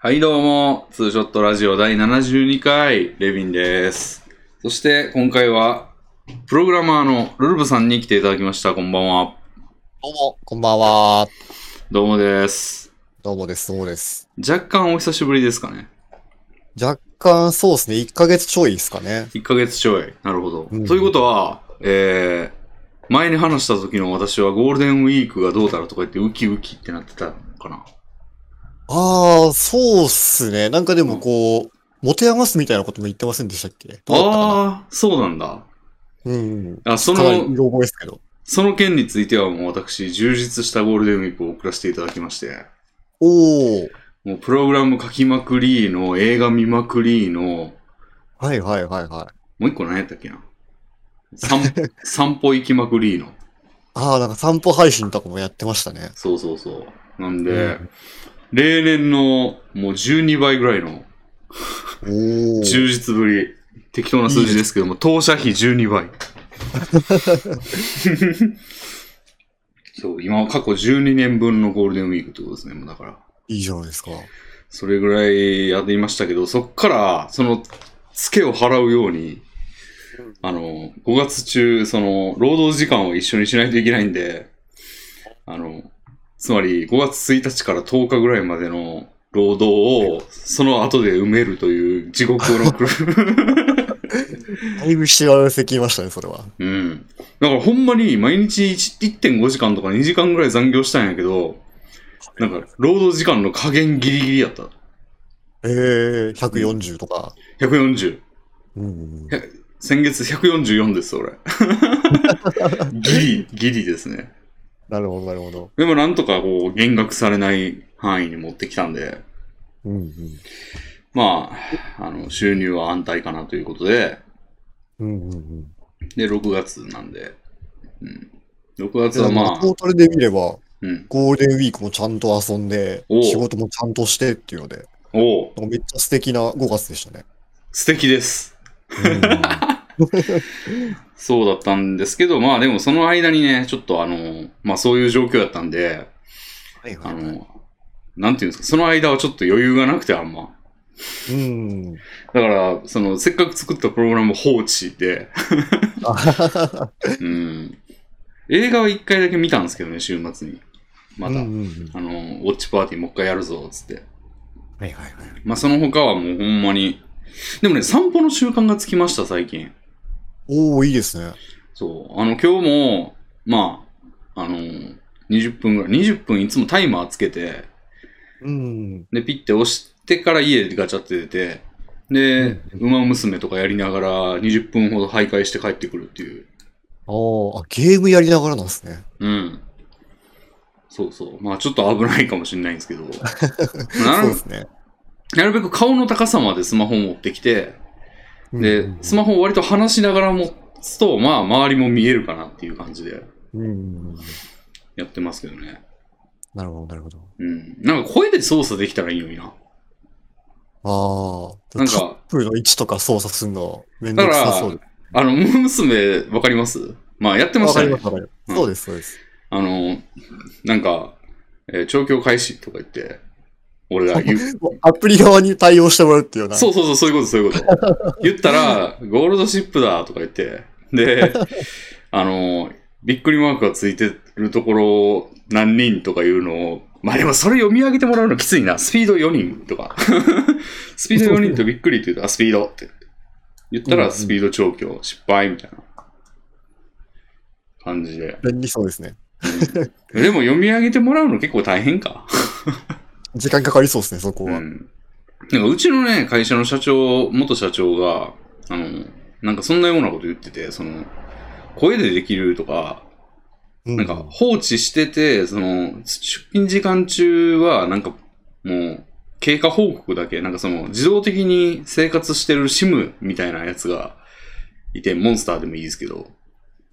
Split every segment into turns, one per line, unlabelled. はい、どうも、ツーショットラジオ第72回、レビンです。そして、今回は、プログラマーのルルブさんに来ていただきました。こんばんは。
どうも、こんばんは。
どうもです。
どうもです、どうもです。
若干お久しぶりですかね。
若干、そうですね、1ヶ月ちょいですかね。
1ヶ月ちょい。なるほど。
うん
ということは、えー、前に話した時の私はゴールデンウィークがどうだろうとか言ってウキウキってなってたのかな。
ああ、そうっすね。なんかでもこう、持て余すみたいなことも言ってませんでしたっけどうだったか
ああ、そうなんだ。
なうん。
あ、そ
かなり
の、
色覚えですけど。
その件についてはもう私、充実したゴールデンウィークを送らせていただきまして。
おー。
もうプログラム書きまくりの、映画見まくりの、
はいはいはいはい。
もう一個何やったっけな 散散歩行きまくりの。
ああ、なんか散歩配信とかもやってましたね。
そうそうそう。なんで、
うん
例年のもう12倍ぐらいの
おー。
充実ぶり。適当な数字ですけども、当社費12倍。 そう、今は過去12年分のゴールデンウィークってことですね、もうだから。
いいじゃないですか。
それぐらいやっていましたけど、そっから、その、ツケを払うように、あの、5月中、その、労働時間を一緒にしないといけないんで、あの、つまり5月1日から10日ぐらいまでの労働を、その後で埋めるという地獄を送る。
だいぶ幸せきましたね、それは。
うん。だからほんまに毎日1 1.5時間とか2時間ぐらい残業したんやけど、なんか、労働時間の加減ギリギリやった。
ええー、140とか。
140。
うん。
先月144です、俺。ギリ、ギリですね。
なるほど、なるほど。
でもなんとかこう、減額されない範囲に持ってきたんで、
うんうん。
まあ、あの、収入は安泰かなということで、
うんうんうん。
で、6月なんで、うん。6月はまあ
ト、ータルで見れば、
うん。
ゴールデンウィークもちゃんと遊んで
おう、
仕事もちゃんとしてっていうので、
おう
なんかめっちゃ素敵な5月でしたね。
素敵です。
うん
そうだったんですけど、まあでもその間にね、ちょっとあの、まあそういう状況だったんで、あの、なんていうんですか、その間はちょっと余裕がなくてあんま。
うん。
だから、その、せっかく作ったプログラムを放置で、
あははは
うん。映画は一回だけ見たんですけどね、週末に。ま
うん
た、
うんうん
あの、ウォッチパーティーもう一回やるぞ、つって。
はいはいはい。
まあ、その他はもうほんまに。でもね、散歩の習慣がつきました、最近。
おおいいですね。
そう。あの、今日も、まあ、あの、20分ぐらい、20分いつもタイマーつけて、
うん。
で、ピッて押してから家でガチャって出て、で、馬娘とかやりながら20分ほど徘徊して帰ってくるっていう。
あーあ、ゲームやりながらなんですね。
うん。そうそう。まあちょっと危ないかもしれないんですけど。な
そうで
る
すね。
なるべく顔の高さまでスマホを持ってきて、
う
で
ん、
スマホを割と話しながら持つと、まあ周りも見えるかなっていう感じで
うんうんうん。
やってますけどね。
なるほど、なるほど。
うん。なんか声で操作できたらいいのにな。
ああ、
なん
カッ
か、
プの位置とか操作するのめんどくさそうで
あの、 娘、わかりますまあやって
す。
ま
わ
し
か
た
り
ね
ま。す、わかり
う
ま
ん
す。そうです、そうです。
あの、なんか、えー調教開始とか言って、俺が言う、
もうアプリ側に対応してもらうっていうような。
そうそうそう、そういうこと、そういうこと。 言ったら、ゴールドシップだとか言って、 で、あの、びっくりマークがついてるところを何人とかいうのを、まあでもそれ読み上げてもらうのきついな。スピード4人とか。 スピード4人とびっくりって言うと、あ、スピードって言った
うんう
ら、
ん
スピード調教、失敗みたいな感じで。
便利そうですね。
でも読み上げてもらうの結構大変か。
時間かかりそうですね、そこは。
うん、なんかうちのね、会社の社長、元社長が、あの、なんかそんなようなこと言ってて、その、声でできるとか、
う
なんか放置してて、その、出勤時間中は、なんかもう、経過報告だけ、なんかその、自動的に生活してるシムみたいなやつがいて、モンスターでもいいですけど、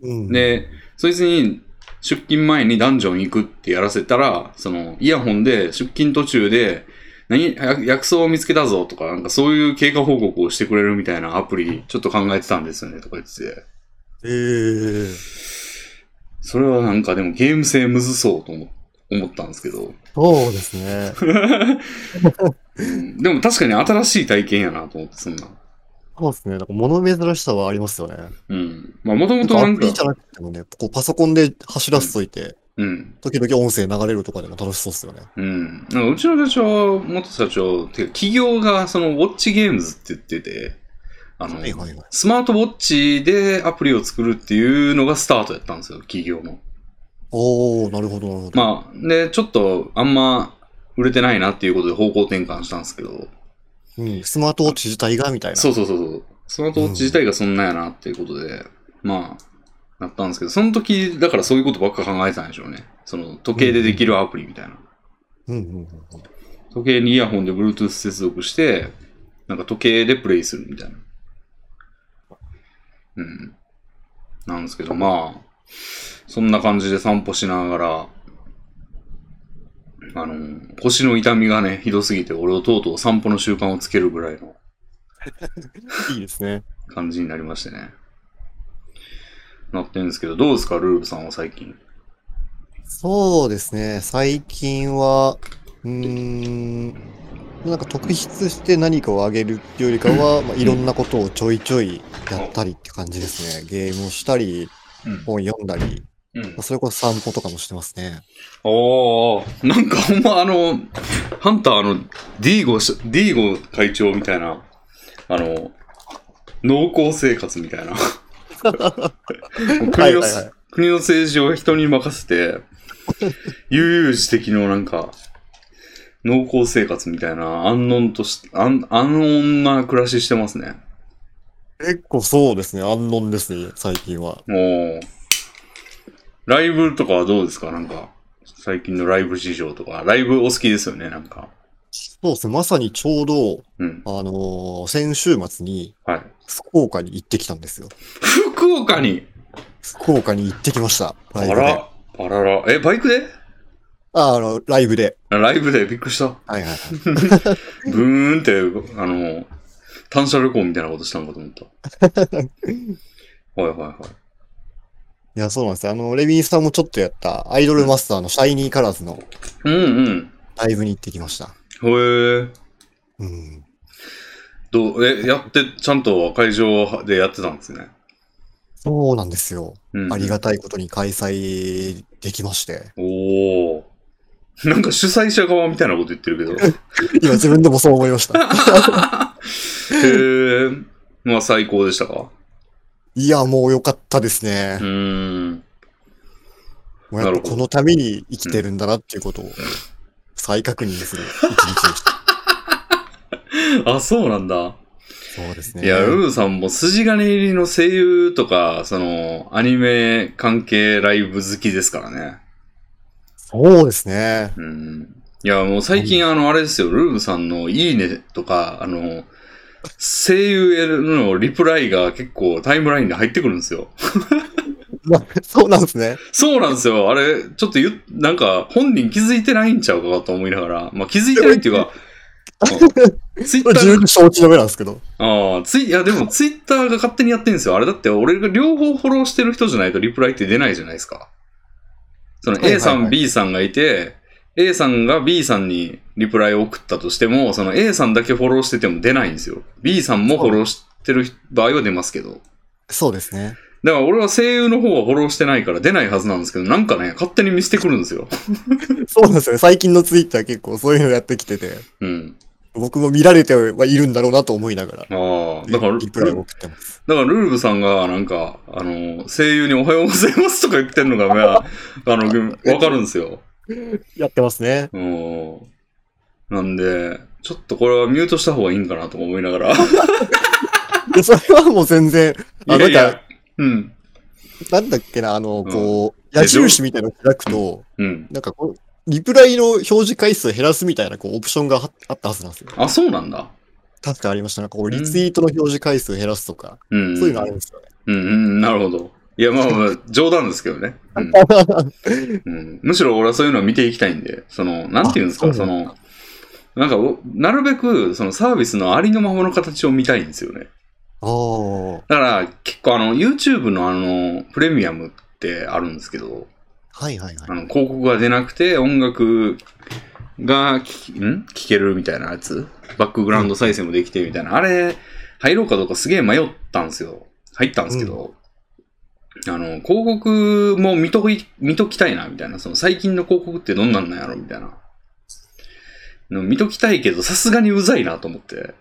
うん、
で、そいつに出勤前にダンジョン行くってやらせたら、そのイヤホンで出勤途中で、何、や薬草を見つけたぞとか、なんかそういう経過報告をしてくれるみたいなアプリ、ちょっと考えてたんですよねとか言ってて。
えー、
それはなんかでもゲー ム性むずそうと思思ったんですけど。
そうですね。
うんでも確かに新しい体験やなと思って、そんな。
そうですね。なんか物珍しさはありますよね。
うん。まあ、もともと
ア
な
ン
ん
プリじ
か、
ゃなくてもね、こうパソコンで走らせといて、
うん。
時々音声流れるとかでも楽しそうですよね。
うん。なんかうちの社長、元社長、てか企業がそのウォッチゲームズって言ってて、あの、
はいはいはい。
スマートウォッチでアプリを作るっていうのがスタートやったんですよ、企業の。
おー、なるほど、なるほど。
まあ、で、ちょっとあんま売れてないなっていうことで方向転換したんですけど、
うん、スマートウォッチ自体がみたいな。
そうそうそうそう。スマートウォッチ自体がそんなやなっていうことで、まあ、なったんですけど、その時、だからそういうことばっか考えてたんでしょうね。その、時計でできるアプリみたいな。
うんうんうんうん。
時計にイヤホンで Bluetooth 接続して、なんか時計でプレイするみたいな。うん。なんですけど、まあ、そんな感じで散歩しながら、あの、腰の痛みがね、ひどすぎて、俺をとうとう散歩の習慣をつけるぐらいの
いいですね。
感じになりましてね。なってんですけど、どうですか、ルールさんは最近。
そうですね。最近は、うーん、なんか特筆して何かをあげるっていうよりかは、まあ、いろんなことをちょいちょいやったりって感じですね。ゲームをしたり、
うん。
本読んだり、
うん
まあ、それこそ散歩とかもしてますね。
おー、なんかほんまあの、ハンターのディーゴし、ディーゴ会長みたいな、あの、農耕生活みたいな。もう
は
国
い
の、
はいはい。
国の政治を人に任せて、悠々自適のなんか、農耕生活みたいな、安穏とし、安安穏な暮らししてますね。
結構そうですね。安穏ですね、最近は。
もう、ライブとかはどうですかなんか、最近のライブ事情とか、ライブお好きですよねなんか。
そうですね。まさにちょうど、
うん。
あのー先週末に
はい。
福岡に行ってきたんですよ。
福岡に
福岡に行ってきました。
あ
ライブで。
ら、あらら。え、バイクで
あ、あの、ライブで。
あライブでびっくりした。
はいはいはい。
ブーンって、あの、単車旅行みたいなことしたんかと思 った。はいはいはい。
いや、そうなんですよ。あの、レビンさんもちょっとやった、アイドルマスターのシャイニーカラーズの
うん
ライブに行ってきました。
うん。へえ。
うん。
どう、え、やって、ちゃんと会場でやってたんですね。
そうなんですよ。
うん。
ありがたいことに開催できまして。
おお。なんか主催者側みたいなこと言ってるけど。
今自分でもそう思いました。
へえ。まあ最高でしたか
いや、もう良かったですね
う。ーん。
もうやっ
なる
ぱ
ほど
このために生きてるんだなっていうことを再確認する一日 でした。
あ、そうなんだ。
そうですね。
いや、ウーさんも筋金入りの声優とか、その、アニメ関係ライブ好きですからね。
そうですね。
うん。いや、もう最近、あの、あれですよ、ルームさんのいいねとか、あの、声優へのリプライが結構タイムラインで入ってくるんですよ。
まあ、そうなんですね。
そうなんですよ。あれ、ちょっと言っ、なんか、本人気づいてないんちゃうかと思いながら、 まあ気づいてないっていうか、ツイッタ
こ
ー
れ十分承知の上なんですけど。
ああ、ツイ、いやでもツイッターが勝手にやってんですよ。あれだって俺が両方フォローしてる人じゃないとリプライって出ないじゃないですか。その
はいはい
A さん、B さんがいて、A さんが B さんにリプライを送ったとしても、その A さんだけフォローしてても出ないんですよ。B さんもフォローしてる場合は出ますけど。
そうですね。
だから俺は声優の方はフォローしてないから出ないはずなんですけど、なんかね、勝手に見せてくるんですよ。
そうなんですよね。最近のツイッター結構そういうのやってきてて、
うん。
僕も見られてはいるんだろうなと思いながら。
ああ、だから、
リプライを送ってます。
だから、ルルブさんが、なんか、あの、声優におはようございますとか言ってんのが、ま あ、あの、わかるんですよ。
やってますね。
うん。なんで、ちょっとこれはミュートした方がいいんかなとか思いながら。い
いや、それはもう全然、あ、
や
なん
い
か
や、、うん。
なんだっけな、あの、
ん
こう、矢印みたいなの開くと、
うん。
なんかこう、リプライの表示回数を減らすみたいな、こう、オプションがはあったはずなんですよ。
あ、そうなんだ。
確かありました。なんかこ
う
う、
ん
リツイートの表示回数を減らすとか、
うん。
そういうのあるんですよね。
うん、うん、なるほど。いや、まあまあ、 冗談ですけどね。 うん。うんむしろ俺はそういうのを見ていきたいんで、その、なんていうんですか、
あ
そ
そうなん
の、なんかお、なるべく、そのサービスのありのままの形を見たいんですよね。
ああ、
だから、結構あの、YouTube のあの、プレミアムってあるんですけど、
はいはい
あ
はい。
の、広告が出なくて、音楽が聞き、ん聞けるみたいなやつバックグラウンド再生もできてみたいな。あれ、入ろうかどうかすげえ迷ったんですよ。入ったんですけど、あの、広告も見とい、見ときたいな、みたいな。その最近の広告ってどんなんなんやろ、みたいな。の見ときたいけど、さすがにうざいなと思って。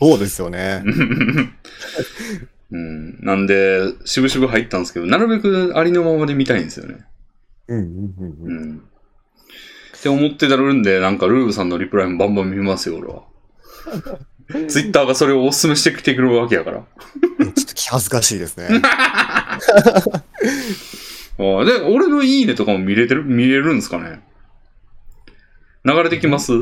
そうですよね。
うん、なんで、しぶしぶ入ったんですけど、なるべくありのままで見たいんですよね。
うんうんう
うんん。って思ってたるんで、なんかルーブさんのリプライもバンバン見ますよ、俺は。
うん。
ツイッターがそれをおすすめしてきてくるわけやから。
うんちょっと気恥ずかしいですね。
あーで、俺のいいねとかも見れてる、見れるんですかね流れてきます、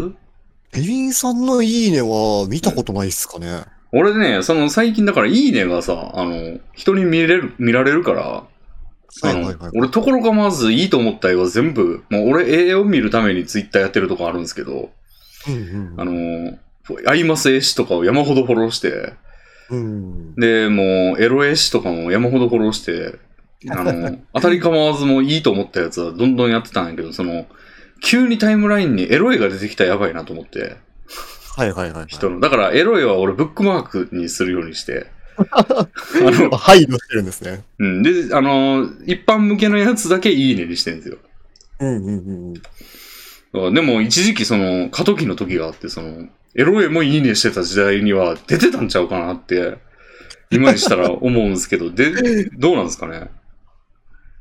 ペリンさんのいいねは見たことないっすかね。
俺ね、その最近だからいいねがさ、あの、人に見れる、見られるから、
は
あ
い
の
はいはい。
俺ところがまずいいと思った絵は全部、もう俺絵を見るためにツイッターやってるとこあるんですけど、
うんうん
あの、アイマス絵師とかを山ほどフォローして、
うん。
で、もう、エロ絵師とかも山ほどフォローして、あ の、当たり構わずもいいと思ったやつはどんどんやってたんやけど、その、急にタイムラインにエロ絵が出てきたらやばいなと思って、
はいはいはいはい。
人の。だから、エロ絵は俺ブックマークにするように して、あ
やっ
の
ぱ、配慮してるんですね。
うん、で、あの、一般向けのやつだけいいねにしてんですよ。
うんうんうん。
あでも一時期その過渡期の時があってそのエロエもいいねしてた時代には出てたんちゃうかなって今にしたら思うんですけどでどうなんですかね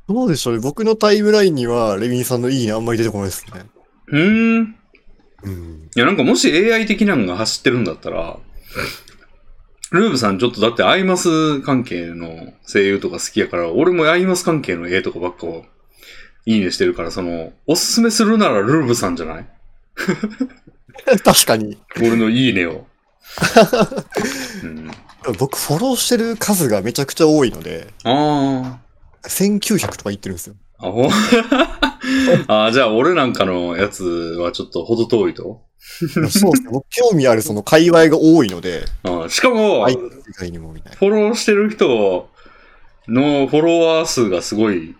どうでしょうね。僕のタイムラインには、レミンさんのいいねあんまり出てこないですね。
うーん
うん。
いやなんかもし AI 的なのが走ってるんだったらルーブさんちょっとだってアイマス関係の声優とか好きやから俺もアイマス関係の絵とかばっかをいいねしてるからそのおすすめするならルーブさんじゃない
確かに。
俺のいいねを、うん、あ
僕、フォローしてる数がめちゃくちゃ多いので、
あ
1900とか言ってるんですよ。
あ、ほん あ、じゃあ俺なんかのやつはちょっと程遠いと。
そうですね。僕、興味あるその界隈が多いので、
あしかも、
はい。以外にもみたいな。
フォローしてる人のフォロワー数がすごい、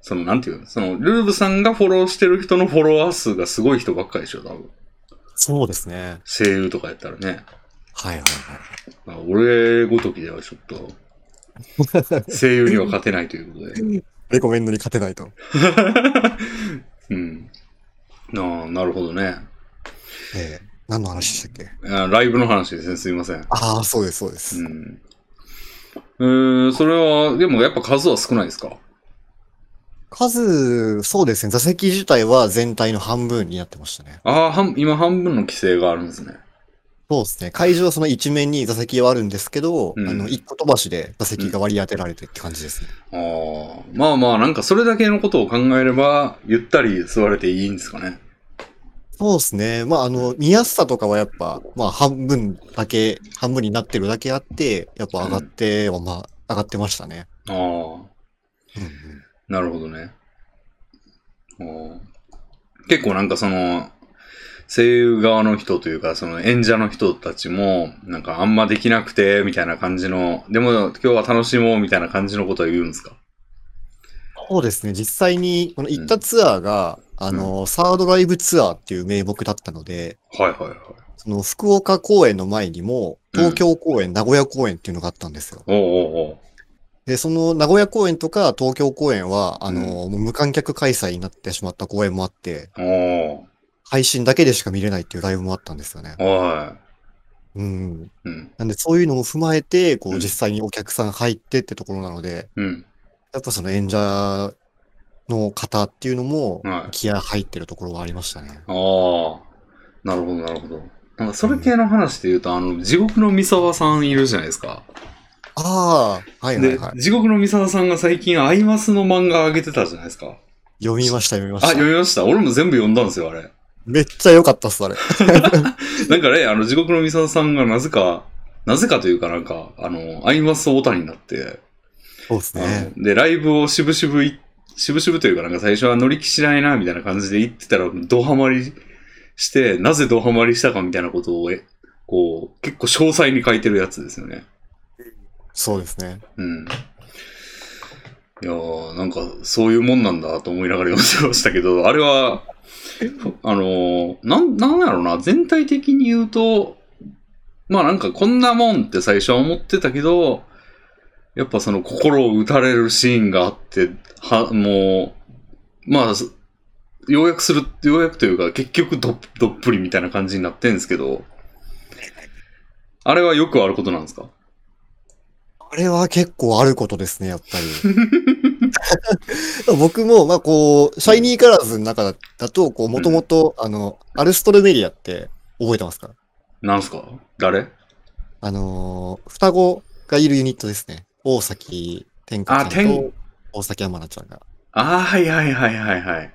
その、なんていうのその、ルーブさんがフォローしてる人のフォロワー数がすごい人ばっかりでしょ、多分。
そうですね。
声優とかやったらね。
はいはいはい。
まあ俺ごときではちょっと、 声優には勝てないということで。
レコメンドに勝てないと。
うん。ああ、なるほどね。
ええ何の話でしたっけ
あライブの話ですね、すいません。
ああ、そうです、そうです。
うん。えー、それは、でもやっぱ数は少ないですか
数、そうですね。座席自体は全体の半分になってましたね。
ああ、半今半分の規制があるんですね。
そうですね。会場はその一面に座席はあるんですけど、
うん
あの、一個飛ばしで座席が割り当てられてって感じですね。
ああ、まあまあ、なんかそれだけのことを考えれば、ゆったり座れていいんですかね。
そうですね。まあ、あの、見やすさとかはやっぱ、まあ、半分だけ、半分になってるだけあって、やっぱ上がっては、まあ、上がってましたね。
ああ、
うんうん
なるほどね。あー結構なんかその、声優側の人というか、その演者の人たちも、なんかあんまできなくて、みたいな感じの、でも今日は楽しもう、みたいな感じのことは言うんですか
そうですね。実際に、この行ったツアーが、あの、サードライブツアーっていう名目だったので、
はいはいはい。
その福岡公演の前にも、東京公演、名古屋公演っていうのがあったんですよ。
おうおうおう
で、その名古屋公演とか東京公演は、あの、もう無観客開催になってしまった公演もあって、
お
配信だけでしか見れないっていうライブもあったんですよね。
おは
うん。
い。うん。
なんで、そういうのも踏まえて、こ
う
う、
ん
実際にお客さん入ってってところなので、
うん。
やっぱその演者の方っていうのも
は、い
気合入ってるところはありましたね。
ああ。なるほど、なるほど。なんか、それ系の話で言うと、あの、地獄の三沢さんいるじゃないですか。
ああ、はいはい
で
は、い。
地獄の三沢さんが最近、アイマスの漫画上げてたじゃないですか。
読みました、読みま
あ、
し
読
た。
みました。俺も全部読んだんですよ、あれ。
めっちゃ良かったっす、あれ。
なんかね、あの、地獄の三沢さんがなぜか、なぜかというかなんか、あの、アイマスオタになって、
そうです
あ
ね。
ので、ライブを渋々い、渋々というかなんか最初は乗り気しないな、みたいな感じで行ってたら、ドハマりして、なぜドハマりしたかみたいなことを、えこう、結構詳細に書いてるやつですよね。
そうですね。
うん。いやーなんか、そういうもんなんだと思いながら読んでましたけど、 あれは、あのーなん、なんだろうな、全体的に言うと、まあなんかこんなもんって最初は思ってたけど、やっぱその心を打たれるシーンがあって、は、もう、まあ、すようやくする、ようやくというか、結局どっどっぷりみたいな感じになってんですけど、あれはよくあることなんですか
あれは結構あることですね、やっぱ り。僕も、まあこう、シャイニーカラーズの中だだと、こう、もともと、あの、アルストルメリアって覚えてますか
なんすか誰
あのー双子がいるユニットですね。大崎天下ちゃん
あ天
と大崎山菜ちゃんが。
ああ、はいはいはいはいはい。
はい。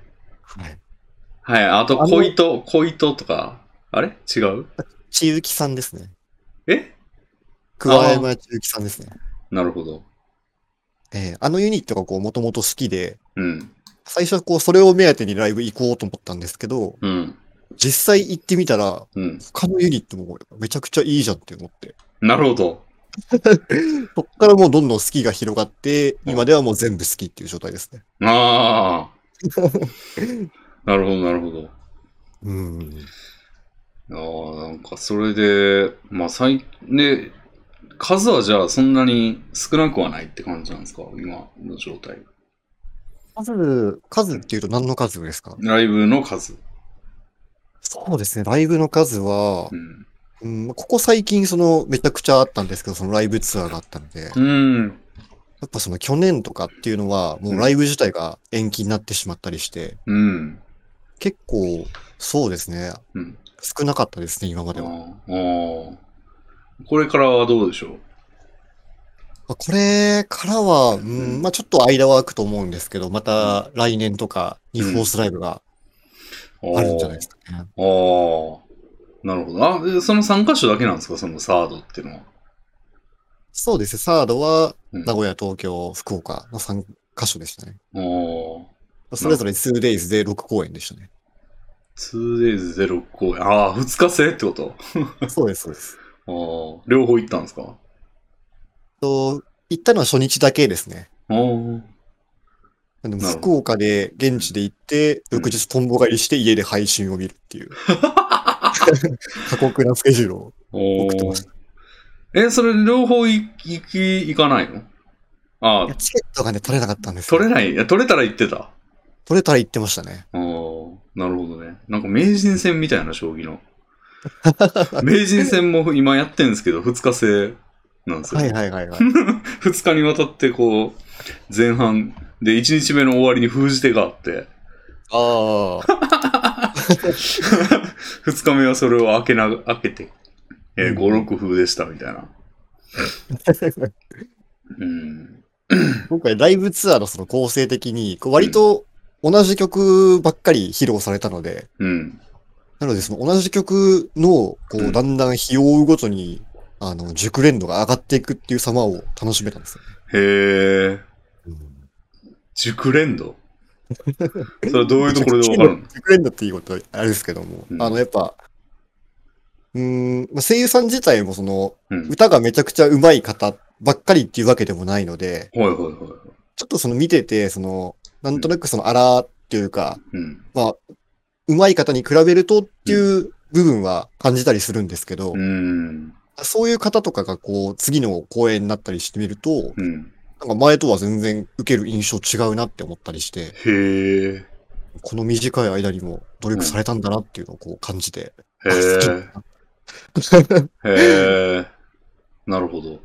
はい、あと、
あの
小糸、小糸とか、あれ違う
千雪さんですね。
え
桑山千雪さんですね。
なるほど。
ええあのユニットがこう、もともと好きで、
うん、
最初はこう、それを目当てにライブ行こうと思ったんですけど、
うん、
実際行ってみたら、
うん。
他のユニットもめちゃくちゃいいじゃんって思って。
なるほど。
そっからもうどんどん好きが広がって、
うん
今ではもう全部好きっていう状態ですね。
ああ。なるほど、なるほど。
うん。
ああ、なんか、それで、まあ、最、で、数はじゃあそんなに少なくはないって感じなんですか今の状態。
数、数っていうと何の数ですか
ライブの数。
そうですね、ライブの数は
う、ん。
うん、ここ最近そのめちゃくちゃあったんですけど、そのライブツアーがあったので、や
うん。
っぱその去年とかっていうのは、もうライブ自体が延期になってしまったりして、
うん。
結構、そうですね、
うん。
少なかったですね、今ま
あ
では。
ーあー。これからはどうでしょう
まあこれからは、うん、まあちょっと間は空くと思うんですけど、また来年とかにフォースライブがあるんじゃないですかね。
ああ、なるほど。あ、でその3箇所だけなんですかそのサードっていうのは。
そうですね、サードは
うん
名古屋、東京、福岡の3カ所でしたね。
ああ、
それぞれ 2days で6公演でしたね。
2days で6公演。ああ、2日制ってこと
そうです、そうです。
ああ、両方行ったんですか
と、行ったのは初日だけですね。
ああ、
でも
なるほど
福岡で現地で行って、
うん
翌日トンボ帰りして家で配信を見るっ ていう。過酷なスケジュールを。
お
送って
お
まし。
え、それ両方行き、行き、行かないのあ
いや
あ、
チケットがね、取れなかったんですよ
取れない。いや、取れたら行ってた。あ
取れたら行ってましたね。
あ、なるほどね。なんか名人戦みたいな将棋 の。名人戦も今やってんですけど、2日制なんですよ。
はいはいはいはい。
2日にわたってこう前半で1日目の終わりに封じ手があ って
ああ。
2日目はそれを開けな開けて、えー、
うん
56風でしたみたいなうん
今回ライブツアーのその構成的に、こう割と同じ曲ばっかり披露されたので、
うん
なので、その同じ曲の、こ
う
う、
ん
だんだん日を追うごとに、あの、熟練度が上がっていくっていう様を楽しめたんですよ
へえ
ね。
熟練 度それはどういうところでわかるの
熟練度っていうことはあれですけども、
うん
あの、やっぱ、うーん、まあ声優さん自体もその、
うん
歌がめちゃくちゃ上手い方ばっかりっていうわけでもないので、
はいはいはい
ちょっとその見てて、その、なんとなくその荒っていうか、
うん
まあ、上手い方に比べるとっていう部分は感じたりするんですけど、
うん
そういう方とかがこう、次の公演になったりしてみると、
うん
なんか前とは全然受ける印象違うなって思ったりして、
へえ
この短い間にも努力されたんだなっていうのをこう感じて。
へえ
そう
へえなるほど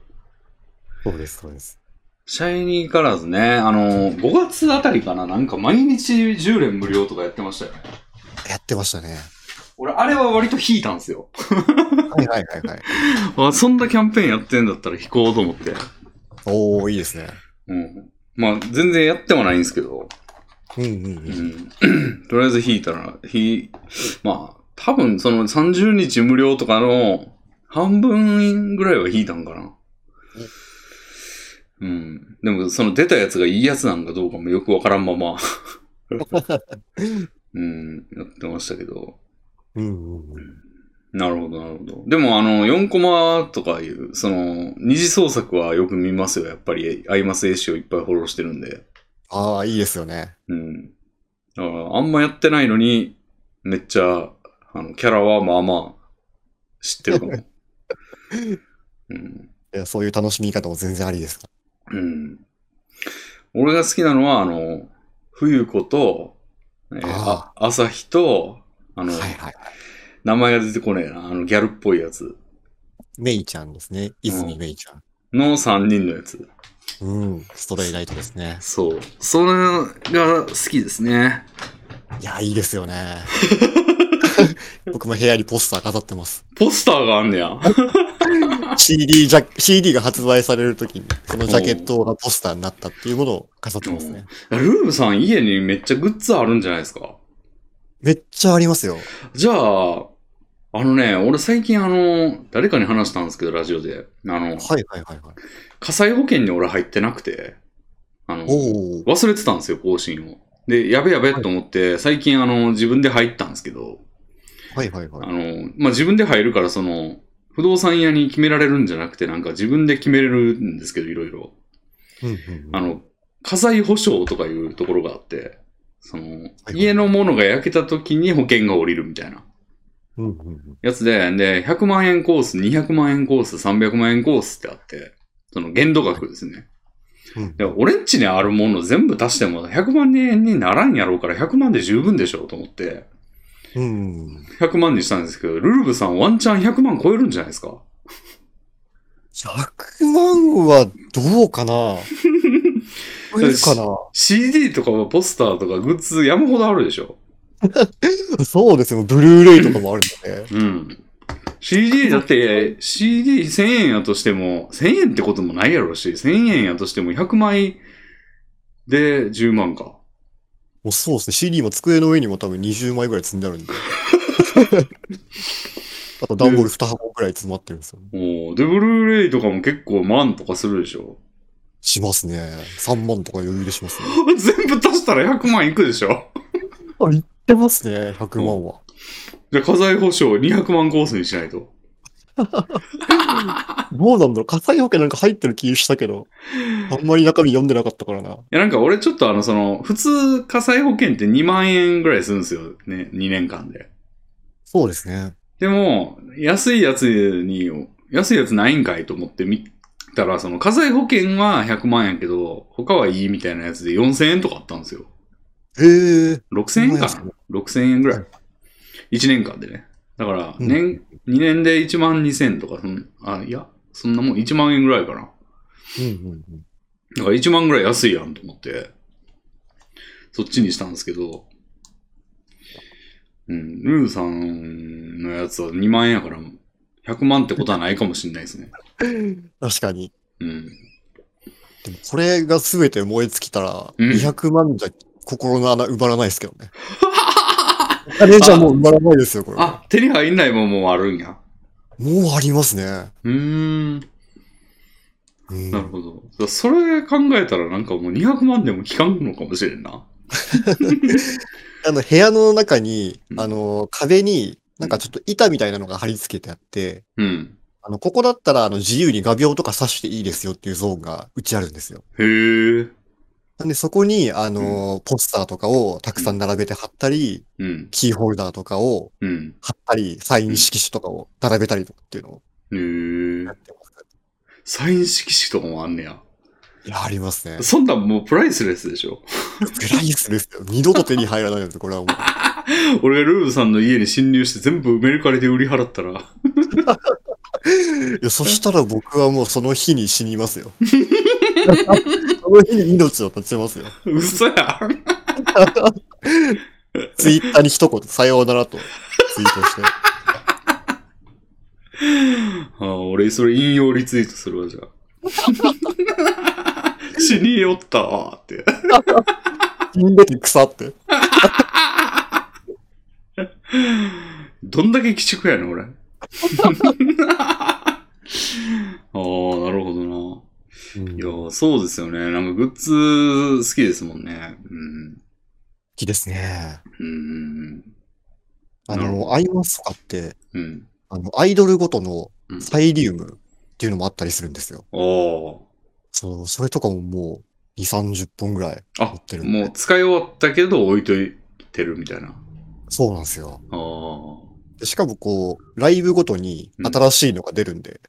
です、そうです。
シャイニーカラーズね、あの、5月あたりかな、なんか毎日10連無料とかやってましたよね。
やってましたね。
俺、あれは割と引いたんですよ。
はいはいはいはい。
あ、そんなキャンペーンやってんだったら引こうと思って。
おー、いいですね。
うん。まあ、全然やってはないんですけど、
うんうんう。
うんん。 とりあえず引いたら、引、まあ、多分その30日無料とかの半分ぐらいは引いたんかな。うん。でも、その出たやつがいいやつなんかどうかもよくわからんま ま。うん、やってましたけど。
うんうんうん。
なるほど、なるほど。でも、あの、4コマとかいう、その、二次創作はよく見ますよ。やっぱり、アイマス絵師をいっぱいフォローしてるんで。
ああ、いいですよね。
うん。だから、あんまやってないのに、めっちゃ、あの、キャラはまあまあ、知ってる かも。うん。
いやそういう楽しみ方も全然ありですか
うん。俺が好きなのは、あの、冬子と、えー
あ
あ朝日と、あの、
ら。はいはい。
名前が出てこねえな、あの、ギャルっぽいやつ
メイちゃんですね。泉メイちゃん。
の3人のやつ。
うん。ストレイライトですね。
そう。それが好きですね。
いや、いいです よね。僕も部屋にポスター飾ってます。
ポスターがあん ねや。
CD, ジャ CD が発売されるときに、そのジャケットがポスターになったっていうものを飾ってますね。
ルームさん家にめっちゃグッズあるんじゃないですか
めっちゃありますよ。
じゃあ、あのね、俺最近あの、誰かに話したんですけど、ラジオで。あの、
はいはいはいはい。
火災保険に俺入ってなくて、あの、
おお。
忘れてたんですよ、更新を。で、やべやべと思って、最近あの、自分で入ったんですけど、
はいはい
あ
はい。
の、まあ、自分で入るから、その、不動産屋に決められるんじゃなくて、なんか自分で決めれるんですけど、いろいろ。
うんうんうん
あの、火災保証とかいうところがあって、その、
はい
家のものが焼けた時に保険が降りるみたいな
うんうんうん
やつで、で、100万円コース、200万円コース、300万円コースってあって、その限度額ですね。
うん
で、俺んちにあるもの全部足しても100万円にならんやろうから100万で十分でしょうと思って、
うんうん。
100万にしたんですけど、ルルブさんワンチャン100万超えるんじゃないですか
100万はどう かな超えるかな
?CD とかポスターとかグッズ山ほどあるでしょ
そうですよ。ブルーレイとかもあるんだね。
うん。CD だって、CD1000 円やとしても、1000円ってこともないやろうし、1000円やとしても100枚で10万か。
もうそうですね。CD も机の上にも多分20枚ぐらい積んである んで。あと段ボール2箱ぐらい詰まってるんですよ。
おーで、ブルーレイとかも結構万とかするでしょ
しますね。3万とか余裕でしますね。
全部足したら100万いくでしょ
あ、いってますね。100万は。
じゃあ、火災保証200万コースにしないと。
どうなんだろう火災保険なんか入ってる気したけど、あんまり中身読んでなかったからな。
いや、なんか俺ちょっとあの、その、普通火災保険って2万円ぐらいするんですよ。ね、2年間で。
そうですね。
でも、安いやつに、安いやつないんかいと思って見たら、その火災保険は100万円やけど、他はいいみたいなやつで4000円とかあったんですよ。
へえ。
6000円か
そんな
な ?6000 円ぐら。
はい
1年間でね。だから、
うん
年、2年で1万2000とか、そんあ、いや、そんなもん1万円ぐらいかな。
うんうんうん。
だから1万ぐらい安いやんと思って、そっちにしたんですけど、うん、ルーさんのやつは2万円やから、100万ってことはないかもしれないですね。
確かに。
うん。
でもこれが全て燃え尽きたら、
うん
200万じゃ心の穴埋まらないですけど ね。お金じゃもう埋まらないですよ、これ。も
あ、手に入んないもんもあるんや。
うありますね。
うーん。
うん
なるほど。だからそれ考えたらなんかもう200万でも効かんのかもしれんな。
あの、部屋の中に、
うん
あの、壁に、なんかちょっと板みたいなのが貼り付けてあって、
うん。
あの、ここだったら、あの、自由に画鋲とか刺していいですよっていうゾーンがうちあるんですよ。
へえ。
なんで、そこに、あの、ポスターとかをたくさん並べて貼ったり、
うん。
キーホルダーとかを
うん。
貼ったり、サイン色紙とかを並べたりとかっていうのを
へ
や
え
っ。てます。
サイン色紙とかもあんねや。
いや、ありますね。
そんなんもうプライスレスでしょ。
プライスですよ。二度と手に入らないです、これはもう。
俺がルーブさんの家に侵入して全部メルカリで売り払ったら、
いや、そしたら僕はもうその日に死にま すよ。その日に命を絶ちますよ。
嘘やん。
ツイッターに一言、さようならとツイートして。
ああ俺、それ引用リツイートするわ、じゃあ。 死によったわ、って。
死んでて腐って。
どんだけ鬼畜やねん、俺。あ あ、なるほどな。いやー、そうですよね。なんかグッズ好きですもんね。うん。
きですね。
うん。
あ
なる
の、アイマスとかって、
うん。
あの、アイドルごとの
うん
サイリウムっていうのもあったりするんですよ。
ああ。
そう、それとかももう、 2、30本ぐらい
あ
持ってるんで
もう使い終わったけど置いといてるみたいな。あ
そうなんですよ。
あ。
でしかもこう、ライブごとに新しいのが出るんで、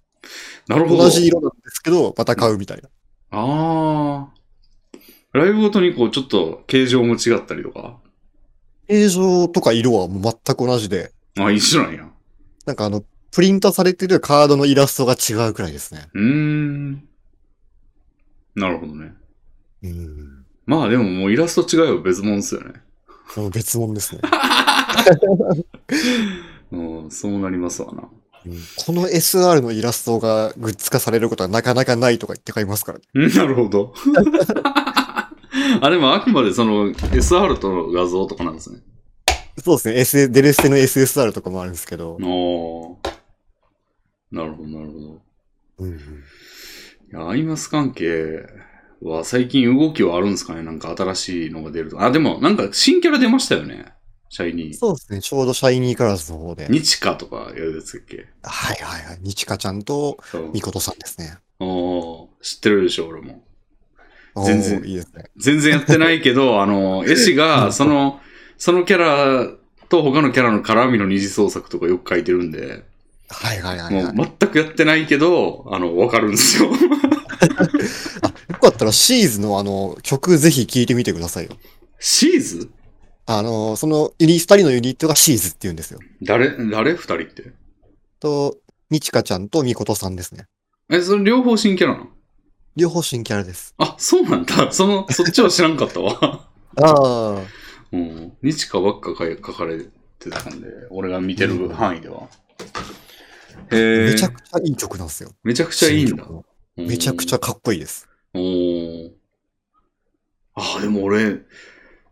なるほど。
同じ色なんですけど、また買うみたいな。
ああ。ライブごとにこう、ちょっと形状も違ったりとか。
形状とか色はもう全く同じで、
あ、一緒なんや。
なんかあの、プリントされてるカードのイラストが違うくらいですね。
うーん。なるほどね。
うん。
まあでももうイラスト違いは別物ですよね。
でも別物ですね、
うん、そうなりますわな。
うんこの SR のイラストがグッズ化されることはなかなかないとか言って買いますからね。
うんなるほど。 あ、でもあくまでその SR との画像とかなんですね。
そうですね。S、デレステの SSR とかもあるんですけど。
おーなるほど、なるほど。
うんうん
いや、アイマス関係は最近動きはあるんですかねなんか新しいのが出ると。あ、でもなんか新キャラ出ましたよね。シャイニー。
そうですね。ちょうどシャイニーカラーズの方で。
ニチカとかやるやつだっけ
はいはいはい。ニチカちゃんとミコトさんですね。
おー知ってるでしょ、俺も。全然
おーいいですね。
全然やってないけ ど、あの、絵師が、その、そのキャラと他のキャラの絡みの二次創作とかよく書いてるんで、
はいはいはい、
も
は
う
い。
全くやってないけど、あの、わかるんです よ。
よかったらシーズのあの曲ぜひ聴いてみてくださいよ。
シーズ
あの、そのユニ、二人のユニットがシーズって言うんですよ。
誰、誰二人って。
と、ニチカちゃんとミコトさんですね。
え、それ両方新キャラなの
両方新キャラです。
あ、そうなんだ。その、そっちは知らんかったわ。
ああ。
うん。日かばっかかい書かれてたんで、俺が見てる範囲では。へえ。
めちゃくちゃいい曲なんですよ。
めちゃくちゃいいんだ
新曲。もめちゃくちゃかっこいいです。
おー。あー、でも俺、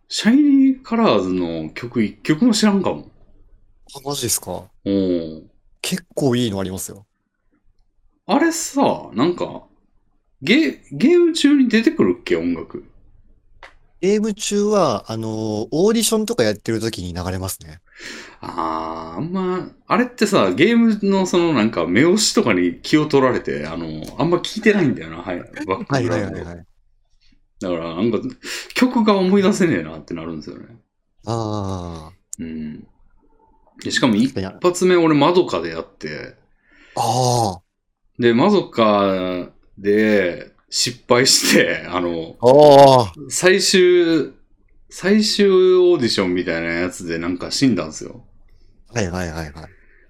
シャイニーカラーズの曲一曲も知らんかも。
あ、マジですか
おー。
結構いいのありますよ。
あれさ、なんか、ゲ、ゲーム中に出てくるっけ音楽。
ゲーム中は、あのーオーディションとかやってる時に流れますね。
あー、あんま、あれってさ、ゲームのそのなんか、目押しとかに気を取られて、あの、あんま聞いてないんだよな、はい。バック
はい
グラ
は
ウ
い
ンド
はいはい。
だから、なんか、曲が思い出せねえなってなるんですよね。
ああ。
うん。でしかも一
確かにあ
発目俺、マドカでやって、
あ
で、マゾカで失敗して、あの、
あ。ああ。
最終、最終オーディションみたいなやつでなんか死んだんですよ。
はいはいはいはい。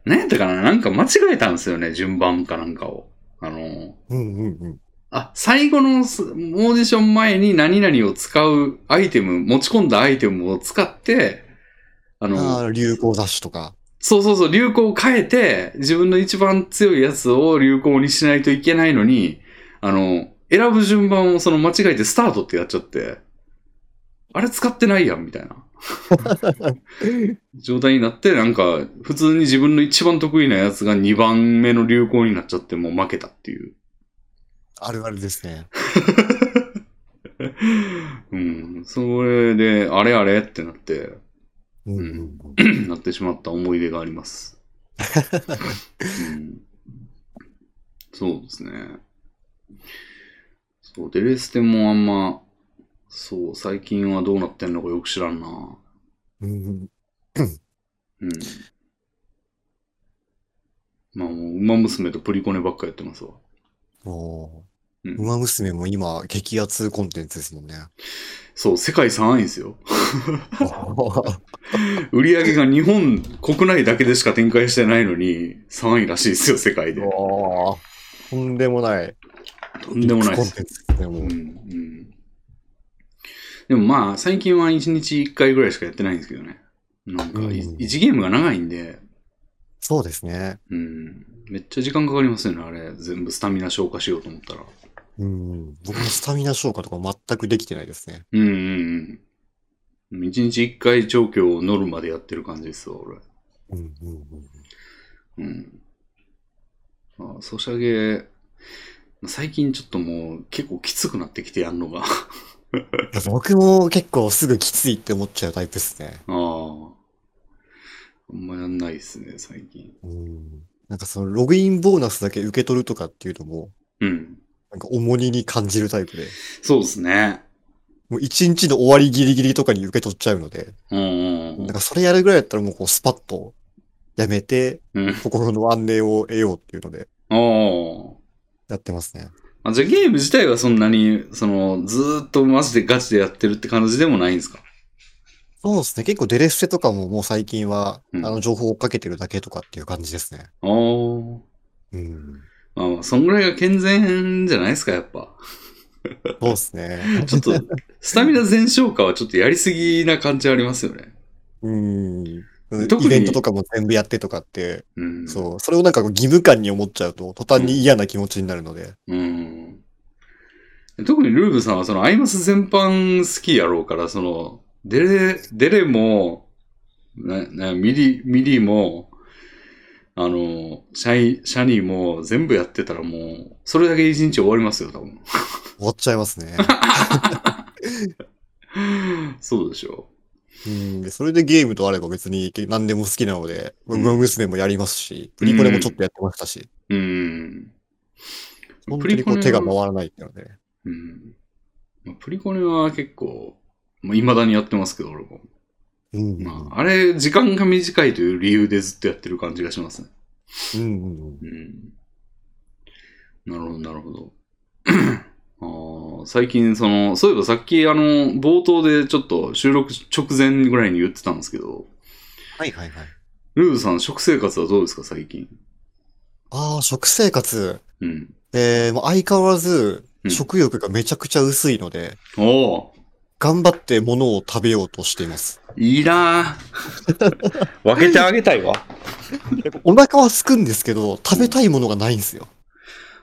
何やったかななんか間違えたんですよね、順番かなんかを。あの、
うんうんうん。
あ、最後のすオーディション前に何々を使うアイテム、持ち込んだアイテムを使って、あの、
ああ、流行雑誌とか。
そうそうそう、流行を変えて、自分の一番強いやつを流行にしないといけないのに、あの、選ぶ順番をその間違えてスタートってやっちゃって、あれ使ってないやん、みたいな。状態になって、なんか、普通に自分の一番得意なやつが2番目の流行になっちゃって、もう負けたっていう。
あるあるですね。
うん。それで、あれあれってなって、
うんうんうん。
なってしまった思い出があります。うん、そうですね。そう、デレステもあんま、そう、最近はどうなってんのかよく知らんな。
うんうん
うん。まあもう、馬娘とプリコネばっかやってますわ。
もう、
うん
馬娘も今、激アツコンテンツですも んね。
そう、世界3位ですよ。売り上げが日本国内だけでしか展開してないのに、3位らしいですよ、世界で。
もうとんでもない。
とんでもない
コ
で
ン
す
テ。ンツですね、も
う。
うん
うんでもまあ、最近は1日1回ぐらいしかやってないんですけどね。なんか、
うん
1ゲームが長いんで、
そうですね。
うん、めっちゃ時間かかりますよね、あれ。全部スタミナ消化しようと思ったら。
うん。僕もスタミナ消化とか全くできてないですね。
うんうんうん。1日1回調教を乗るまでやってる感じですわ、俺。
うんうんうん。
うん。あソシャゲ、最近ちょっともう結構きつくなってきてやんのが。あ
いや僕も結構すぐきついって思っちゃうタイプですね。
あ。あんまやんないですね、最近。
うん。なんかそのログインボーナスだけ受け取るとかっていうのも、
うん。
なんか重荷に感じるタイプで、
そうですね。
もう一日の終わりギリギリとかに受け取っちゃうので、
うんうんうん
なんかそれやるぐらいだったらもうこうスパッとやめて、
うん。
心の安寧を得ようっていうので
おー
やってますね。
あじゃあゲーム自体はそんなに、その、ずーっとマジでガチでやってるって感じでもないんですか
そうですね。結構デレッセとかももう最近は、
うん
あの情報を追っかけてるだけとかっていう感じですね。
おー
うん。
まあまあ、そんぐらいが健全じゃないですか、やっぱ。
そうですね。
ちょっと、スタミナ全消化はちょっとやりすぎな感じありますよね。
うん。
特に
イベントとかも全部やってとかって、
うん。
そう。それをなんかこう義務感に思っちゃうと、途端に嫌な気持ちになるので。
うん。特にルーブさんはそのアイマス全般好きやろうから、その、デレ、デレも、な、な、ミリ、ミリも、あの、シャイ、シャニーも全部やってたらもう、それだけ一日終わりますよ、多分。
終わっちゃいますね。
そうでしょ
うん。でそれでゲームとあれば別に何でも好きなので、ウ
ん
マ娘もやりますし、プリコレもちょっとやってましたし、
う。うん。
本当にこう手が回
は
らないっていうので。
うん。まあプリコネは結構、まあ、未だにやってますけど、俺も。
うん。
まあ、あれ、時間が短いという理由でずっとやってる感じがしますね。
うんうん
うん。なるほど、なるほど。 あー最近、その、そういえばさっき、あの、冒頭でちょっと収録直前ぐらいに言ってたんですけど、
はいはいはい。
ルーズさん、食生活はどうですか、最近。
ああ、食生活。
うん。
えー、まあ相変わらず
う、ん
食欲がめちゃくちゃ薄いので、
おー
頑張って物を食べようとしています。
いいなぁ 分けてあげたいわ。
お腹は空くんですけど、食べたいものがないんですよ。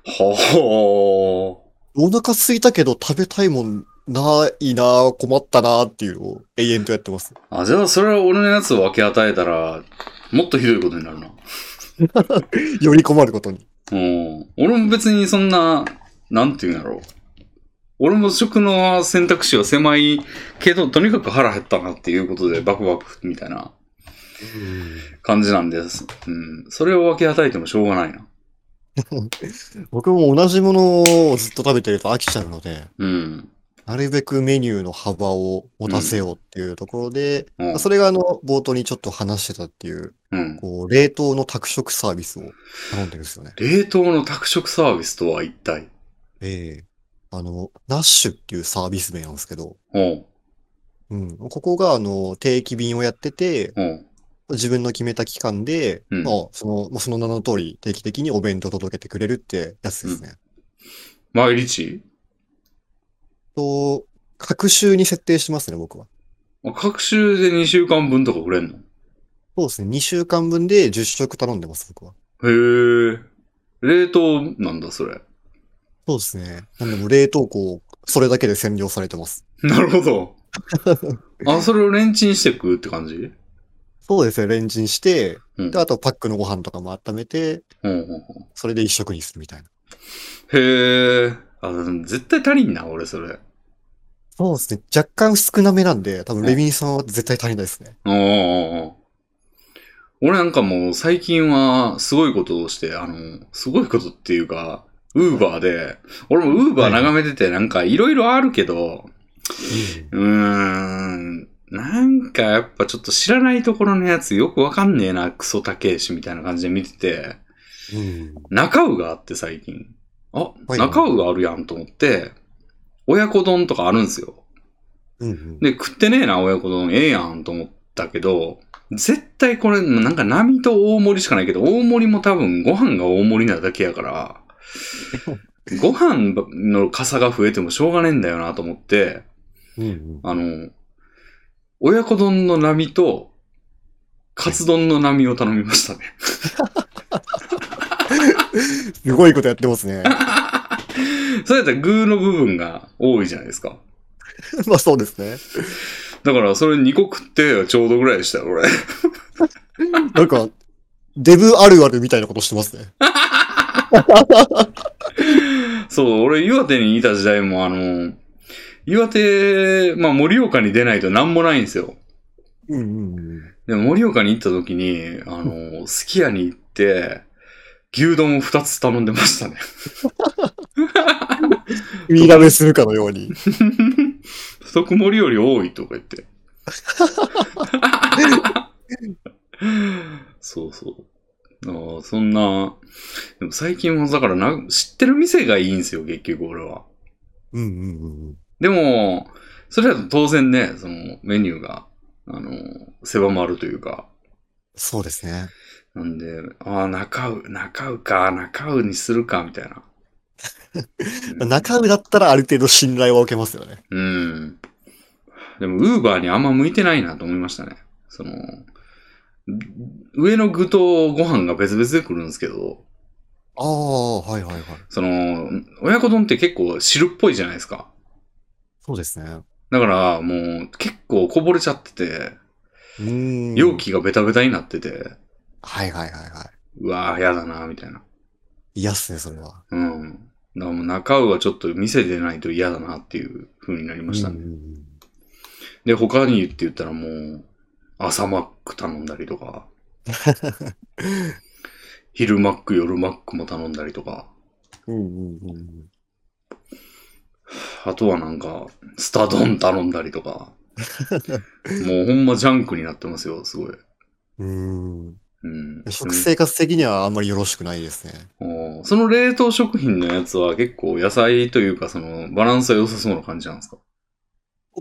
ほほ
お腹空いたけど食べたいもんないなぁ、困ったなぁっていうのを永遠とやってます。
ー。あ、じゃあ、それは俺のやつを分け与えたら、もっとひどいことになるな。
より困ることに。
うん。俺も別にそんな、なんていうんだろう。俺も食の選択肢は狭いけど、とにかく腹減ったなっていうことで、バクバクみたいな感じなんです。うん。それを分け与えてもしょうがないな。
僕も同じものをずっと食べてると飽きちゃうので、
うん。
なるべくメニューの幅を持たせようっていうところで、
うん
まあそれがあの、冒頭にちょっと話してたっていう、
うん。
こう、冷凍の宅食サービスを頼んでるんですよね。
冷凍の宅食サービスとは一体
ええあの、ナッシュっていうサービス名なんですけど、
おう
うん。ここが、あの、定期便をやってて、
おう
自分の決めた期間で、
うん
まあ、その、まあその名の通り、定期的にお弁当届けてくれるってやつですね。
毎日
と、各週に設定してますね、僕は。
あ各週で2週間分とかくれんの
そうですね。2週間分で10食頼んでます、僕は。
へえ。冷凍なんだ、それ。
そうですね。なんでもう冷凍庫、それだけで占領されてます。
なるほど。あ、それをレンチンして食うって感じ
そうですね。レンチンして、
うん
で、。あとパックのご飯とかも温めて、
うんうんうん
それで1食にするみたいな。
へえ。あ、でも絶対足りんな、俺、それ。
そうですね。若干少なめなんで、多分レビンさんは絶対足りないですね。
おーおーおー俺なんかもう最近はすごいことをして、あの、すごいことっていうか、ウーバーで、俺もウーバー眺めててなんかいろいろあるけど、うーん、なんかやっぱちょっと知らないところのやつよくわかんねえな、クソ高えしみたいな感じで見てて、
うん。
中尾があって最近。あ、
はい
中尾があるやんと思って、親子丼とかあるんですよ。
うんうん。
で、食ってねえな、親子丼。ええやんと思ったけど、絶対これ、なんか並と大盛りしかないけど、大盛りも多分ご飯が大盛りなだけやから、ご飯の傘が増えてもしょうがねえんだよなと思って、
うんうん。
あの、親子丼の並と、カツ丼の並を頼みましたね。
すごいことやってますね。
そうやったら具の部分が多いじゃないですか。
まあそうですね。
だからそれ2個食ってちょうどぐらいでしたよ、俺。
なんか、デブあるあるみたいなことしてますね。
そう、俺、岩手にいた時代も、あの、岩手、まあ、盛岡に出ないと何もないんですよ。
うんうん
でも、盛岡に行った時に、あの、すき家に行って、牛丼を2つ頼んでましたね。
見られするかのように。
不足盛りより多いとか言って。そうそう。ああ、そんな、でも最近はだからな、知ってる店がいいんですよ、結局俺は。
うんうんうんうん。
でも、それだと当然ね、そのメニューが、あの、狭まるというか。
そうですね。
なんで、ああ、中尾、中尾か、中尾にするか、み たいな。
中身だったらある程度信頼は受けますよね。
うん。でも、ウーバーにあんま向いてないなと思いましたね。その、上の具とご飯が別々で来るんですけど、
ああ、はいはいはい。
その、親子丼って結構汁っぽいじゃないですか。
そうですね。
だから、もう、結構こぼれちゃってて、
うん。
容。器がベタベタになってて、
はいはいはいは
うわぁ、やだなぁみたいな。
い。嫌っすね、それは。
うん。だからもう中尾はちょっと店でないと嫌だなっていう風になりましたね。
うんうんうん
で、他にって言ったらもう、朝マック頼んだりと か、昼マック、夜マックも頼んだりとか、
うんうんうん。
あとはなんか、スタ丼頼んだりと か、もうほんまジャンクになってますよ、すごい。
うん。
うん。
食生活的にはあんまりよろしくないですね。
おーその冷凍食品のやつは結構野菜というかそのバランスは良さそうな感じなんですか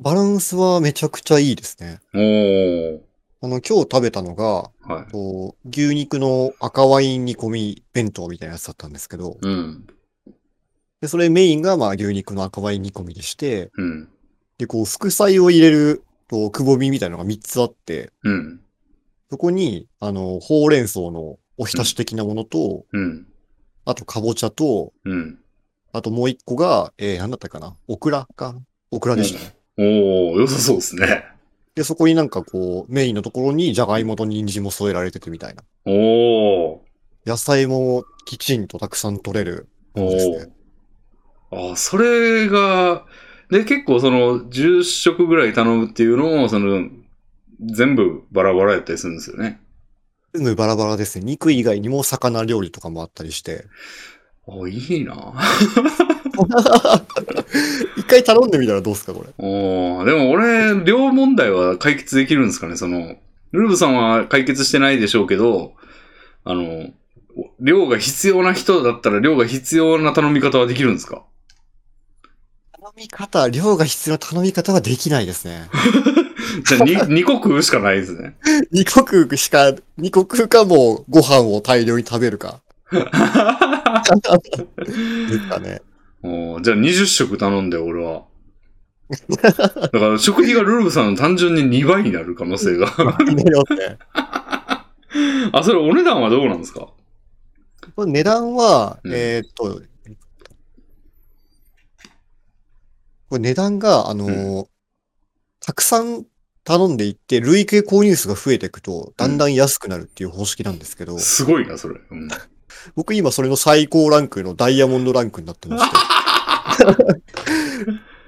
バランスはめちゃくちゃいいですね。
おー。
あの、今日食べたのが、
はい。
こう牛肉の赤ワイン煮込み弁当みたいなやつだったんですけど、
うん。
で、それメインがまあ牛肉の赤ワイン煮込みでして、
うん。
で、こう、副菜を入れる、こう、くぼみみたいなのが3つあって、
うん。
そこに、あの、ほうれん草のおひたし的なものと、
うん。
あと、かぼちゃと、
うん。
あともう一個が、えー、なんだったかなオクラかオクラでしたね。
おー、良さそうです ね。
で、そこになんかこう、メインのところに、じゃがいもと人参も添えられててみたいな。
おー。
野菜もきちんとたくさん取れる。そうですね
おお。あ、それが、で、結構その、10食ぐらい頼むっていうのを、その、全部バラバラやったりするんですよね。
全部バラバラですね。肉以外にも魚料理とかもあったりして。
おいいな
一回頼んでみたらどうですか、これ。
おーでも俺、両問題は解決できるんですかねその、ルーブさんは解決してないでしょうけど、あの、お量が必要な人だったら量が必要な頼み方はできるんですか
頼み方、量が必要な頼み方はできないですね。
じゃあ2、2個食 うしかないですね。
二国しか、二国かもうご飯を大量に食べるか。ですかね。
おーじゃあ20食頼んで、俺は。だから食費がルルブさんの単純に2倍になる可能性が。
気になりますね
あ、それお値段はどうなんですか
これ値段は、
うん
えーっと、これ値段が、あのーたくさん頼んでいって、累計購入数が増えていくと、だんだん安くなるっていう方式なんですけど、
すごいな、それ。うん
僕今それの最高ランクのダイヤモンドランクになってまして。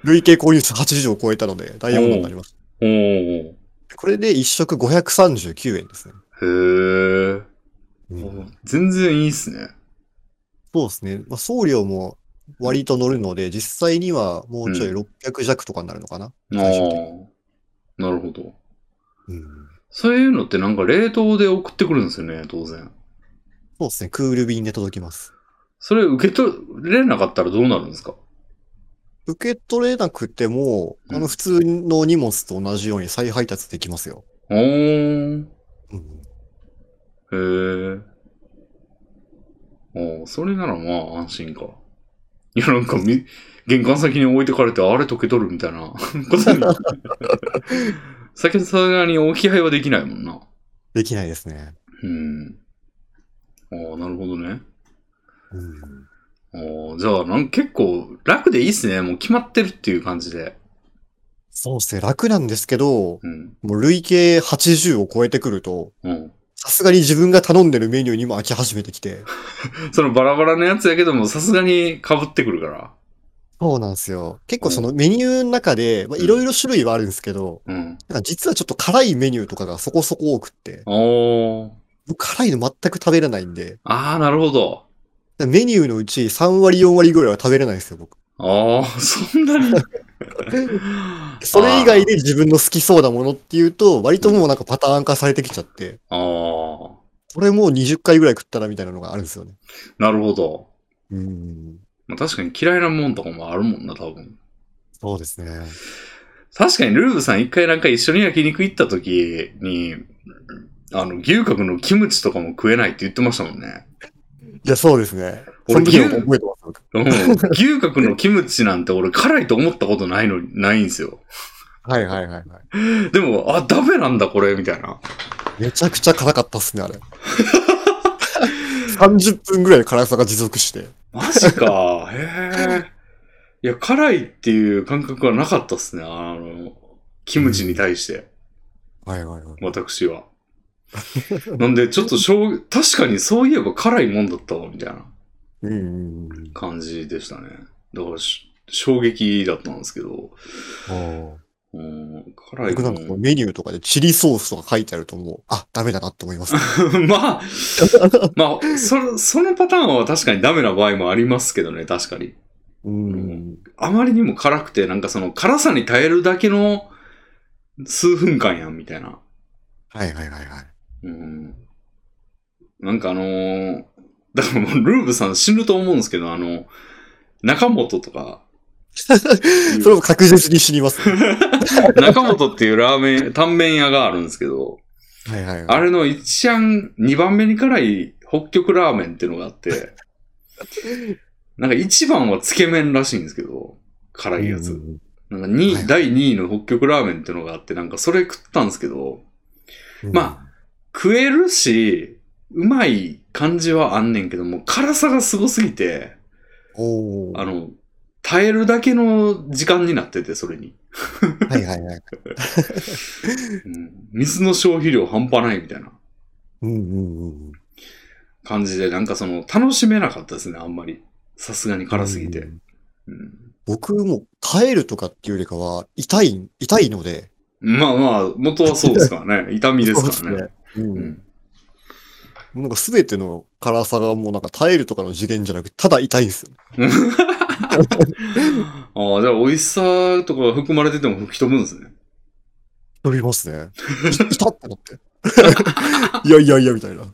累計購入数80を超えたので、ダイヤモンドになりまし
おー
た。これで1食539円ですね。
へー
うん
おー全然いいっすね。
そうですね。まあ、送料も割と乗るので、実際にはもうちょい
うん
600弱とかになるのかな。
ああ
最終的
ー。なるほど。
うん、
そういうのってなんか冷凍で送ってくるんですよね、当然。
そうですね。クール便で届きます。
それ受け取れなかったらどうなるんですか
受け取れなくても、
うん
あの普通の荷物と同じように再配達できますよ。
おー。
うん、
へーおーそれならまあ安心か。いや、なんかみ、玄関先に置いてかれて、あれ溶けとるみたいな ことに。先にさすがに置き配はできないもんな。
できないですね。
うん。ああ、なるほどね。
うん、
ああ、じゃあ、なん結構楽でいいっすね。もう決まってるっていう感じで。
そうですね。楽なんですけど、
うん。
もう累計80を超えてくると、
うん。
さすがに自分が頼んでるメニューにも飽き始めてきて。
そのバラバラのやつやけども、さすがに被ってくるから。
そうなんですよ。結構そのメニューの中で、まあいろいろ種類はあるんですけど、
うん。
なんか実はちょっと辛いメニューとかがそこそこ多くって、
おー。
僕辛いの全く食べれないんで、
ああ、なるほど。
メニューのうち3割4割ぐらいは食べれないんですよ、僕。
あああ、そんなに。
それ以外で自分の好きそうなものっていうと、割ともうなんかパターン化されてきちゃって、
あーあ
これもう20回ぐらい食ったらみたいなのがあるんですよね。
ー、なるほど。
うん。
まあ、確かに嫌いなもんとかもあるもんな、多分。
そうですね。
確かにルーブさん一回なんか一緒に焼肉行った時に、あの、牛角のキムチとかも食えないって言ってましたもんね。
いや、そうですね。そ
俺
の時のこと覚えてます僕
うん、牛角のキムチなんて俺辛いと思ったことないのに、ないんですよ。
はいはいはいはい。
でも、あ、ダメなんだこれ、みたいな。
めちゃくちゃ辛かったっすね、あれ。30分ぐらい辛さが持続して。
マジか。へえ。いや、辛いっていう感覚はなかったっすね。あの、キムチに対して、
はいはいはい。
私は。なんで、ちょっとしょう、確かにそういえば辛いもんだったわ、みたいな
うんうんうん。
感じでしたね。だからし、衝撃だったんですけど、
ああ
うん、辛い
僕
も
なん
ん
かこうメニューとかでチリソースとか書いてあるともう、あ、ダメだなって思います、ね。
まあ、まあ、そそのパターンは確かにダメな場合もありますけどね、確かに。
うん。
あまりにも辛くて、なんかその辛さに耐えるだけの数分間やん、みたいな。
はいはいはいはい。
うん。なんかあのーだからもうルーブさん死ぬと思うんですけど、あの、中本とか、
それも確実に死にます、 ね。
中本っていうラーメン、タンメン屋があるんですけど、
はいはいはい。
あれの一案、二番目に辛い北極ラーメンっていうのがあ って、なんか一番はつけ麺らしいんですけど、辛いや
うん
つ。
うんうん
なんか二
はい
第2位の北極ラーメンっていうのがあって、なんかそれ食ったんですけど、
うん
ま食えるし、うまい感じはあんねんけど、もう辛さがすごすぎて、
おお。
あ
は
の、耐えるだけの時間になってて、それに。
いはいはい。
うん水の消費量半端ないみたいな
うんうんうんうん。
感じで、なんかその、楽しめなかったですね、あんまり。さすがに辛すぎ
う
て。
ん
うん
僕も耐えるとかっていうよりかは、痛い、痛いので。
まあまあ、元はそうですから ね。痛みですからね。
そうですね。
う
うん
ん。
なんかすべての辛さがもうなんか耐えるとかの次元じゃなくて、ただ痛いんですよ。
ああ、じゃあ、美味しさとかが含まれてても吹き飛ぶんですね。
飛びます ね。い痛ってなって。 いやいやいや、みたいな。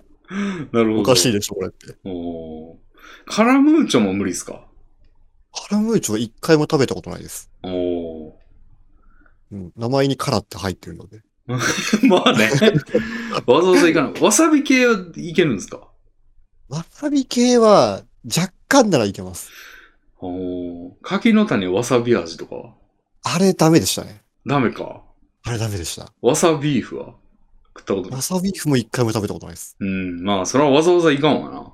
なるほど。
おかしい
で
でしょ、これって。
おーカラムーチョも無理ですか
カラムーチョは一回も食べたことないです。
おお
うん、名前にカラって入ってるので。
ー。 まあ ね。わざわざいかない。わさび系はいけるんですか
わさび系は若干ならいけます。
おおー。柿の種わさび味とかは
あれダメでしたね。
ダメか。
あれダメでした。
わさビーフは食ったことない
わ。さびフも一回も食べたことないです。
うん。まあ、それはわざわざいかんわ な。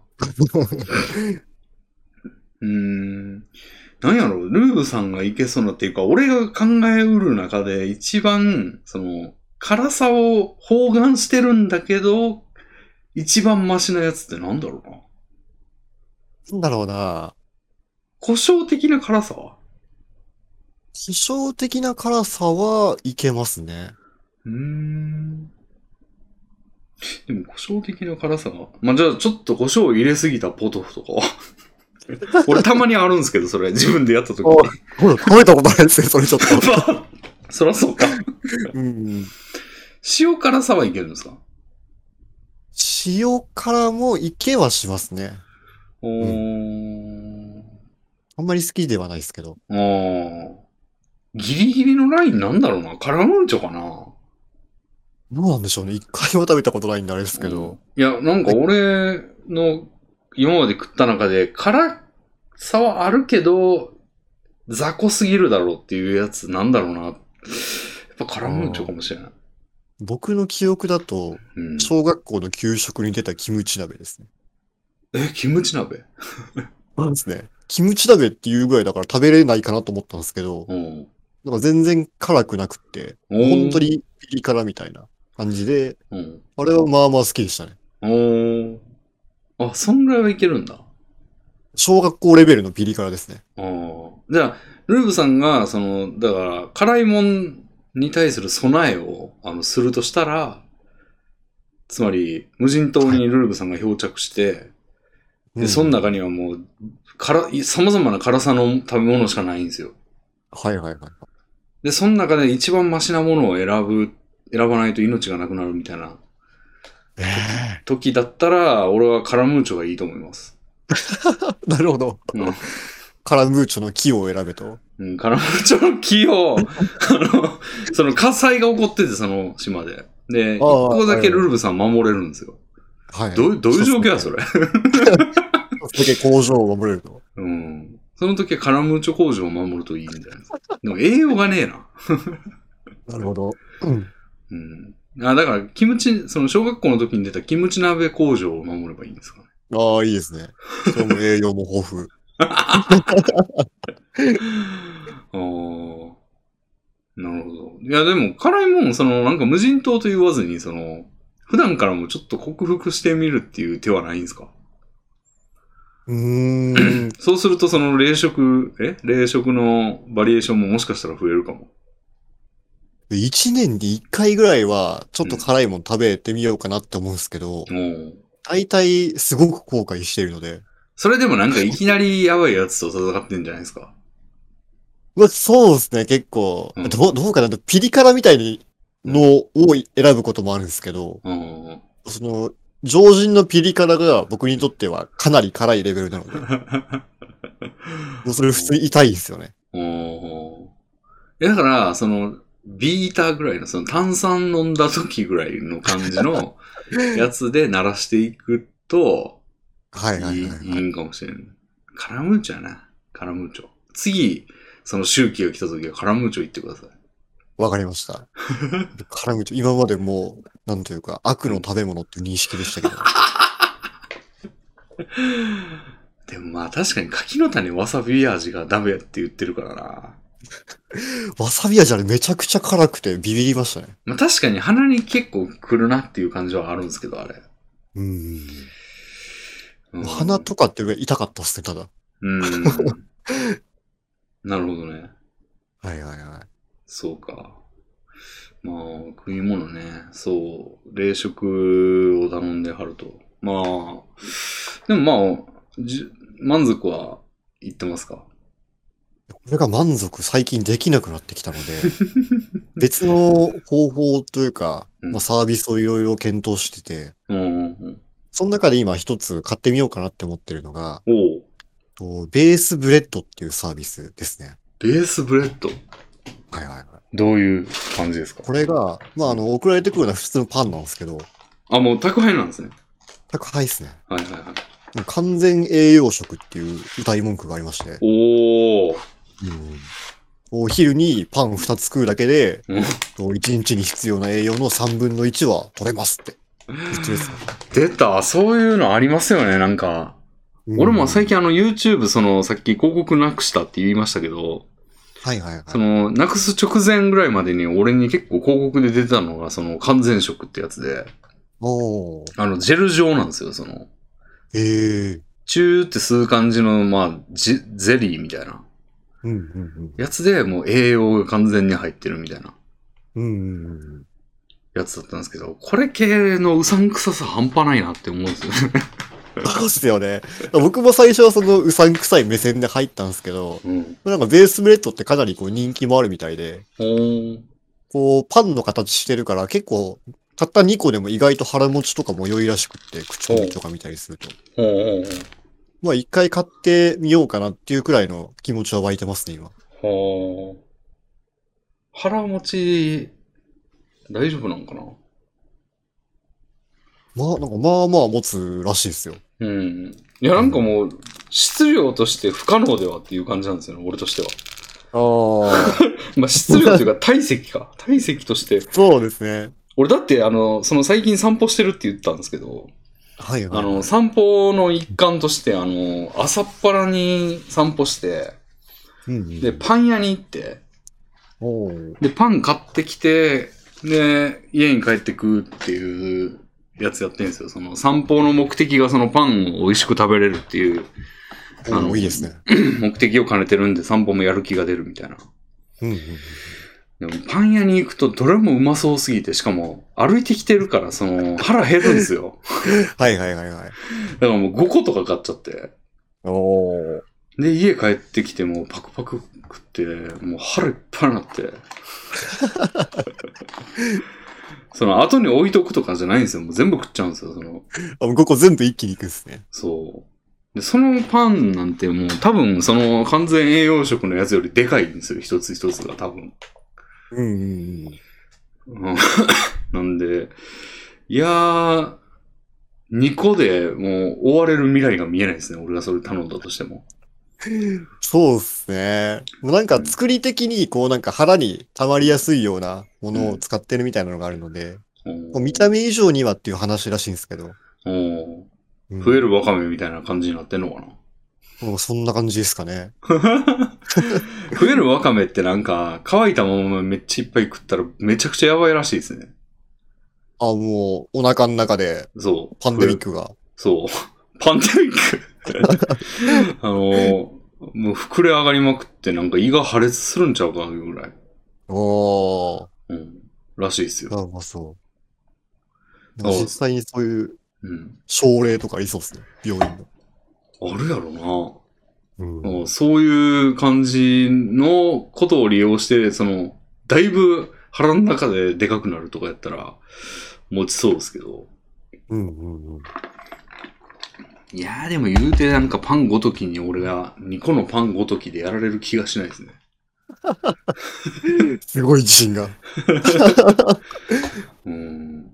うーん。なんやろルーブさんがいけそうなっていうか、俺が考えうる中で一番、その、辛さを包含してるんだけど、一番マシなやつってなんだろうな。
なんだろうな
胡椒的な辛さ
師匠的な辛さはいけますね。
うーん。でも、胡椒的な辛さが。まあ、じゃあ、ちょっと胡椒を入れすぎたポトフとかは。 俺、たまにあるんですけど、それ。自分でやった時に
お。ほら、 食べたことないですね、それちょっと。
まあ そらそうか。
うん、
塩辛さはいけるんですか
塩辛もいけはしますね。
おー。
あんまり好きではないですけど。
あーギリギリのラインなんだろうな。カラムーチョかな
どうなんでしょうね。一回も食べたことないんであれですけど。
いや、なんか俺の今まで食った中で辛さはあるけど、雑魚すぎるだろうっていうやつなんだろうな。やっぱカラムーチョかもしれない。
僕の記憶だと、
うん、
小学校の給食に出たキムチ鍋ですね。
え、キムチ鍋
そうですね。キムチ鍋っていうぐらいだから食べれないかなと思ったんですけど、
うん。
なんか全然辛くなくって、
おー
本当。にピリ辛みたいな感じで、
うん。
あれはまあまあ好きでしたね。
おーあ、そんぐらいはいけるんだ。
小学校レベルのピリ辛ですね。
ああ。じゃあ、ルーブさんが、その、だから、辛いもんに対する備えを、あの、するとしたら、つまり、無人島にルーブさんが漂着して、で、その中にはもう、から、様々な辛さの食べ物しかないんですよ。
はいはいはい。
で、その中で一番マシなものを選ぶ、選ばないと命がなくなるみたいな
ええ
時だったら、俺はカラムーチョがいいと思います。
なるほど。
うん
カラムーチョの木を選べと。
うん、カラムーチョの木 を、あの、その火災が起こってて、その島で。で、一
ああ
個だけルルブさん守れるんですよ。
はい。
どういう、どういう状況や、そ
れ。
れ。
それだけ工場を守れると。
うん。その時はカラムーチョ工場を守るといいんじゃない ですか。でも栄養がねえな。
なるほど。うん。
うん。あ、だから、キムチ、その小学校の時に出たキムチ鍋工場を守ればいいんですか ね。
ああ、いいですね。それも栄養も豊富。
あーなるほど。いや、でも、辛いもん、その、なんか無人島と言わずに、その、普段からもちょっと克服してみるっていう手はないんですか
うーん。
そうすると、その、冷食、え冷食のバリエーションももしかしたら増えるかも。
一年に一回ぐらいは、ちょっと辛いもの食べてみようかなって思うんですけど、
おー
大体すごく後悔しているので。
それでもなんかいきなりやばいやつと戦ってんじゃないですか。
まあ、そうですね、結構。
うん
どうどうかなピリ辛みたいにのを選ぶこともあるんですけど、
うん。
その、常人のピリ辛が僕にとってはかなり辛いレベルなの で、もうそれ普通に痛いですよね。
おーえだから、その、ビーターぐらいの、その炭酸飲んだ時ぐらいの感じ のやつで鳴らしていくと、
はい
い
はい
い
はいはい。
いいんかもしれん。カラムーチョやな。カラムーチョ。次、その周期が来た時はカラムーチョ行ってください。
わかりました。辛口、今までもう、なんというか、悪の食べ物っていう認識でしたけど。
でもまあ確かに柿の種わさび味がダメって言ってるからな。
わさび味あれめちゃくちゃ辛くてビビりましたね。
まあ確かに鼻に結構来るなっていう感じはあるんですけど、あれ。
うん。
うん
鼻とかって痛かったっすね、ただ。
うん。なるほどね。
はいはいはい。
そうか。まあ、食い物ね。そう。冷食を頼んではると。まあ、でもまあ、じ満足は言ってますか
これが満足最近できなくなってきた ので、別の方法というか、
うん
まあ、サービスをいろいろ検討してて、
うんうんうん。
その中で今一つ買ってみようかなって思ってるのが、
おう
とベースブレッドっていうサービスですね。
ベースブレッド。
はいはいはい。
どういう感じですか
これが、まああの、送られてくるのは普通のパンなんですけど、
あ、もう宅配なんですね。
宅配ですね。
はいはいはい。
もう完全栄養食っていう歌い文句がありまして、
おー。
お昼にパン2つ食うだけで、
うん
1日に必要な栄養の3分の1は取れますって言ってるんですよ。
出た。そういうのありますよね、なんか。 俺も最近あの YouTube、その、さっき広告なくしたって言いましたけど、
近。はいはいはい。
その、なくす直前ぐらいまでに俺に結構広告で出てたのが、その完全食ってやつで、
おー。
あの、ジェル状なんですよ、その、
えー。
チューって吸う感じの、まあ、ジゼリーみたいな
うんうん
やつで、もう栄養が完全に入ってるみたいな
うん。うんうんうん。
やつだったんですけど、これ系のうさんくささ半端ないなって思うんですよね。
そうっすよね。僕も最初はそのうさんくさい目線で入ったんですけど、
うん。
なんかベースブレッドってかなりこう人気もあるみたいで、
おー
こうパンの形してるから結構、たった2個でも意外と腹持ちとかも良いらしくって、口コミとか見たりすると。
おーおー
まあ一回買ってみようかなっていうくらいの気持ちは湧いてますね、今。
おー腹持ち、大丈夫なんかな
まあ、なんかまあまあ持つらしいですよ。
うん。いや、なんかもう、質量として不可能ではっていう感じなんですよね、俺としては。
ああ。
まあ、質量というか体積か。体積として。
そうですね。
俺だって、あの、その最近散歩してるって言ったんですけど、
はいはい。
あの、散歩の一環として、あの、朝っぱらに散歩して、
うんうん、
で、パン屋に行って、
おー
で、パン買ってきて、で、家に帰ってくっていうやつやってるんですよ。その散歩の目的がそのパンを美味しく食べれるっていうあの
おーいいですね。
目的を兼ねてるんで散歩もやる気が出るみたいな。
うんうん。
でもパン屋に行くとどれもうまそうすぎて、しかも歩いてきてるから、その腹減るんですよ。
はいはいはいはい。
だからもう5個とか買っちゃって。
おー。
で、家帰ってきてもうパクパク食って、もう腹いっぱいになって。その後に置いとくとかじゃないんですよ。もう全部食っちゃうんですよ。その、
あ、もうここ全部一気にいくんですね。
そう。で、そのパンなんてもう多分その完全栄養食のやつよりでかいんですよ。一つ一つが多分。
うんうんうん。
うん なんで、いやー、2個でもう追われる未来が見えないですね。俺がそれ頼んだとしても。
そうですね。もうなんか作り的に、こうなんか腹に溜まりやすいようなものを使ってるみたいなのがあるので、
うん
こう見た目以上にはっていう話らしいんですけど。
うん
うん
増えるワカメみたいな感じになってんのか
もうそんな感じですかね。
な増えるワカメってなんか、乾いたままめっちゃいっぱい食ったらめちゃくちゃやばいらしいですね。
あ、もうお腹の中で
そう。
パンデミックが。
そう。 パンデミックあの、もう膨れ上がりまくってなんか胃が破裂するんちゃうかぐらい。
おー。
うん。らしいですよ。
あ、うまそう。なんか実際にそういう
うん。
症例とかありそうですね。病院の。
あるやろな。
うん。
うんそういう感じのことを利用して、その、だいぶ腹の中ででかくなるとかやったら、持ちそうですけど。
うんうんうん。
いやーでも言うてなんかパンごときに俺が2個のパンごときでやられる気がしないですね。
すごい自信が。
うん。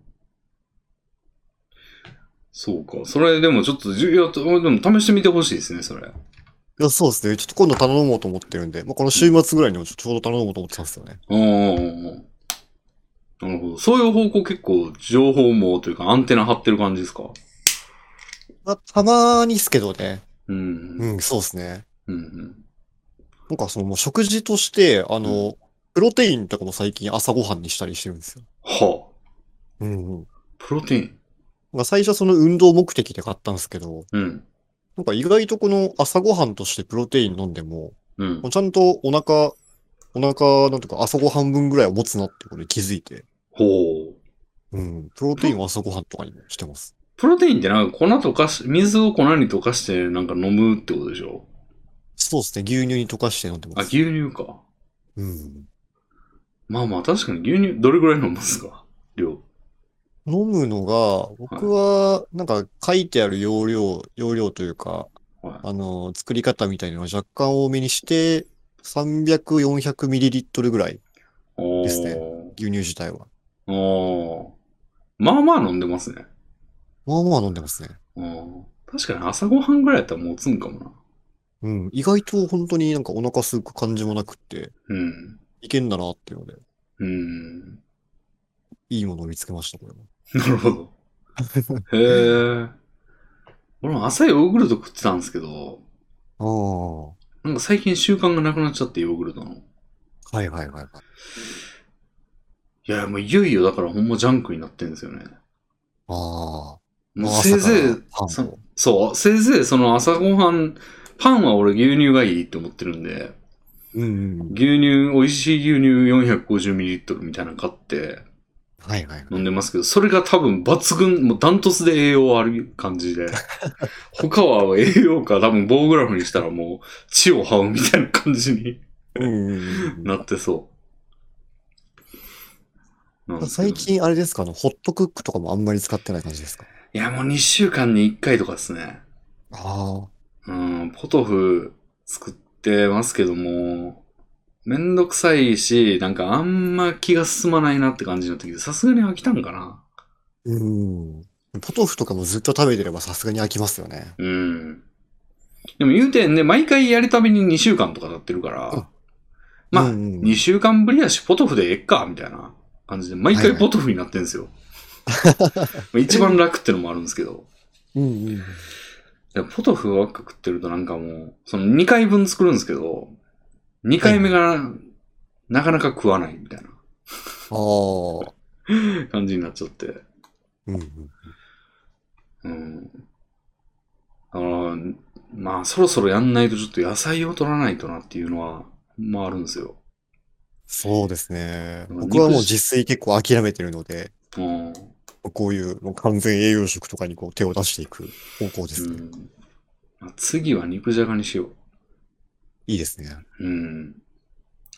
そうか。それでもちょっと、じゅいや、とでも試してみてほしいですね、それ。
いや、そうですね。ちょっと今度頼もうと思ってるんで、まあ、この週末ぐらいにもちょちょうど頼もうと思ってたんですよね。
うんうんうんうん。なるほど。そういう方向結構情報網というかアンテナ張ってる感じですか
まあ、たまにっすけどね。
うん。
う
うん
ん、そうですね。
うん。
なんかそのもう食事として、あの、プロテインとかも最近朝ごはんにしたりしてるんですよ。
はあ、
うん、うん。
プロテイン。
まあ、最初はその運動目的で買ったんですけど、
うん。
なんか意外とこの朝ごはんとしてプロテイン飲んでも、
うん
もう。ちゃんとお腹、お腹、なんとか朝ごはん分ぐらいは持つなってことに気づいて、
ほう。
うん、プロテインを朝ごはんとかにもしてます。
プロテインってなんか粉とかし、水を粉に溶かしてなんか飲むってことでしょ
そうですね。牛乳に溶かして飲んで
あ、
ます。
牛乳か。
うん。
まあまあ確かに牛乳、どれぐらい飲むんですか量。
飲むのが、僕は、なんか書いてある容量、容量というか、
は
あの、作り方みたいなのを若干多めにして、300、400ミリリットルぐらい、
い。お
ですね
ー。
牛乳自体は。
おー。まあまあ飲んでますね。
まあまあ飲んでますね。
うん。確かに朝ごはんぐらいやったら持つんかもな。
うん。意外と本当になんかお腹すく感じもなくって、
うん。
いけんだなっていうので、
うん。
いいものを見つけました、これも。
なるほど。へえ。俺も朝ヨーグルト食ってたんですけど、
あ
なんか最近習慣がなくなっちゃって、ヨーグルトの。
あ。はいはいはいはい。
いや、もういよいよだからほんまジャンクになってんですよね。
ああ。
もうせいぜい、
朝からパ
そ
ン
そう、せいぜいその朝ごはん、パンは俺牛乳がいいって思ってるんで、
うんうんうん。
牛乳、美味しい牛乳 450ml みたいなの買って
はいはいはい。
飲んでますけど、それが多分抜群、もうダントツで栄養ある感じ で、他は栄養価多分棒グラフにしたらもう血を這うみたいな感じに
うんうん
なってそう。なんですけ
うん。
ど
最近あれですかあの、ホットクックとかもあんまり使ってない感じですか
いや、もう2週間に1回とかですね。
ああ。
うん、ポトフ作ってますけども、めんどくさいし、なんかあんま気が進まないなって感じになってきて、さすがに飽きたんかな。
うん。ポトフとかもずっと食べてればさすがに飽きますよね。
うん。でも言うてんね、毎回やるたびに2週間とか経ってるから、
うん
まあ、
うんうん
2週間ぶりやし、ポトフでえっか、みたいな感じで、毎
はい
回
はい
ポトフになってんですよ。 一番楽ってのもあるんですけど。
うんうん。
でポトフばっか食ってるとなんかもう、その2回分作るんですけど、2回目がなかなか食わないみたいな
ああ。
感じになっちゃって。
うんう
う
ん。
ん。あの、まあそろそろやんないとちょっと野菜を取らないとなっていうのは、まああるんですよ。
そうですね。
まあ
僕はもう
肉し
自炊結構諦めてるので、
うん。
こういうもう完全栄養食とかにこう手を出していく方向ですね。
うんまあ次は肉じゃがにしよ
いいですね。
う。うん。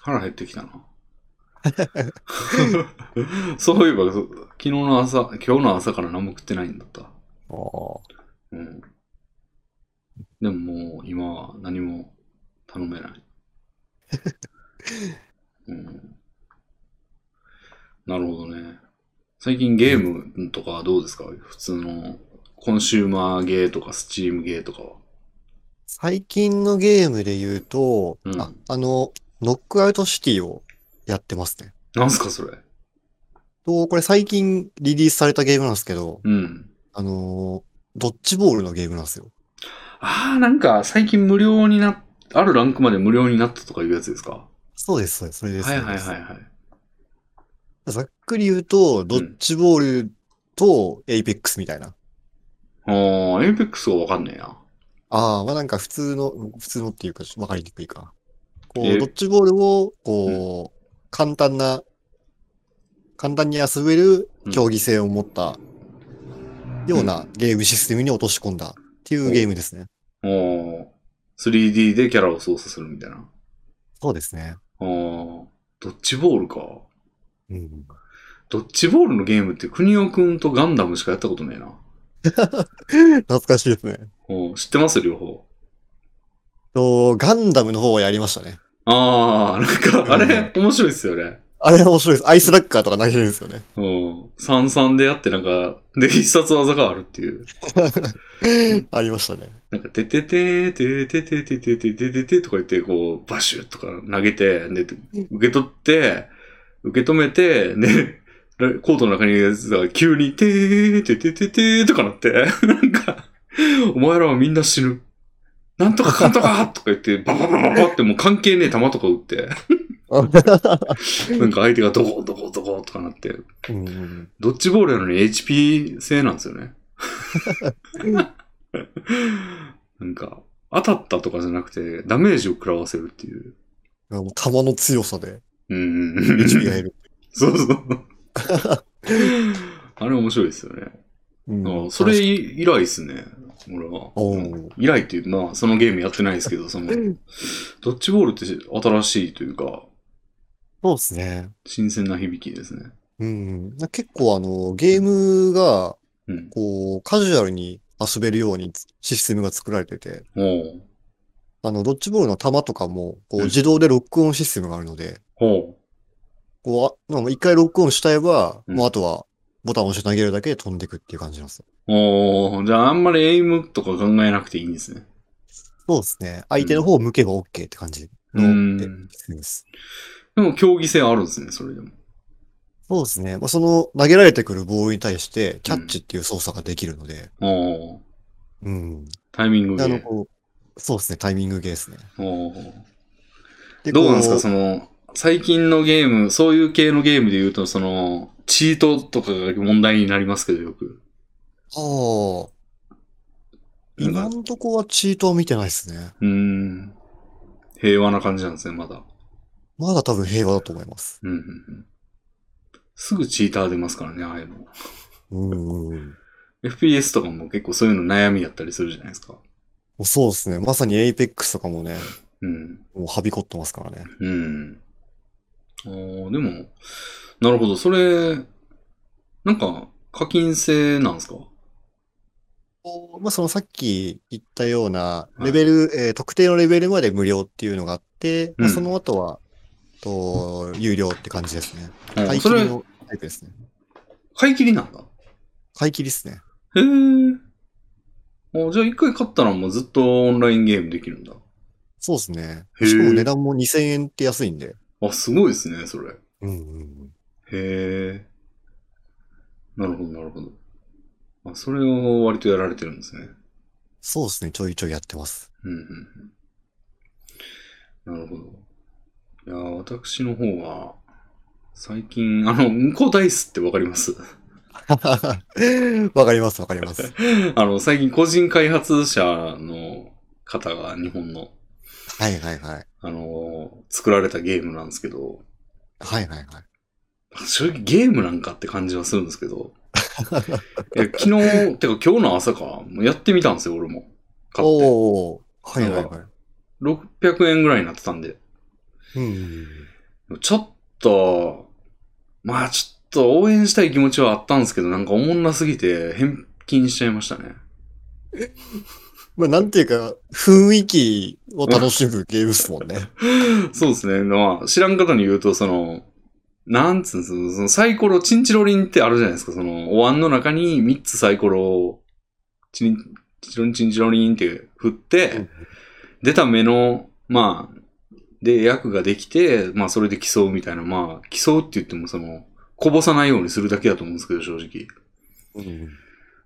腹減ってきた な。そういえば、そ昨日の朝、今日の朝から何も食ってないんだった。
ああ。
うん。でももう今は何も頼め ない。うん。なるほどね。最近ゲームとかはどうですか普通のコンシューマーゲーとかスチームゲーとかは。
最近のゲームで言うと、
うん
あ、あの、ノックアウトシティをやってますね。
なんすかそれ。
と、これ最近リリースされたゲームなんですけど、
うん。
あのードッジボールのゲームなんですよ。
ああ、なんか最近無料になっ、あるランクまで無料になったとかいうやつですか
そうです、そうです、それです。
はいはい
そ
は
れ
い
で
はい。
すざっくり言うと、ドッジボールとエイペックスみたいな。
ああ、エイペックスがわかんねえな。
ああ、まあなんか普通の、普通のっていうか、わかりにくいか。こ
え
う、ドッジボールを、こう、簡単な、簡単に遊べる競技性を持ったようなゲームシステムに落とし込んだっていうゲームですね。
おー 3D でキャラを操作するみたいな。
そうですね。
あードッジボールか。
うん。
ドッジボールのゲームって、国尾くんとガンダムしかやったことねえな。
懐かしいですね。
お知ってます両方。
と、ガンダムの方はやりましたね。
あー、なんか、あれ、面白いっすよね。
あれ面白いです。アイスラッカーとか投げれるんですよね。
うん。三々でやって、なんか、で、必殺技があるっていう。
ありましたね。
なんか、ててててててててててててとか言って、こう、バシュッとか投げて、で、受け取って、受け止めて、で、コートの中にいるやつが急に、てーててててーとかなって、 なんか、お前らはみんな死ぬ。なんとかかんとかとか言って、バババババってもう関係ねえ弾とか打って、なんか相手がドコドコドコとかなって、
うん。
ドッジボールやのに HP 制なんですよね。なんか、当たったとかじゃなくて、ダメージを食らわせるっていう。
もう球の強 さで、
うん。
HP が減る。
そうそう。あれ面白いですよね。
う
あ
ん。
それ以来ですね。俺は
おー。
以来っていう、まあ、そのゲームやってないですけど、その、ドッジボールって新しいというか、
そうですね。
新鮮な響きですね。
うん、な結構あの、ゲームが、
うん。
こう、カジュアルに遊べるようにシステムが作られてて、
おう
あの、ドッジボールの球とかも、こ
う
う、
ん
自動でロックオンシステムがあるので、
ほ
こう、あなんか一回ロックオンしたいば、
うん
もうあとは、ボタンを押して投げるだけで飛んでいくっていう感じなんですよ。
う。おうじゃあ、あんまりエイムとか考えなくていいんですね。
そうですね。相手の方を向けば OK って感じ
う
の
ん。
で
で
システムです。
も、競技性あるんですね、それでも。
そうですね。まあ、その、投げられてくるボールに対して、キャッチっていう操作ができるので、
おう
うん。
タイミング
で
ゲ
あの、
ー。
こう、そうですね。タイミングゲーですね。
おう
で、
どうなんです
こ
かその、最近のゲーム、そういう系のゲームで言うと、その、チートとかが問題になりますけど、よく。
ああ。
なんか
今んとこはチートは見てないですね。
うーん。平和な感じなんですね、まだ。
まだ多分平和だと思います。
うんうんうん。すぐチーター出ますからね、ああいうの。
うんうんうん。も
FPS とかも結構そういうの悩みやったりするじゃないですか。
うそうですね。まさにエイペックスとかもね、
うん。
もうはびこってますからね。
うん。あーでも、なるほど。それ、なんか、課金制なんですか
こうまあ、そのさっき言ったような、
い
レベル、えー特定のレベルまで無料っていうのがあって、まあ
うん
その後は、と、有料って感じですね。
うん
買い
そ
切り
れ、
のタイプですね。
買い切りなんだ。
買い切りですね。
へえ。あじゃあ一回買ったらもうずっとオンラインゲームできるんだ。
そうですね。
へー
しかも値段も2000円って安いんで。
あ、すごいですね、それ。へ
うんうんうん。
え。なるほど、なるほど。あ、それを割とやられてるんですね。
そうですね。ちょいちょいやってます。
うんうんうん。なるほど。いやー、私の方は、最近、 あの、向こうダイスってわかります
わかります、わかります。は
あの、最近個人開発者の方が日本の、
いはいはい。
あのー作られたゲームなんですけど、
はいはいはい。
正直ゲームなんかって感じはするんですけど。いや昨日、てか今日の朝か、もうやってみたんですよ、俺も。買って。
おおはいはいはい。
600円ぐらいになってたんで。
うん。
ちょっと、まあちょっと応援したい気持ちはあったんですけど、なんかおもんなすぎて返金しちゃいましたね。
まあなんていうか、雰囲気を楽しむゲームっすもんね。
そうですね。まあ知らん方に言うと、その、なんつうんですかそのサイコロ、チンチロリンってあるじゃないですか。その、お椀の中に3つサイコロを、チンチロリンチンチロリンって振って、
うん
出た目の、まあ、で、役ができて、まあそれで競うみたいな、まあ競うって言ってもその、こぼさないようにするだけだと思うんですけど、正直。
うん。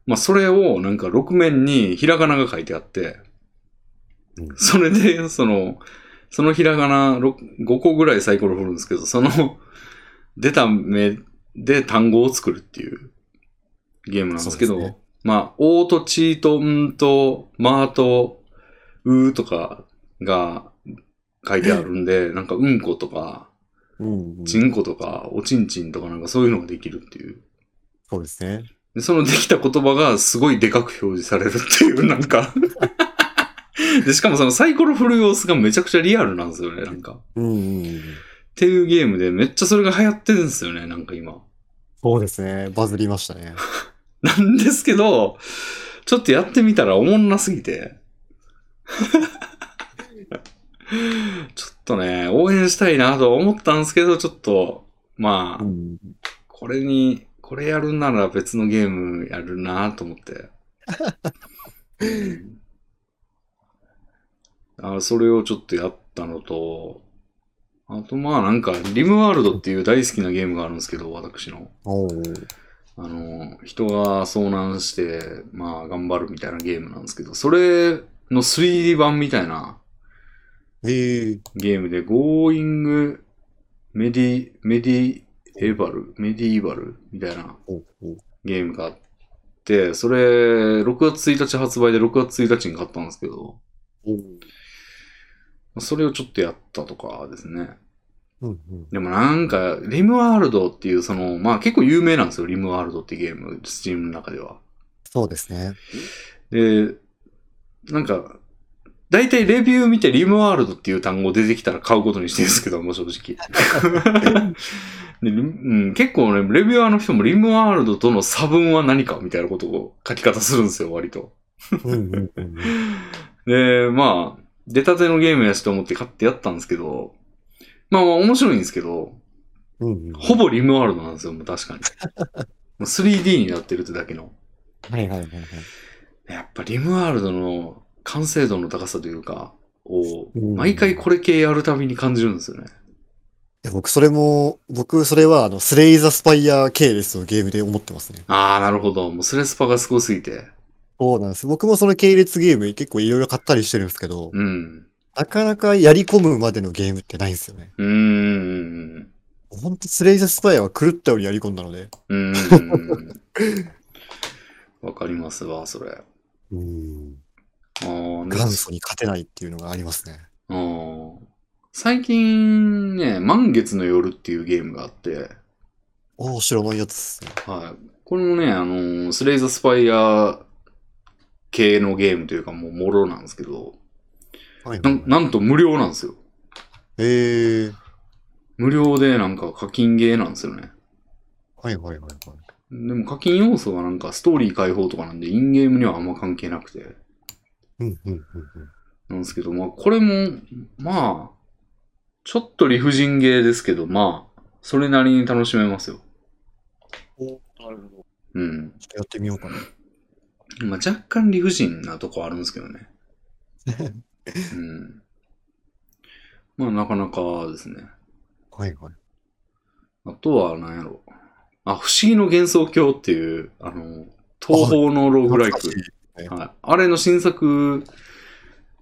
まあ、それをなんか6面にひらがなが書いてあって
うん、
それで、その、そのひらがな5個ぐらいサイコロ振るんですけど、その出た目で単語を作るっていうゲームなんですけ
そ
ど、
うですね
まあ、おとちとんとまとうとかが書いてあるんで、なんかうんことか、
うん。
ちんことか、おちんちんとかなんかそういうのができるっていう。
そうですね。
で、そのできた言葉がすごいでかく表示されるっていう、なんか。で、しかもそのサイコロ振る様子がめちゃくちゃリアルなんですよね、なんか。っ
うん。
ていうゲームでめっちゃそれが流行ってるんですよね、なんか今。
そうですね。バズりましたね。
なんですけど、ちょっとやってみたらおもんなすぎて。 ちょっとね、応援したいなと思ったんですけど、ちょっと、まあ、
ん。
これに、これやるなら別のゲームやるなと思って。うんあそれをちょっとやったのと、あとまあなんか、リムワールドっていう大好きなゲームがあるんですけど、私の。
おお。
あの、人が遭難して、まあ頑張るみたいなゲームなんですけど、それの 3D 版みたいな
へえ。
ゲームで、Going メディ、メディエバル、メディーバルみたいな
おお。
ゲームがあって、それ、6月1日発売で6月1日に買ったんですけど、
お
それをちょっとやったとかですね。
うん
でもなんか、リムワールドっていう、その、まあ結構有名なんですよ、リムワールドってゲーム、スチームの中では。
そうですね。
で、なんか、大体レビュー見てリムワールドっていう単語出てきたら買うことにしてるんですけど、もう正直。 でリムうん、結構ね、レビュアーの人もリムワールドとの差分は何かみたいなことを書き方するんですよ、割と。
うんうんうん。
で、まあ、出たてのゲームやしと思って買ってやったんですけど、まあまあ面白いんですけど、
うんうん。
ほぼリムワールドなんですよ、もう 確かに。もう 3D になってるってだけの。
はいはいはいはい。
やっぱリムワールドの完成度の高さというか、を、
うん
毎回これ系やるたびに感じるんですよね。
いや僕、それも、僕、それは、あの、スレイザースパイア系列のゲームで思ってますね。
ああ、なるほど。もうスレスパがすごすぎて。
そうなんです。僕もその系列ゲーム結構いろいろ買ったりしてるんですけど、
うん。
なかなかやり込むまでのゲームってないんですよね。
うーん。
ほんと、スレイザースパイアは狂ったようにやり込んだので。
うーん。わかりますわ、それ。あ
うん。
あ、
元祖に勝てないっていうのがありますね。
うん最近ね、満月の夜っていうゲームがあって、
おお、知らないやつっすね。
はい。これもね、あのースレイザースパイア系のゲームというかもうもろなんですけど、
はいは
ないんなんと無料なんですよ。
ええー。
無料でなんか課金ゲーなんですよね。
はいはいはいはい。
でも課金要素はなんかストーリー解放とかなんで、インゲームにはあんま関係なくて。
うんうんうんうん。
なんですけど、まあ、これも、まあ、ちょっと理不尽ゲーですけど、まあ、それなりに楽しめますよ。
おなるほど。
うん。
ちょっとやってみようかな。
まあ、若干理不尽なとこあるんですけど ね。うん。まあ、なかなかですね。
はいはい。
あとは、なんやろ。あ、不思議の幻想郷っていう、あの、東方のローグライク。
懐かしい
はい。あれの新作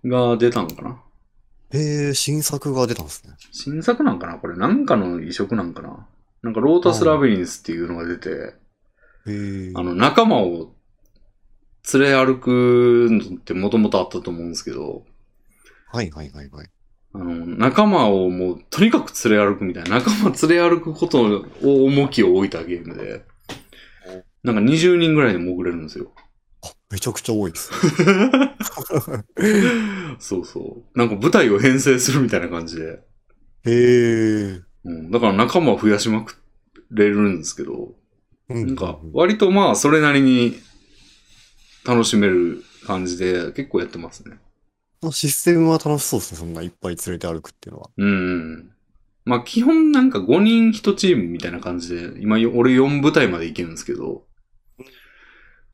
が出たんかな
ええー、新作が出たんですね。
新作なんかなこれ、なんかの移植なんかななんか、ロータスラビリンスっていうのが出て、
ええー。
あの、仲間を連れ歩くのってもともとあったと思うんですけど、
はいはいはいはい。
あの、仲間をもう、とにかく連れ歩くみたいな、仲間連れ歩くことを重きを置いたゲームで、なんか20人ぐらいで潜れるんですよ。
めちゃくちゃ多いです。
そうそう。なんか舞台を編成するみたいな感じで。
へえ。
うん、だから仲間を増やしまくれるんですけど、
う
なんか割とまあそれなりに楽しめる感じで結構やってますね。
システムは楽しそうですね。そんないっぱい連れて歩くっていうのは。
うんうん。まあ基本なんか5人1チームみたいな感じで、今よ俺4部隊まで行けるんですけど、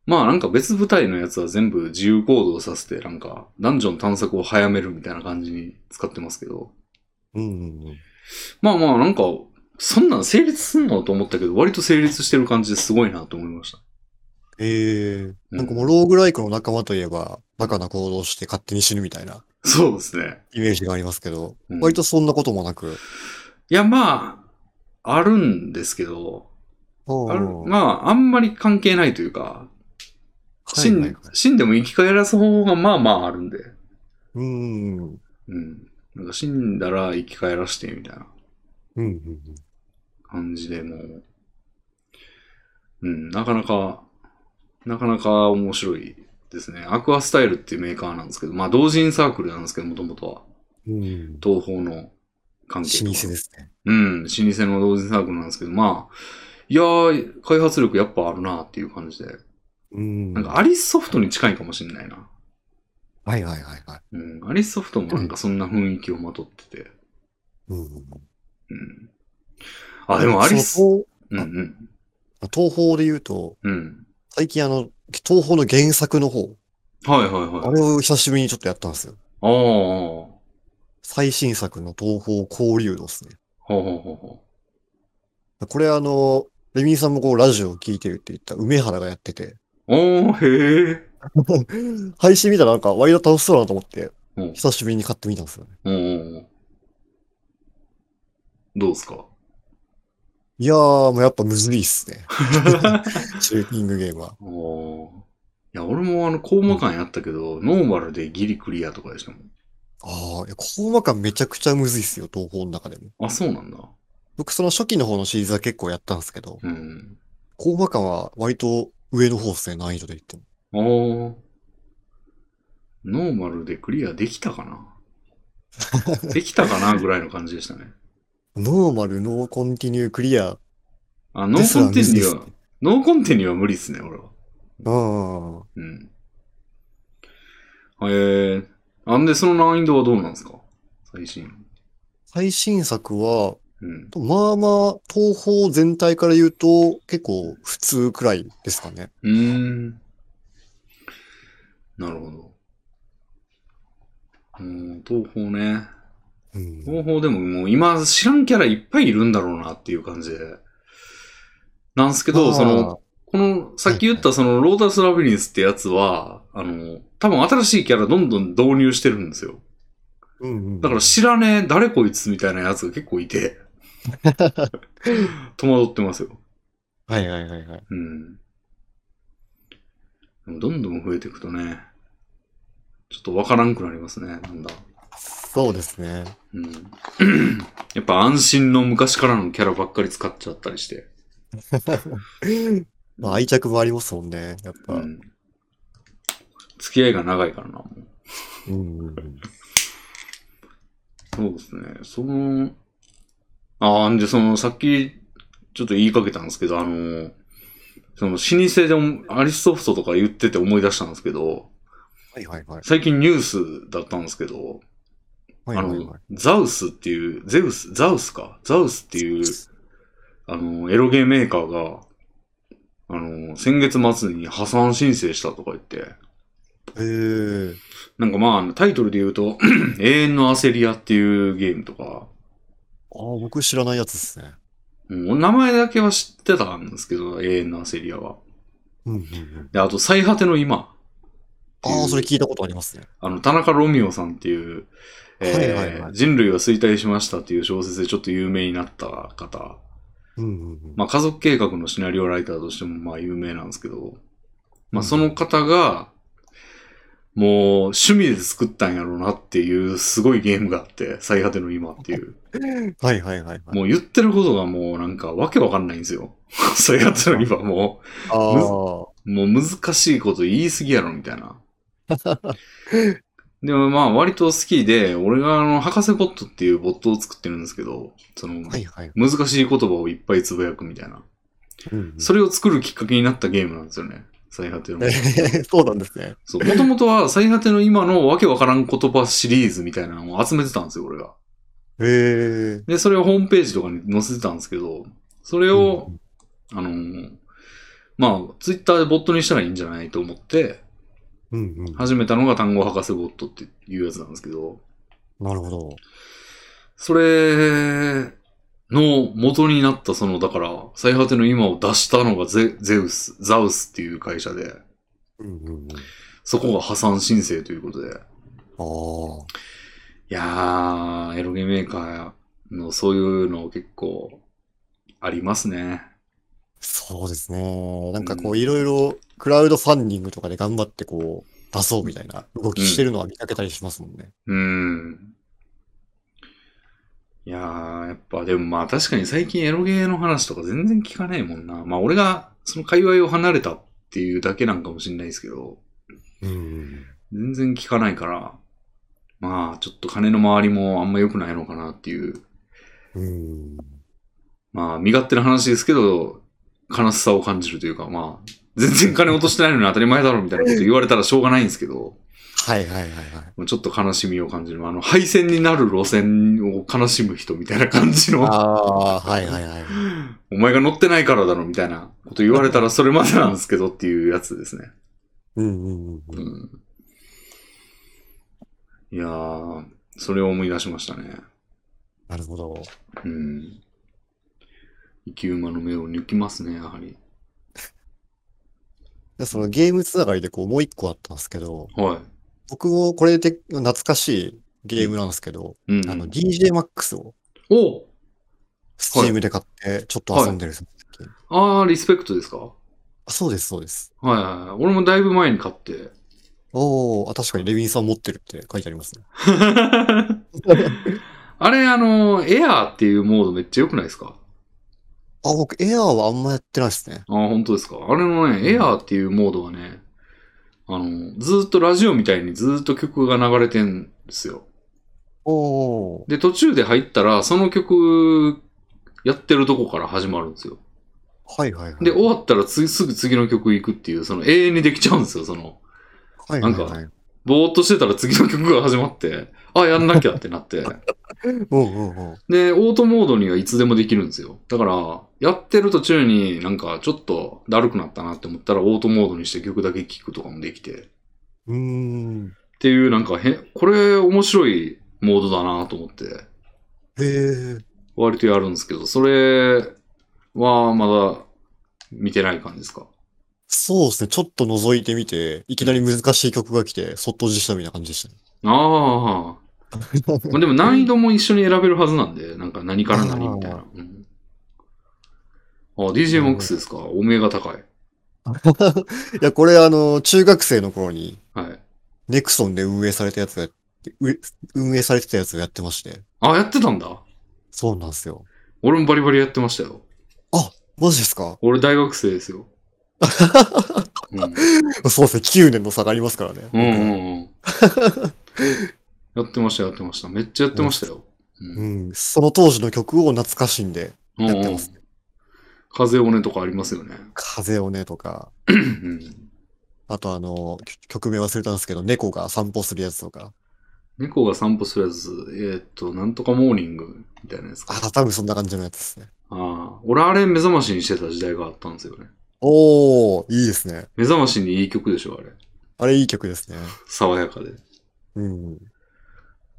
まあなんか別部隊のやつは全部自由行動させてなんかダンジョン探索を早めるみたいな感じに使ってますけど、
うんうんうん。
まあまあなんかそんなん成立すんのと思ったけど割と成立してる感じですごいなと思いました。
へえ。なんか
うん
もうローグライクの仲間といえば、バカな行動して勝手に死ぬみたいな
そうですね。
イメージがありますけど、
うん
割とそんなこともなく。
いや、まあ、あるんですけど、ある
うん
まあ、あんまり関係ないというか、
はい
死
はい
ん
はい
死んでも生き返らす方法がまあまああるんで、
うんうん
うん。なんか死んだら生き返らしてみたいな
うんうん
感じでもう、うん、なかなか、なかなか面白いですね。アクアスタイルっていうメーカーなんですけど、まあ、同人サークルなんですけど、もともとは。
うんうん。
東方の関係と
老
か
舗ですね。
うん、老舗の同時サークルなんですけど、まあ、いやー、開発力やっぱあるなっていう感じで。
うん。
なんかアリスソフトに近いかもしれないな。
はいはいはいはい。
うん、アリスソフトもなんかそんな雰囲気をまとってて。
うんうんうん
うん。あ、でもアリス、
そ
うんうん。
の東宝で言うと、
うん。
最近あの、東宝の原作の方、
はいはい
あ
はい。
れを久しぶりにちょっとやったんですよ。
ああ、ほ
最新作の東宝交流道ですね。
うほうほうほ
これあの、レミーさんもこうラジオを聞いてるって言った梅原がやって て、
う。おー、へえ。
配信見たらなんか割と楽しそうだなと思って
うん、
久しぶりに買ってみたんですよね。
おー。どうですか
いやー、もうやっぱむずいっす ね。シューティングゲームは。
おー。いや、俺もあの、高魔感やったけど、ノーマルでギリクリアとかでしたもん。
ああ、いや、高魔感めちゃくちゃむずいっすよ、東宝の中でも。
あ、そうなんだ。
僕その初期の方のシリーズは結構やったんですけど、
うん。
高魔感は割と上の方っすね、難易度で言っても。
ああ。ノーマルでクリアできたかな できたかなぐらいの感じでしたね。
ノーマル、ノーコンティニュー、クリア。
あ、ノーコンティニ
です
ュー
らむ
は、ノーコンティニューは無理っすね、俺は。
うん。
うん。へえー。あんで、その難易度はどうなんですか最新。
最新作は、
うん。
まあまあ、東方全体から言うと、結構普通くらいですかね。
うーん。なるほど。うん、東宝ね。
うん。
東宝でももう今知らんキャラいっぱいいるんだろうなっていう感じで。なんすけど、
まあ
その、、この、さっき言ったその、ロータスラビリンスってやつは、あの、多分新しいキャラどんどん導入してるんですよ。
うんうん、
だから知らねえ、誰こいつみたいなやつが結構いて、 戸惑ってますよ。
はいはいはいはい。
うん。でもどんどん増えていくとね、ちょっとわからんくなりますね、なんだ。
そうですね。
うん やっぱ安心の昔からのキャラばっかり使っちゃったりして。
まあ、愛着もありますもんね。やっぱ。
う
うん
ん。付き合いが長いからな、もう。
うんうん。
そうですね。その、ああ、んで、その、さっき、ちょっと言いかけたんですけど、あの、その、老舗でもアリスソフトとか言ってて思い出したんですけど、
はいはいはい。
最近ニュースだったんですけど、
は
あ
いはい
の
はい。、
ザウスっていう、ゼウス、ザウスか、ザウスっていう、あの、エロゲーメーカーが、あの、先月末に破産申請したとか言って、
えー、
なんかまああの、タイトルで言うと、 永遠の焦り屋っていうゲームとか、
ああ、僕知らないやつですね。
もう名前だけは知ってたんですけど、永遠の焦り屋は。
うんうんうん。
で、あと、最果ての今。
ああ、それ聞いたことありますね。
あの、田中ロミオさんっていう、えー
はいはいはい
人類は衰退しましたっていう小説でちょっと有名になった方。
うんうんうん。
まあ、家族計画のシナリオライターとしてもまあ有名なんですけど、まあ、その方が、もう趣味で作ったんやろうなっていうすごいゲームがあって、最果ての今って いう。
はいはいはいはい。
もう言ってることがもうなんかわけわかんないんですよ。 最果ての今も
あ
う、もう難しいこと言いすぎやろみたい な。でもまあ割と好きで、俺があの、博士ボットっていうボットを作ってるんですけど、その、
あ。はいはい。
難しい言葉をいっぱいつぶやくみたいな。
うんうん
それを作るきっかけになったゲームなんですよね。最果ての。
そうなんですね。
そう。もともとは最果ての今のわけわからん言葉シリーズみたいなのを集めてたんですよ、俺が。
へえ。
で、それをホームページとかに載せてたんですけど、それを、あのーまあ、ツイッターでボットにしたらいいんじゃないと思って、
うんうん。
始めたのが単語博士ボットっていうやつなんですけど、
なるほど。
それの元になったその、だから、最果ての今を出したのがゼゼウス、ザウスっていう会社で、
うんうんうん。
そこが破産申請ということで、
あ
いやー、エロゲメーカーのそういうの結構ありますね。
あ、そうですね。なんかこ
う
うんいろいろクラウドファンディングとかで頑張ってこう出そうみたいな動きしてるのは見かけたりしますもんね。
うん。いやー、やっぱでもまあ確かに最近エロゲーの話とか全然聞かねえもんな。まあ俺がその界隈を離れたっていうだけなんかもしんないですけど、
うんう
全
ん。
然聞かないから、まあちょっと金の回りもあんま良くないのかなっていう、
うん。
まあ身勝手な話ですけど、悲しさを感じるというか、まあ全然金落としてないのに当たり前だろみたいなこと言われたらしょうがないんですけど、
はいはいはいはい。
もうちょっと悲しみを感じる。あの、敗戦になる路線を悲しむ人みたいな感じの、
ああー、はいはいはい。
お前が乗ってないからだろみたいなこと言われたらそれまでなんですけどっていうやつですね。
うんうんう。
うんん。いやー、それを思い出しましたね。
なるほど。
うん。生き馬の目を抜きますね、やはり。
でそのゲームつながりでこうもう一個あったんですけど、
は
僕もこれで懐かしいゲームなんですけど、
い。うん。
あの DJMAX を
お
スチームで買ってちょっと遊んでるんですよ
あー、リスペクトですかは
あそうです、そうです。
いはいはい。俺もだいぶ前に買って。
おお、あ、確かにレビンさん持ってるって書いてあ りますね。
あれ、あの、エアーっていうモードめっちゃ良くないですか
あ、僕、エアーはあんまやってないですね。
ああ、本当ですか。あれのね、エアーっていうモードはね、あの、ずーっとラジオみたいにずーっと曲が流れてんですよ。
おお。
で、途中で入ったら、その曲、やってるとこから始まるんですよ。
はいはいはい。
で、終わったらつすぐ次の曲行くっていう、その永遠にできちゃうんですよ、その。
はいはいはい。
ぼーっとしてたら次の曲が始まって、あ、やんなきゃってなって。
おうおうおう。
で、オートモードにはいつでもできるんですよ。だから、やってる途中になんかちょっとだるくなったなって思ったら、オートモードにして曲だけ聴くとかもできて。
うーん。
っていう、なんかへん、これ面白いモードだなと思って、
へえ。
割とやるんですけど、それはまだ見てない感じですか
そうですね。ちょっと覗いてみて、いきなり難しい曲が来て、そっとじしたみたいな感じでしたね。
ああ。 まあでも難易度も一緒に選べるはずなんで、なんか何から何みたいな。うん、あ、DJ マックスですかお目が高い。
いや、これあの、中学生の頃に、
はい。
ネクソンで運営されたやつをやって、う運営されてたやつをやってまして。
あ、やってたんだ。
そうなんですよ。
俺もバリバリやってましたよ。
マジですか
俺大学生ですよ。うん
そうですね。9年の差がありますからね。
うんうんうん。やってました、やってました。めっちゃやってましたよ。うん
うん。その当時の曲を懐かしんで、
うん
やってます
うん風尾根とかありますよね。
風をねとか、
うん
あとあの、曲曲名忘れたんですけど、猫が散歩するやつとか。
猫が散歩するやつ、えーっと、なんとかモーニングみたいなやつか。
あ、多分そんな感じのやつですね。
ああ、俺あれ目覚ましにしてた時代があったんですよね。
おー、いいですね。
目覚ましにいい曲でしょ、あれ。
あれいい曲ですね。
爽やかで。
うん。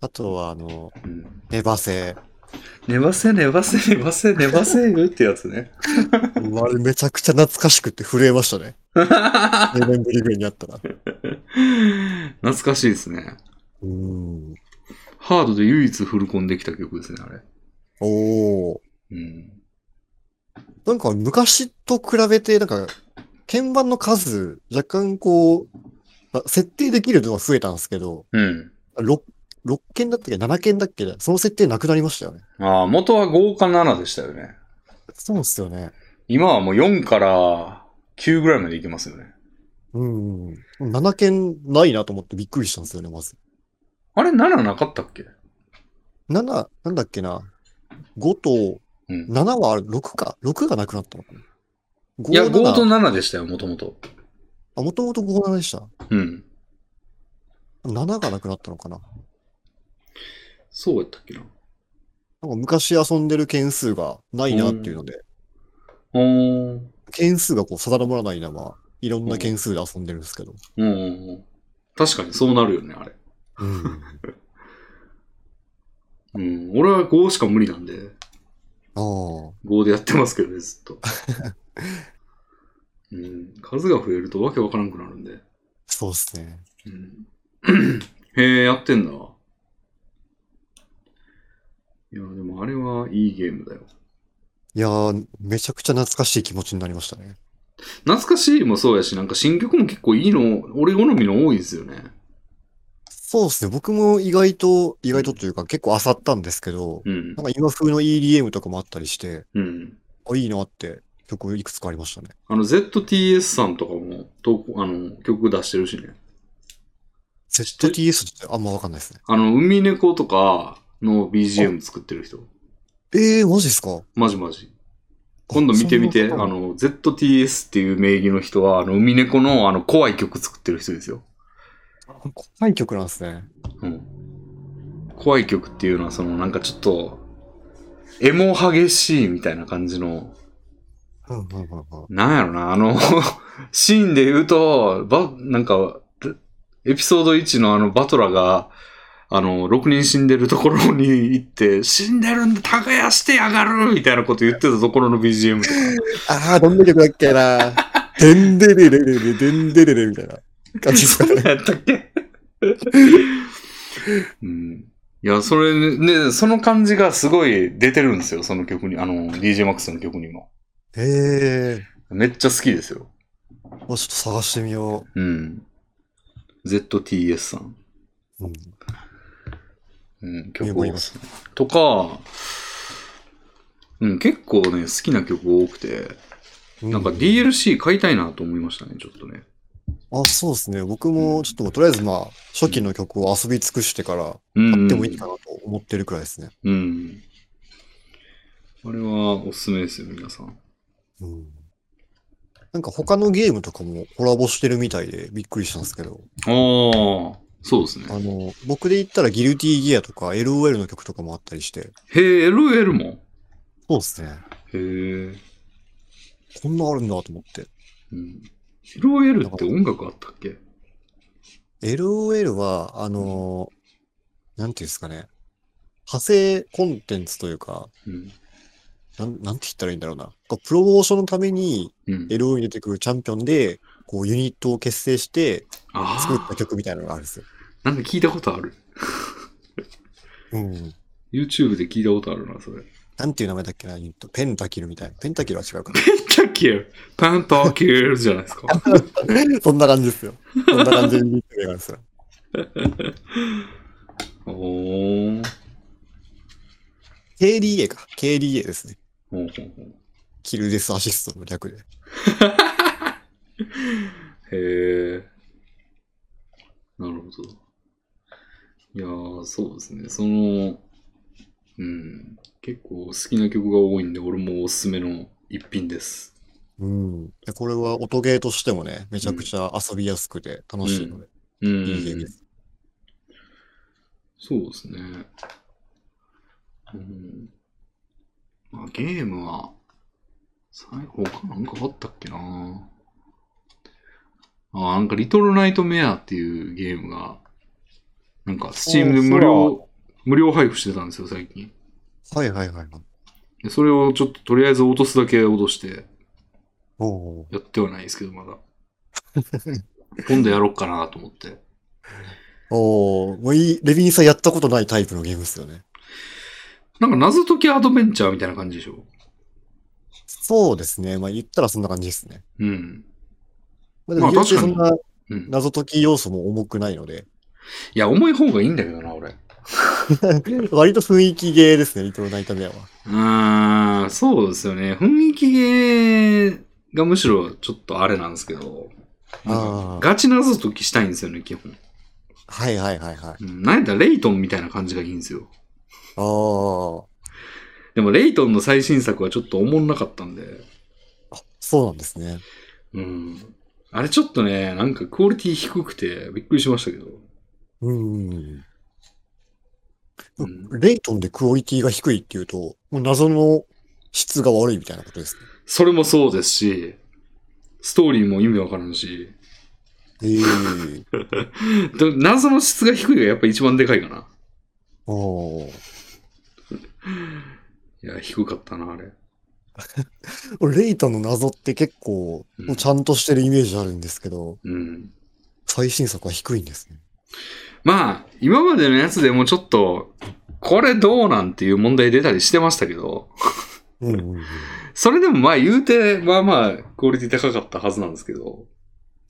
あとはあの、
うん、
ネバセ。
寝ばせ、寝ばせ、寝ばせ、寝ばせるってやつね。
うわあれめちゃくちゃ懐かしくって震えまし たね。2年ぶりぐらいにあったら。
懐かしいですね。
うん。
ハードで唯一フルコンできた曲ですね、あれ。
おー。
うん。
なんか昔と比べて、なんか、鍵盤の数、若干こう、まあ設定できるのは増えたんですけど、
うん。
6、6件だったっけ ?7 件だっけその設定なくなりましたよね。
ああ、元は5か7でしたよね。
そうですよね。
今はもう4から9ぐらいまでいけますよね。
うん。7件ないなと思ってびっくりしたんですよね、まず。
あれ、7なかったっけ
7、なんだっけな。5と、
うん。
7はあれ、6か。6がなくなったのかな。
いや、
5
5と7でしたよ、もともと。
あ、もともと5、7でした。
うん。
7がなくなったのかな。
そうやったっけな。
なんか昔遊んでる件数がないなっていうので、
おー。
件数がこう定まらないまま、いろんな件数で遊んでるんですけど。
うん。確かにそうなるよね、あれ。
うん。
うん。俺は5しか無理なんで、
ああ。
5でやってますけどね、ずっ と。うん。数が増えるとわけわからんくなるんで。
そうですね。
うん、へえ、やってんだ。いや、でもあれはいいゲームだよ。
いやー、めちゃくちゃ懐かしい気持ちになりましたね。
懐かしいもそうやし、なんか新曲も結構いいの、俺好みの多いですよね。
そうですね。僕も意外と、意外とというか結構漁ったんですけど、
うん
な。んか今風の EDM とかもあったりして、
うん。
あ、いいなって曲いくつかありましたね。
あの、ZTS さんとかも、投稿、あの、曲出してるしね。てる
ZTS ってあんまわかんないですね。
あの、海猫とかの BGM 作ってる人。
えー、マジっすか
マジマジ。今度見てみて、あ、
そんな
の、ZTS っていう名義の人は、あの、海猫のあの、怖い曲作ってる人ですよ。
こと怖い曲なんですね。
うん。怖い曲っていうのは、その、なんかちょっと、エモ激しいみたいな感じの、
うんうんうんうん。
なんやろな、あの、シーンで言うと、ば、なんか、エピソード1のあの、バトラが、あの、6人死んでるところに行って、死んでるんで耕してやがるみたいなこと言ってたところの BGM とか。
あー、どんな曲だっけなでんでれれれれ、でんでれれみたいな感じですか
そん
ね。
なんやったっけ うん。いや、それね、ねその感じがすごい出てるんですよ、その曲に、あの、DJMAX の曲にも。
え
めっちゃ好きですよ。
ー、もうちょっと探してみよ
うん。ZTS さん。
う。うん、
うん、
いや
曲
も
多
う
い
今
ですね。とか、うん、結構ね、好きな曲多くて、
う
なんか DLC 買いたいなと思いましたね、ちょっとね。
あ、そうですね。僕も、ちょっともうとりあえずまあ、初期の曲を遊び尽くしてから、
うん。
買ってもいいかなと思ってるくらいですね。
うん。あれはおすすめですよ、皆さん。
うん。なんか他のゲームとかもコラボしてるみたいでびっくりしたんですけど、
ああ、そうですね。
あの、僕で言ったらギルティギアとか LOL の曲とかもあったりして、
へえ、LL も
そうですね。
へえ。
こんなあるんだと思って。
うん。LL って音楽あったっけ
LOL は、あの、なんていうんですかね、派生コンテンツというか、
うん。
なん、なんて言ったらいいんだろうな。こうプロモーションのために
うん。
LOL に出てくるチャンピオンで、こうユニットを結成して作っ
あ
た曲みたいなのがあるんですよ。
あ、なんか聞いたことある。
うん。
YouTube で聞いたことあるな、それ。
なんていう名前だっけな、ユニットペンタキルみたいな。ペンタキルは違うかな。
ペンタキル、ペンタキルじゃないですか。
そんな感じですよ。そんな感じでユニット名があるんですよ。
おー。
KDA か。KDA ですね。
ほうほうほう
キルデスアシストの略で。
へえ。なるほど。いやー、そうですね。その、うん。結構好きな曲が多いんで、俺もおすすめの一品です。
うん。でこれは音ゲーとしてもね、めちゃくちゃ遊びやすくて楽しいので、
うん。
いいゲームです。
そうですね。うん。まあ、ゲームは、最後かなんかあったっけなあ、なんか、リトルナイトメアっていうゲームが、なんか、スチームで無料、無料配布してたんですよ、最近。
はいはいはいはい。
でそれをちょっととりあえず落とすだけ落として、
おお
やってはないですけど、まだ。今度やろうかなと思って。
ー。おお。もういい、レビンさんやったことないタイプのゲームですよね。
なんか、謎解きアドベンチャーみたいな感じでしょ。
そうですね。まあ言ったらそんな感じですね。
うん。
まあでも
まあ
言うて
確かに
そんな
うん。
謎解き要素も重くないので、
いや、重い方がいいんだけどな、俺。
割と雰囲気ゲーですね、リトルナイトメアは。
あー、そうですよね。雰囲気ゲーがむしろちょっとあれなんですけど。
あー
ガチ謎解きしたいんですよね、基本。
はいはいはいはい。
うん、なんやったらレイトンみたいな感じがいいんですよ。
あー
でもレイトンの最新作はちょっとおもんなかったんで。
あ、そうなんですね。
うん。あれちょっとね、なんかクオリティ低くてびっくりしましたけど。
うん。
うん、
レイトンでクオリティが低いっていうと、もう謎の質が悪いみたいなことですね。
それもそうですし、ストーリーも意味わからんし、
ええ
で謎の質が低いがやっぱ一番でかいかな。
あー
いや、低かったな、あれ。
俺レイトンの謎って結構
うん、
ちゃんとしてるイメージあるんですけど、
うん。
最新作は低いんですね。
まあ、今までのやつでもちょっと、これどうなんていう問題出たりしてましたけど、
うんうんうん。
それでもまあ言うて、まあまあ、クオリティ高かったはずなんですけど、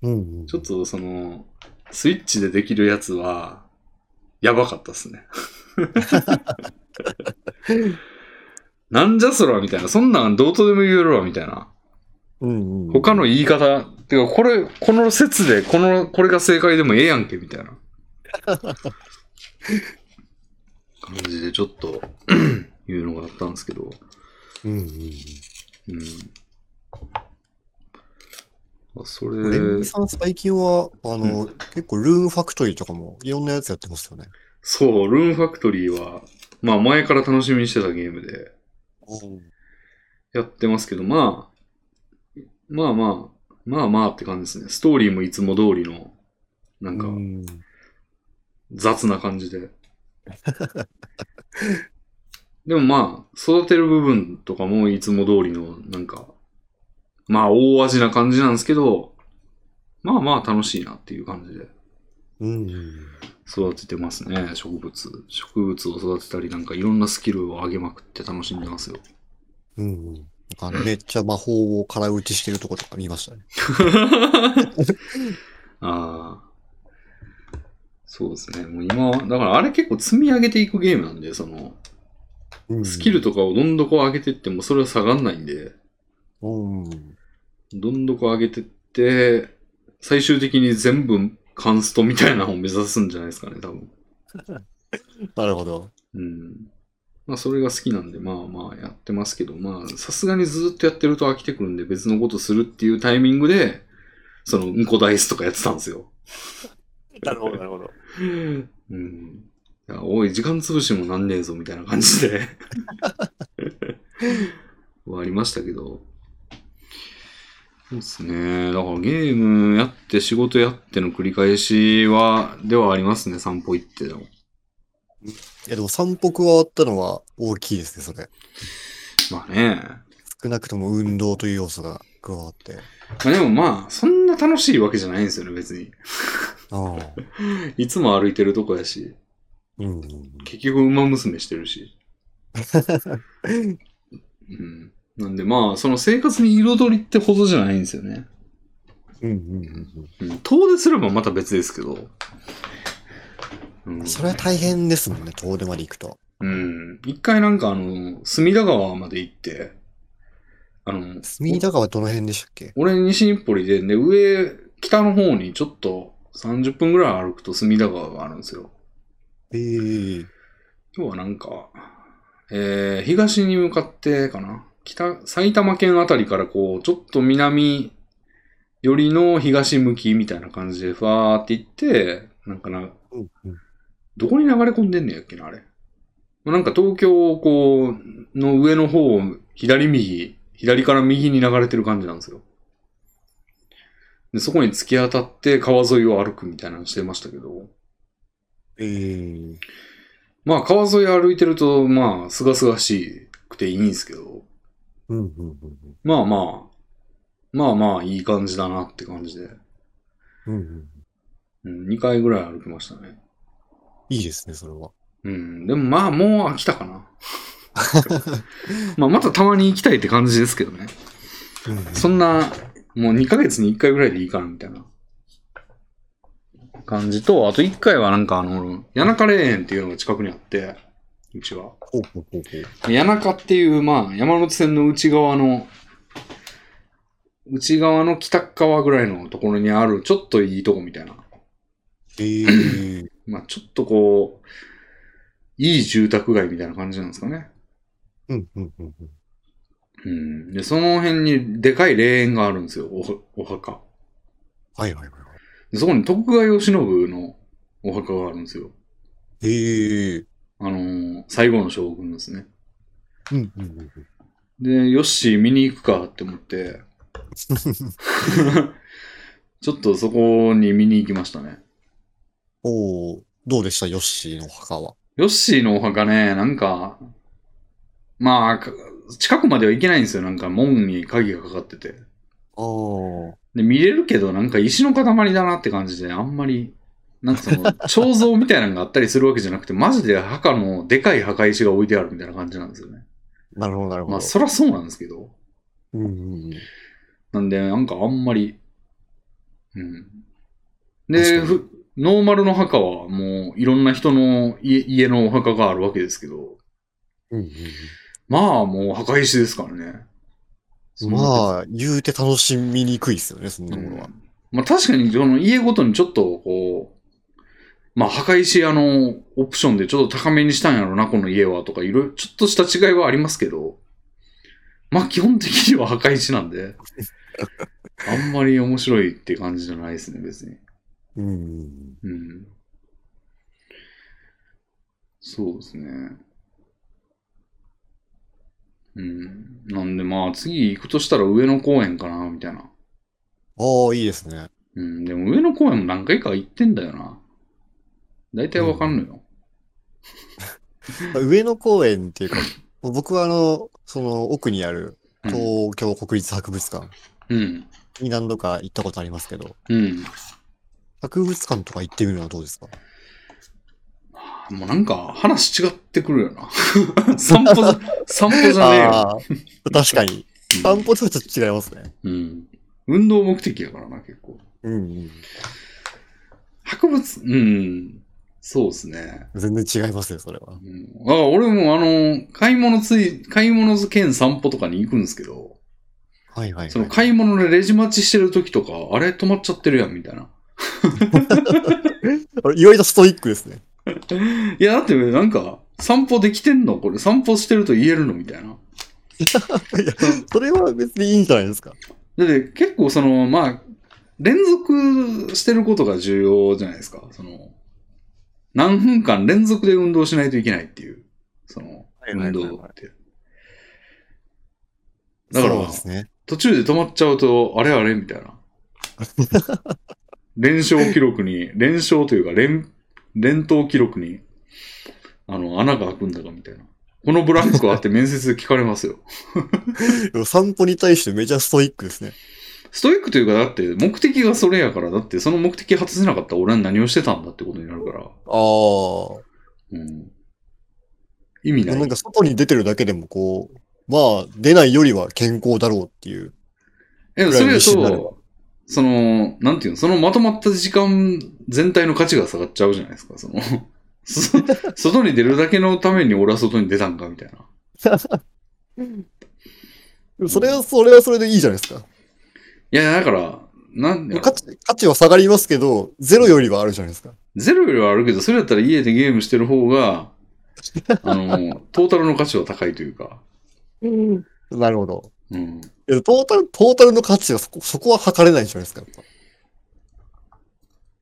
うんうん、
ちょっとその、スイッチでできるやつは、やばかったっすね。なんじゃそらみたいな。そんなんどうとでも言えるわみたいな。
うんうん、
他の言い方、てかこれ、この説で、この、これが正解でもええやんけみたいな。感じでちょっ と、いうのがあったんですけど。
うんうんう
う
ん。
ん。あそ
レン
れ
ジ、さん最近は、あの、結構ルーンファクトリーとかもいろんなやつやってますよね。
そう、ルーンファクトリーは、まあ前から楽しみにしてたゲームで、やってますけど、まあ、まあまあ、まあまあって感じですね。ストーリーもいつも通りの、な
なん
か
うん、
雑な感じで。でもまあ、育てる部分とかもいつも通りの、なんか、まあ大味な感じなんですけど、まあまあ楽しいなっていう感じで
うんうん。
育ててますね、植物。植物を育てたり、なんかいろんなスキルを上げまくって楽しんでますよ。
うんうん。なんかめっちゃ魔法を空打ちしてるとことか見ましたね。
ああ。そうですね。もう今は、だからあれ結構積み上げていくゲームなんで、その、スキルとかをどんどこ上げてってもそれは下がんないんで、
うんうん。
どんどこ上げてって、最終的に全部カンストみたいなのを目指すんじゃないですかね、多分。
なるほど。
うん。まあそれが好きなんで、まあまあやってますけど、まあさすがにずっとやってると飽きてくるんで別のことするっていうタイミングで、その、うんこダイスとかやってたんですよ。
なるほど、なるほど。
うん。いやおい、時間潰しもなんねえぞ、みたいな感じで。 はありましたけど。そうですね。だからゲームやって仕事やっての繰り返しは、ではありますね、散歩行ってでも。
いや、でも散歩加わったのは大きいですね、それ。
まあね。
少なくとも運動という要素が加わって。
まあでもまあ、そんな楽しいわけじゃないんですよね、別に。
ああ。
いつも歩いてるとこやし、
うんうん
結局馬娘してるし。うん。なんでまあ、その生活に彩りってほどじゃないんですよね。
うん。うんうんうん
うん遠出すればまた別ですけど。うん
うん。それは大変ですもんね、遠出まで行くと。
うん。一回なんかあの、隅田川まで行って、あの、
隅田川どの辺でしたっけ
俺西日暮里で、で、上、北の方にちょっと30分ぐらい歩くと隅田川があるんですよ。
ええ
今日はなんか、えー、東に向かってかな。北、埼玉県あたりからこう、ちょっと南寄りの東向きみたいな感じで、ふわーって行って、なんかな、
うんうん。
どこに流れ込んでんのやっけな、あれ。まあなんか東京、こう、の上の方を左右、左から右に流れてる感じなんですよ。で、そこに突き当たって川沿いを歩くみたいなのしてましたけど、
ええ
まあ川沿い歩いてると、まあ、すがすがしくていいんですけど、
うんうんうん
まあまあ、まあまあいい感じだなって感じで、
うん。うんうん。
うん、2回ぐらい歩きましたね。
いいですね、それは。
うん、でもまあもう飽きたかな。まあまたたまに行きたいって感じですけどね。
うんうん
そんな、もう2ヶ月に1回ぐらいでいいかな、みたいな。感じと、あと一回はなんかあの、谷中霊園っていうのが近くにあって、うちは。
ほうほうほうほう。
谷中っていう、まあ、山手線の内側の、内側の北側ぐらいのところにある、ちょっといいとこみたいな。
えー、
まあ、ちょっとこう、いい住宅街みたいな感じなんですかね。
うんうんうんうん。
うん。で、その辺にでかい霊園があるんですよ、おお墓。
はいはいはいは
でそこに徳川慶喜のお墓があるんですよ。
い。えー、
あのー最後の将軍ですね。
うんうんうんうん。
で、よっしー見に行くかって思って、ちょっとそこに見に行きましたね。
おお、どうでしたヨッシーの墓は。
ヨッシーのお墓ね、なんか、まあ、か近くまでは行けないんですよ。なんか門に鍵がかかってて。
ああ。
で、見れるけど、なんか石の塊だなって感じで、あんまり、なんかその、彫像みたいなのがあったりするわけじゃなくて、マジで墓の、でかい墓石が置いてあるみたいな感じなんですよね。
なるほど、なるほど。
まあ、そらそうなんですけど。
うんうんうん。
なんで、なんかあんまり、うん。
確
で、
かに
ふノーマルの墓はもういろんな人の家家のお墓があるわけですけど、
うんうん
まあもう墓石ですからね。
うん、
あ、
まあ、言うて楽しみにくいですよね、そんな
う
ものは。
んまあ確かにその家ごとにちょっとこう、まあ墓石あのオプションでちょっと高めにしたんやろな、この家はとかいろいろちょっとした違いはありますけど、まあ基本的には墓石なんで、あんまり面白いって感じじゃないですね、別に。
うんうんうん。
うん。そうですね。うん。なんでまあ次行くとしたら上野公園かな、みたいな。
ああ、いいですね。
うん。でも上野公園も何回か行ってんだよな。大体わかんのよ。
上野公園っていうか、僕はあの、その奥にある
うん。
東京国立博物館
うん。
に何度か行ったことありますけど、
うん
博物館とか行ってみるのはどうですか
もうなんか話違ってくるよ な。散歩じゃ、散歩じゃねえよ。
ああ、確かに。散歩とはちょっと違いますね。
うん。うん。運動目的やからな、結構。
うんうん。
博物、うん。そうですね。
全然違いますよ、それは。
うんあ俺もあの、買い物つい、買い物兼散歩とかに行くんですけど、
はいはいはい。
その買い物でレジ待ちしてる時とか、あれ止まっちゃってるやん、みたいな。
意外とストイックですね。
いや、だってなんか、散歩できてんのこれ散歩してると言えるのみたいな。
いや、それは別にいいんじゃないですか。
だって結構その、まあ、連続してることが重要じゃないですか。その、何分間連続で運動しないといけないっていう、その、
はいはいは
運
いはい
動って。だから
そうですね。
途中で止まっちゃうと、あれあれみたいな。連勝記録に、連勝というか連、連投記録に、あの、穴が開くんだかみたいな。このブランクはあって面接で聞かれますよ。
散歩に対してめちゃストイックですね。
ストイックというか、だって目的がそれやから、だってその目的果たせなかったら俺は何をしてたんだってことになるから。
ああ。
うん。意味な
ないん。か外に出てるだけでもこう、まあ、出ないよりは健康だろうっていう。
え、それ
自信があれば
と、その、なんていうの、そのまとまった時間全体の価値が下がっちゃうじゃないですか、その。 そ外に出るだけのために俺は外に出たんか、みたいな。
それは、それはそれでいいじゃないですか。
いや、だから、なんやろ
価値、価値は下がりますけど、ゼロよりはあるじゃないですか。
ゼロよりはあるけど、それだったら家でゲームしてる方が、あの、トータルの価値は高いというか。
なるほど。
うん。
いやトータル、トータルの価値はそこ、そこは測れないじゃないですか。やっぱ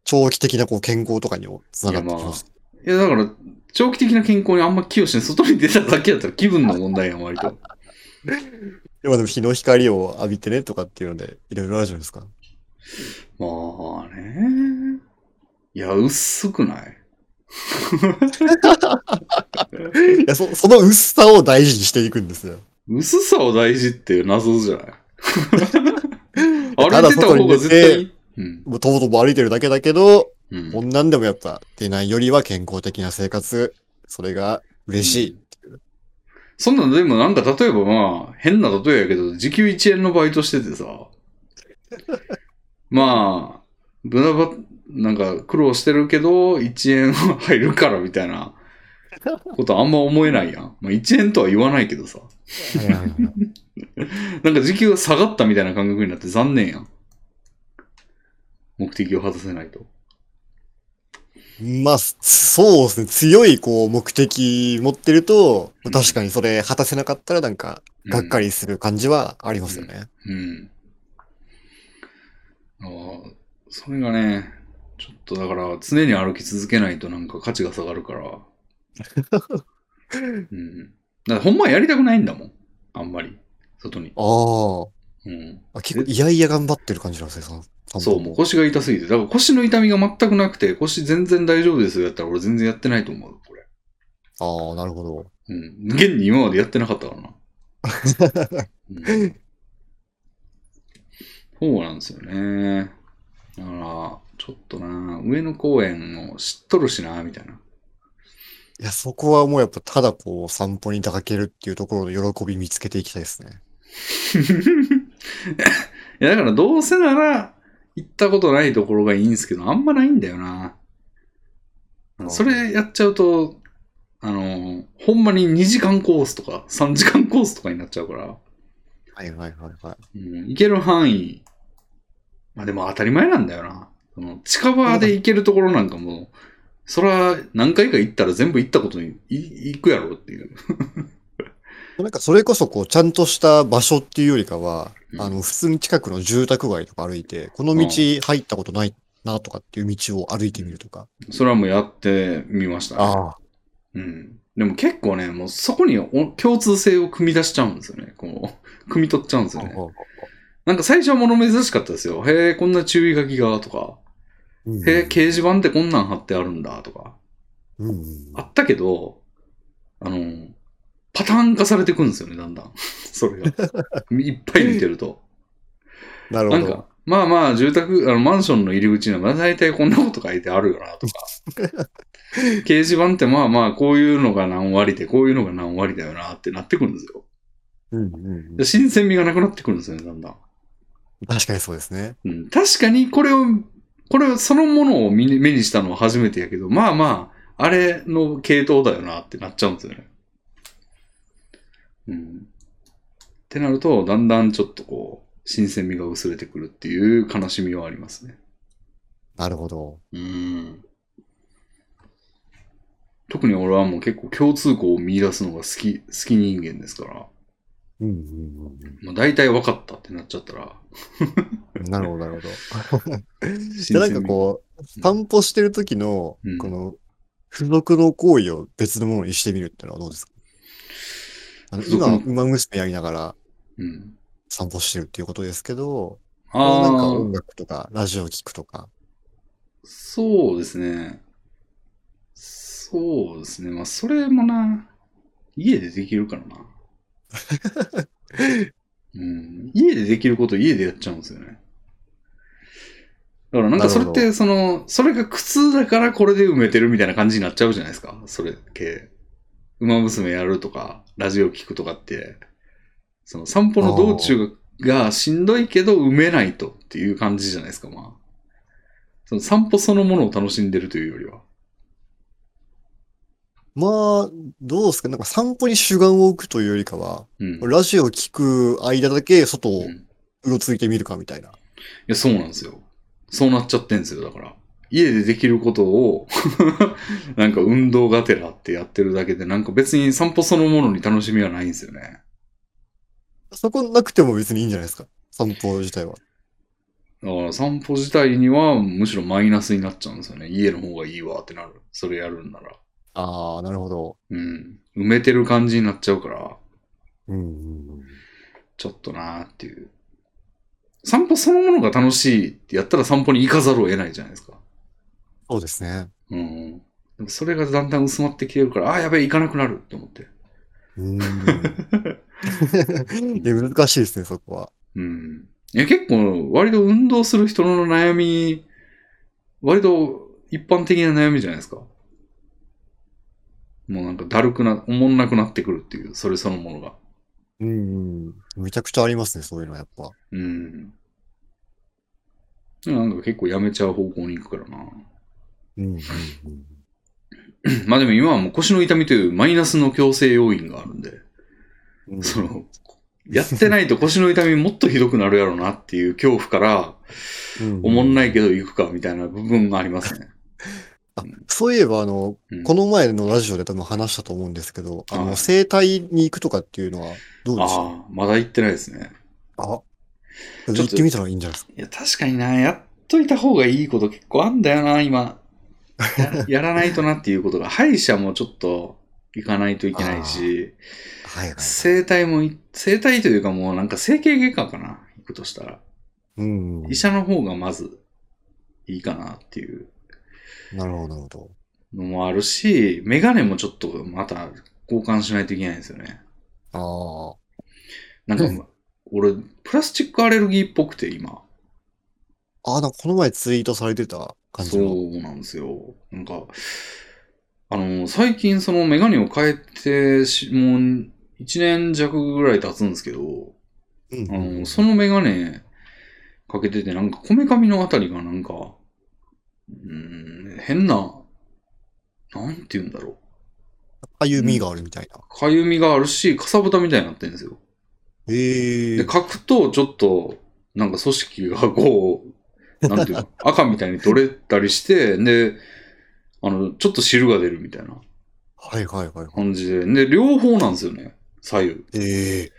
長期的なこう健康とかにもつながってきます。
いや、だから、長期的な健康にあんま寄与して、外に出ただけだったら気分の問題やん、割と。
でもでも日の光を浴びてねとかっていうので、いろいろあるじゃないですか。
まあね。いや、薄くない
いや、そその薄さを大事にしていくんですよ。
薄さを大事っていう謎じゃない
た
歩
だ
いてた
外
方
に
が
出て
絶対いい。うん。
もうとぼとぼ歩いてるだけだけど、
うん
こんなんでもやっぱ出ないよりは健康的な生活、それが嬉しい。
そんなの、でもなんか例えばまあ、変な例えやけど、時給1円のバイトしててさ、まあ、無駄ば、なんか苦労してるけど、1円は入るからみたいなことあんま思えないやん。まあ、1円とは言わないけどさ。
はいはいはい
なんか時給が下がったみたいな感覚になって残念やん。目的を果たせないと。
まあ、そうですね。強い、こう、目的持ってると、
うん
確かにそれ果たせなかったら、なんか、
うん
がっかりする感じはありますよね。
うん。ああ、それがね、ちょっとだから常に歩き続けないとなんか価値が下がるから。うん。だからほんまはやりたくないんだもん。あんまり。外に。うん。
ああ。結構、いやいや頑張ってる感じなんですね、さんさん
そう、もう腰が痛すぎて。だから腰の痛みが全くなくて、腰全然大丈夫ですよやったら俺全然やってないと思う、これ。
ああ、なるほど。
うん。現に今までやってなかったからな。うん、そうなんですよね。だから、ちょっとな、上野公園を知っとるしな、みたいな。
いや、そこはもうやっぱ、ただこう、散歩に出かけるっていうところの喜び見つけていきたいですね。
いや、だからどうせなら、行ったことないところがいいんですけど、あんまないんだよな。それやっちゃうと、あの、ほんまに2時間コースとか、3時間コースとかになっちゃうから。
はいはいはいはい。
うん、行ける範囲、まあでも当たり前なんだよな。その近場で行けるところなんかも、そら何回か行ったら全部行ったことにい行くやろっていう。
なんか、それこそ、こう、ちゃんとした場所っていうよりかは、
うん
あの、普通に近くの住宅街とか歩いて、この道入ったことないなとかっていう道を歩いてみるとか。
それはもうやってみました、ね。
ああ。
うん。でも結構ね、もうそこにお共通性を組み出しちゃうんですよね。こう、組み取っちゃうんですよね。なんか最初は物珍しかったですよ。へえ、こんな注意書きが、とか。
うん
へえ、掲示板ってこんなん貼ってあるんだ、とか。
うんうん
あったけど、あの、パターン化されていくんですよね、だんだ ん。それが。いっぱい見てると。
なる
な
ほ
ん
ど
か。、まあまあ、住宅、あの、マンションの入り口には、まあ大体こんなこと書いてあるよな、とか。 掲示板ってまあまあ、こういうのが何割で、こういうのが何割だよな、ってなってくるんですよ。
うんうんう
で新鮮味がなくなってくるんですよね、だんだん。
ん、確かにそうですね。
うん、確かにこれを、これをそのものを見に目にしたのは初めてやけど、まあまあ、あれの系統だよなってなっちゃうんですよね。うん。ってなると、だんだんちょっとこう、新鮮味が薄れてくるっていう悲しみはありますね。
なるほど。
うん。特に俺はもう結構共通項を見出すのが好き、好き人間ですから、
うんうんうん
まあ大体分かったってなっちゃったら、
うん、なるほど、なるほど。
新
で、なん
味
かこ
う
う、
ん
散歩してる時の
うん、
この、付属の行為を別のものにしてみるってのはどうですかあの
付属
今
の、
馬娘やりながら
うん。
散歩してるっていうことですけど、
あ
な
ー
んか音楽とか、ラジオ聴くとか。
そうですね。そうですね。まあ、それもな、家でできるからな。うん、家でできること家でやっちゃうんですよね。だからなんかそれっ
なる
て、その、それが苦痛だからこれで埋めてるみたいな感じになっちゃうじゃないですか。それ系。馬娘やるとか、ラジオ聞くとかって、その散歩の道中がしんどいけど埋めないとっていう感じじゃないですか、まあ。その散歩そのものを楽しんでるというよりは。
まあ、どうですかなんか散歩に主眼を置くというよりかは、
うん。
ラジオ聴く間だけ外を
うんいう
ろついてみるかみたいな。
や、そうなんですよ。そうなっちゃってんですよ、だから。家でできることを、 なんか運動がてらってやってるだけで、なんか別に散歩そのものに楽しみはないんですよね。
そこなくても別にいいんじゃないですか散歩自体は。
だから散歩自体にはむしろマイナスになっちゃうんですよね。家の方がいいわってなる。それやるんなら。
ああ、なるほど。
うん。埋めてる感じになっちゃうから。
うんうんうん。
ちょっとなーっていう。散歩そのものが楽しいってやったら散歩に行かざるを得ないじゃないですか。
そうですね。
うん。でもそれがだんだん薄まってきてるから、ああー、やべえ、行かなくなるって思って。
うん。いや、難しいですね、そこは。
うん。いや、結構、割と運動する人の悩み、割と一般的な悩みじゃないですか。もうなんかだるくな、おもんなくなってくるっていう、それそのものが。
うんうん。めちゃくちゃありますね、そういうのはやっぱ。
うん。なんか結構やめちゃう方向に行くからな。
うんうんうん
まあでも今はもう腰の痛みというマイナスの強制要因があるんで、
うん
その、やってないと腰の痛みもっとひどくなるやろなっていう恐怖から、
うん
おもんないけど行くかみたいな部分があります ね。
そういえば、あの、
うん
この前のラジオで多分話したと思うんですけど、あ
はい
の、整体に行くとかっていうのはどうでした
ああ、まだ行ってないですね。
あ
ょっと
行ってみたらいいんじゃないですか。
いや、確かにな、やっといた方がいいこと結構あんだよな、今。 ややらないとなっていうことが、歯医者もちょっと行かないといけないし、
はいはい。
整体もい、整体というかもうなんか整形外科かな、行くとしたら。
うん。
医者の方がまずいいかなっていう
なるほど、なるほど。
のもあるし、メガネもちょっとまた交換しないといけないんですよね。
ああ。
なんか、俺、プラスチックアレルギーっぽくて、今。
ああ、なんかこの前ツイートされてた感じの。
そうなんですよ。なんか、あの、最近そのメガネを変えてし、もう1年弱ぐらい経つんですけど、
うん
あの、そのメガネかけてて、なんかこめかみのあたりがなんか、うーん、変な、なんて言うんだろう。
歩みがあるみたいな。
かゆみがあるし、かさぶたみたいになってるんですよ。
へ
で、
え。
書くと、ちょっと、なんか組織がこう、なんていうの、赤みたいに取れたりして、で、あの、ちょっと汁が出るみたいな
はいはいはいは
感じで、で、両方なんですよね、左右。
い。ええ。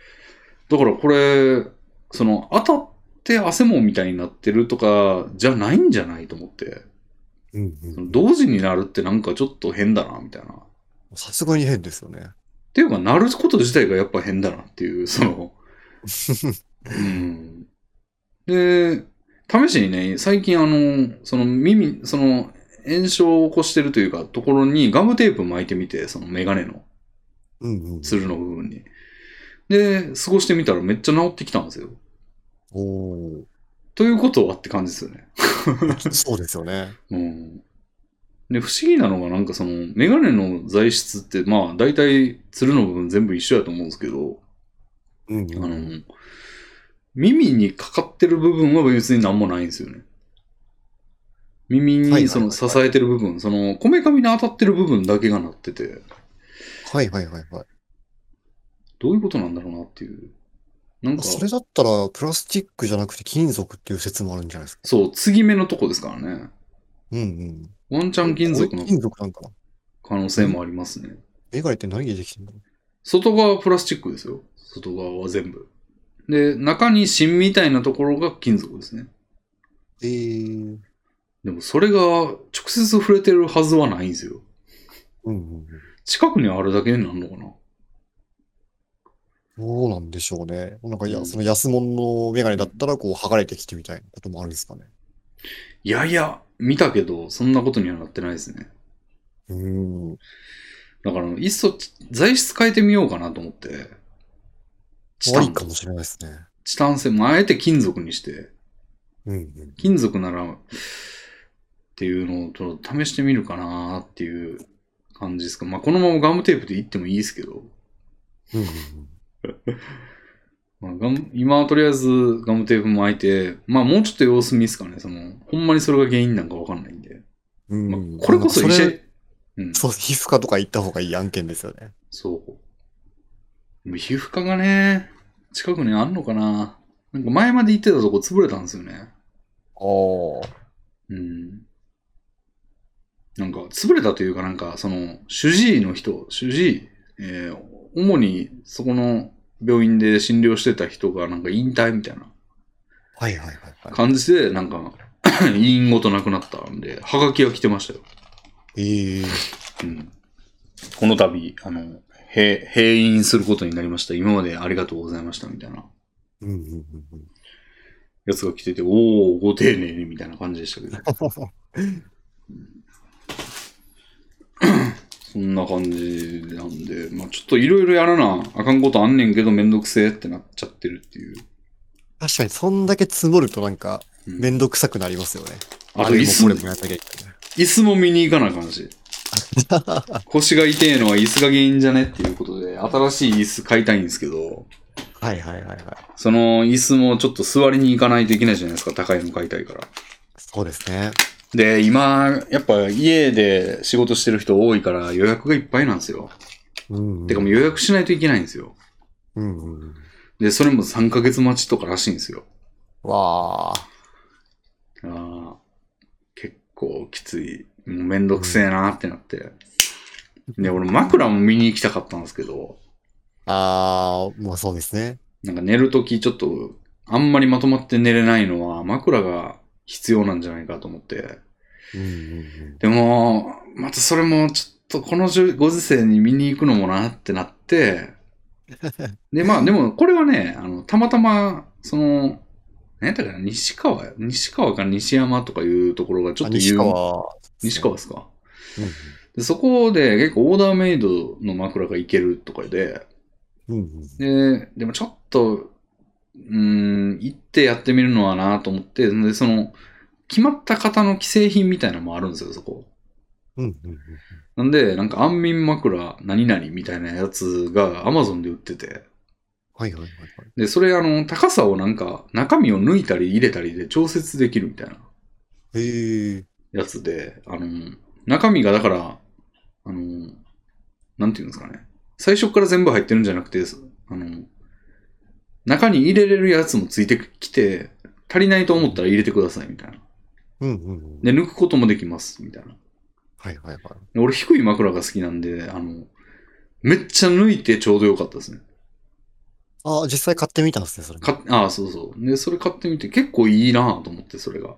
だからこれ、その、当たって汗もんみたいになってるとか、じゃないんじゃないと思って、
うん
そ
うん
の同時になるってなんかちょっと変だな、みたいな。っ
さすがに変ですよね。
ていうか、なること自体がやっぱ変だなっていう、その、うんで、試しにね、最近あの、その耳、その炎症を起こしてるというか、ところにガムテープ巻いてみて、そのメガネの、
うんうん。
つるの部分に。で、過ごしてみたらめっちゃ治ってきたんですよ。
おお。
ということはって感じですよね。
そうです よね。
うん。で、不思議なのがなんかその、メガネの材質って、まあ大体つるの部分全部一緒やと思うんですけど、
うん
あ
うん。
の、耳にかかってる部分は別に何もないんですよね。耳
はいはいはいは
に
い
その支えてる部分、その、こめかみに当たってる部分だけがなってて、
はいはいはいはい。
どういうことなんだろうなっていう。なんか、
それだったら、プラスチックじゃなくて金属っていう説もあるんじゃないですか。
そう、継ぎ目のとこですからね。
うんうん。
ワンチャン金属
これ
の
金属なんかな。
可能性もありますね。
メガネって何でできてんの
外側はプラスチックですよ。外側は全部。で、中に芯みたいなところが金属ですね。
えー。
でもそれが直接触れてるはずはないんですよ。
うんうん
近くにあるだけになるのかな
うん。どうなんでしょうね。なんか、いうや、
ん
その安物のメガネだったら、こう、剥がれてきてみたいなこともあるんですかね。
いやいや、見たけど、そんなことにはなってないですね。
うーん。
だから、いっそ材質変えてみようかなと思って。チタ
怖い
ン、
かもしれないですね。
チタン製、まあ、あえて金属にして、
うんうん。
金属なら、っていうのをちょっと試してみるかなっていう感じですか。まあ、このままガムテープでいってもいいですけど、
うんうん
まあ、ガム今はとりあえずガムテープ巻いて、まあ、もうちょっと様子見ですかね。その、ほんまにそれが原因なんかわかんないんで。
うん。
まあ
うん、
これこそ医者
なんかれ、
うん、
そう、皮膚科とか行った方がいい案件ですよね。
そう。でも皮膚科がね、近くにあんのかななんか前まで行ってたとこ潰れたんですよね。
ああ。
うん。なんか、潰れたというかなんか、その、主治医の人、主治医、えー主にそこの病院で診療してた人がなんか引退みたいな
はいはいはいは
感じで、なんか、 委員ごとなくなったんで、はがきが来てましたよ。
い。ええ
うん。この度、あの、閉、閉院することになりました。今までありがとうございました、みたいな。
うんうんうんうん。
やつが来てて、おお、ご丁寧にみたいな感じでしたけど。そんな感じなんで、まあちょっといろいろやらなあかんことあんねんけど、めんどくせえってなっちゃってるっていう。
確かに、そんだけ積もるとなんか、
うん
めんどくさくなりますよね。
あ
あ
と
れ
椅
もこれ
子
も、やんなきゃいけない。
椅子も見に行かなあかんし。腰が痛えのは椅子が原因じゃねっていうことで、新しい椅子買いたいんですけど、
はいはいはいはい。
その椅子もちょっと座りに行かないといけないじゃないですか、高いの買いたいから。
そうですね。
で、今、やっぱ家で仕事してる人多いから予約がいっぱいなんですよ。
うん、うん。
てかもう予約しないといけないんですよ。
うんうん。
で、それも3ヶ月待ちとからしいんですよ。
わあ。
ああ、結構きつい。もうめんどくせえなってなって。で、俺枕も見に行きたかったんですけど、
ああ、まあそうですね。
なんか寝るときちょっと、あんまりまとまって寝れないのは枕が必要なんじゃないかと思って。
うんうん
でも、またそれもちょっとこのご時世に見に行くのもなってな って、で、まあでもこれはね、あの、たまたま、その、何やったかな、西川、西川か西山とかいうところがち
う
ょっ
ん。あ
と有
西川。
西川ですか
うんうん
で、そこで結構オーダーメイドの枕がいけるとかで、
うんうん。
で、でもちょっと、うーん、行ってやってみるのはなと思って、で、その、決まった型の既製品みたいなのもあるんですよ、そこ。
うんうんうん。
なんで、なんか安眠枕何々みたいなやつが Amazon で売ってて、
はいはいはいはい。
で、それあの、高さをなんか中身を抜いたり入れたりで調節できるみたいな
へえ。
やつで、あの、中身がだから、あの、なんていうんですかね。最初から全部入ってるんじゃなくて、あの、中に入れれるやつもついてきて、足りないと思ったら入れてくださいみたいな。
うんうんうん。
で、抜くこともできますみたいな。
はいはいはい。
で俺低い枕が好きなんで、あの、めっちゃ抜いてちょうどよかったですね。
ああ、実際買ってみたんですね、それも。
かああ、そうそう。で、それ買ってみて結構いいなと思って、それが。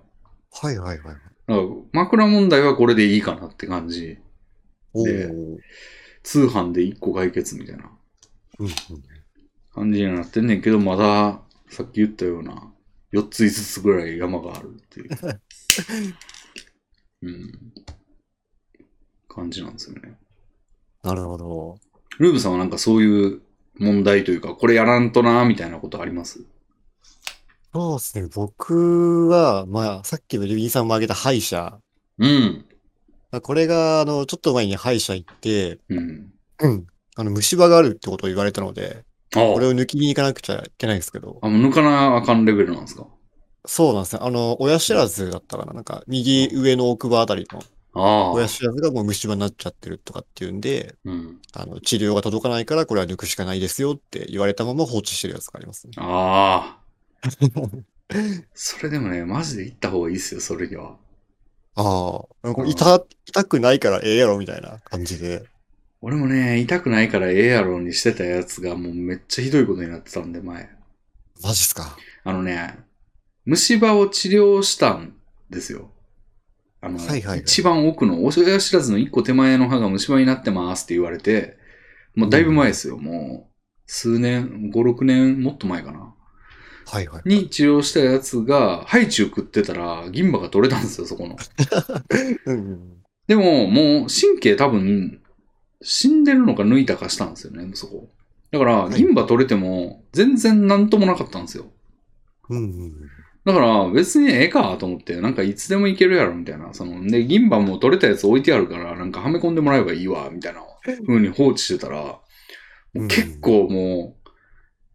はいはいはいはい。
だから枕問題はこれでいいかなって感じ。
おお。
で通販で1個解決みたいな
うんうん。
感じになってんねんけど、まださっき言ったような4つ5つぐらい山があるっていう。うん。感じなんですよね。
なるほど。
ルーブさんはなんかそういう問題というか、これやらんとなーみたいなことあります
そうですね。僕は、まあ、さっきのルビーさんも挙げた歯医者。
うん。
まあこれが、あの、ちょっと前に歯医者行って、
うん。
うん。あの、虫歯があるってことを言われたので、
あ
これ
あ
を抜きに行かなくちゃいけないんですけど、
あ、もう抜かなあかんレベルなんですか
そうなんですね。あの、親知らずだったかな。なんか、右上の奥歯あたりの
あ
親
あ。
知らずがもう虫歯になっちゃってるとかっていうんで、
うん。
あの、治療が届かないからこれは抜くしかないですよって言われたまま放置してるやつがありますね。
ああ。それでもね、マジで行った方がいいっすよ、それには。
ああ、なんか痛、痛くないからええやろみたいな感じで。
俺もね、痛くないからええやろにしてたやつがもうめっちゃひどいことになってたんで、前。
マジっすか。
あのね、虫歯を治療したんですよ。あの、
はいはいはい
一番奥の、親知らずの一個手前の歯が虫歯になってますって言われて、もうだいぶ前ですよ、もう、数年、5、6年、もっと前かな。
はいはい。
に治療したやつが、ハイチュウ食ってたら、銀歯が取れたんですよ、そこの。
うんうん。
でも、もう神経多分、死んでるのか抜いたかしたんですよね、そこ。だから、
い
銀歯取れても、全然なんともなかったんですよ。
うんうん。
だから、別にええかと思って、なんかいつでもいけるやろ、みたいな。その、で、銀歯も取れたやつ置いてあるから、なんかはめ込んでもらえばいいわ、みたいな風に放置してたら、もう結構も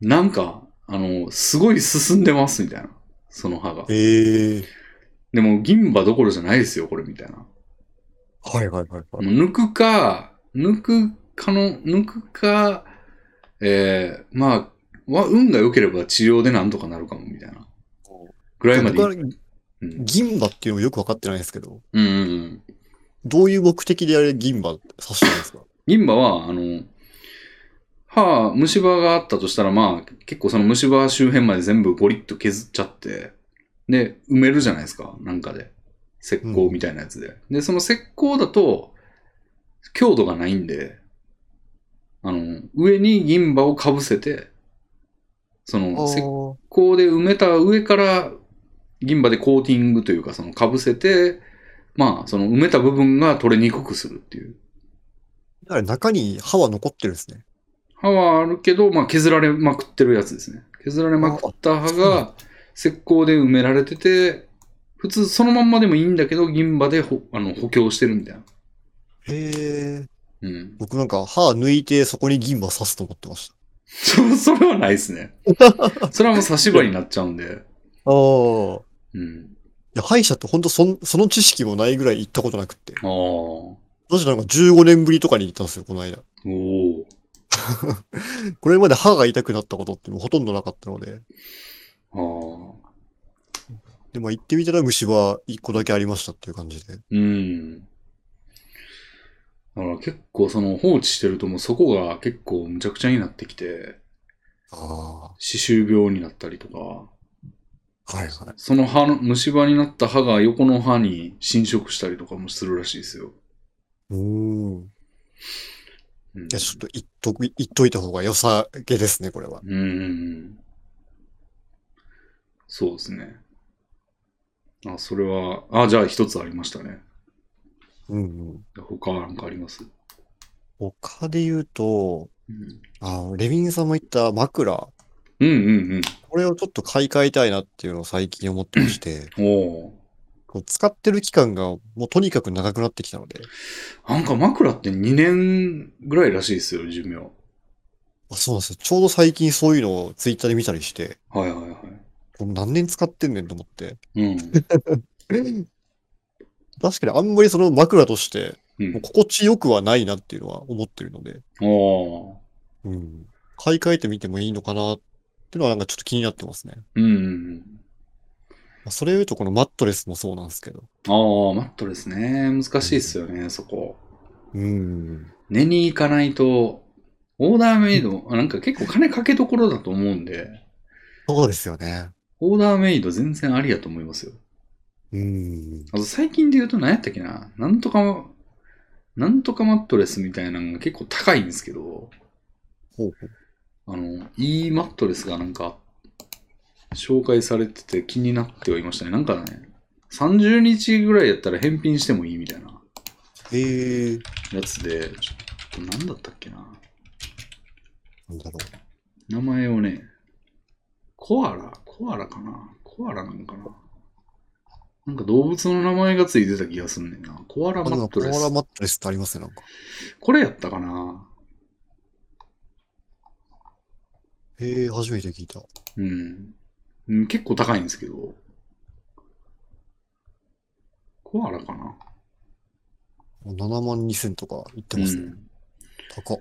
う、なんか、あの、すごい進んでます、みたいな。その歯が。
ええ
でも、銀歯どころじゃないですよ、これ、みたいな。
はいはいはいはい。
もう抜くか、抜くかの、抜くか、えー、まあ、わ運が良ければ治療でなんとかなるかも、みたいな。ぐらいまで
僕
い。
は
うん、
銀歯っていうのもよくわかってないですけど、
うんうんうん。
どういう目的であれ銀歯刺してるんですか
銀歯は、あの、歯、虫歯があったとしたら、まあ、結構その虫歯周辺まで全部ゴリッと削っちゃって、で、埋めるじゃないですか、なんかで。石膏みたいなやつで。で、その石膏だと、強度がないんで、あの、上に銀歯をかぶせて、その、石
ー
こうで埋めた上から銀歯でコーティングというかそのかぶせてまあその埋めた部分が取れにくくするっていう
だから中に歯は残ってるんですね。
歯はあるけど、まあ、削られまくってるやつですね削られまくった歯
そうなん
が石膏で埋められてて普通そのまんまでもいいんだけど銀歯でほあの補強してるみたいな
へえ。
うん
僕なんか歯抜いてそこに銀歯刺すと思ってました。
そそれはないですねそれはもう差し歯になっちゃうんで
ああ。
うん
や、歯医者って本当そん、その知識もないぐらい行ったことなくって。
ああ。お
私なんか15年ぶりとかに行ったんですよ、この間。
お。
これまで歯が痛くなったことってもうほとんどなかったので。
ああ。
で、まあ行ってみたら虫歯1個だけありましたっていう感じで。
うん。だから結構その放置してるともうそこが結構むちゃくちゃになってきて、
あ
歯周病になったりとか、
あ。はいはい。
その歯の、虫歯になった歯が横の歯に侵食したりとかもするらしいですよ。
うーん。い
うん。
や、ちょっと言っとく、言っといた方が良さげですね、これは。
うんうんうん。そうですね。あ、それは、あ、じゃあ一つありましたね。
うんうん。
他なんかあります
他で言うと、
うん
あの、レビンさんも言った枕。
うん
これをちょっと買い替えたいなっていうのを最近思ってま して、
うん。おー
こう使ってる期間がもうとにかく長くなってきたので。
なんか枕って2年ぐらいらしいですよ、寿命。
あ、そうなんですよ。ちょうど最近そういうのをツイッターで見たりして、
はいはいは
これ何年使ってんねんと思 って。
い。うん。
確かにあんまりその枕として、
うん
もう心地よくはないなっていうのは思ってるので、
おー
うん。買い替えてみてもいいのかなっていうのはなんかちょっと気になってますね。
うんうん
まあそれを言うとこのマットレスもそうなんですけど。
うん。ああ、マットレスね。難しいですよね、そこ。
うん。
寝に行かないと、オーダーメイド、なんか結構金かけどころだと思うんで、
そうですよね。
オーダーメイド全然ありやと思いますよ。
うん。
あと最近で言うと何やったっけななんとか、なんとかマットレスみたいなのが結構高いんですけど、
ほう
あの、いいマットレスがなんか、紹介されてて気になってはいましたね。なんかね、30日ぐらいやったら返品してもいいみたいな
へえ。
やつで、ちょっと何だったっけな
なんだろう。
名前をね、コアラコアラかなコアラなのかななんか動物の名前がついてた気がすんねんな。コアラ
あ、
マ
でも
ット
コア
レ
ラ
ス。
マットレスってありますね、なんか。
これやったかな
へえ、初めて聞いた。
うん。うん結構高いんですけど。コアラかな
7万2000とか言ってますね。
うん
高っ。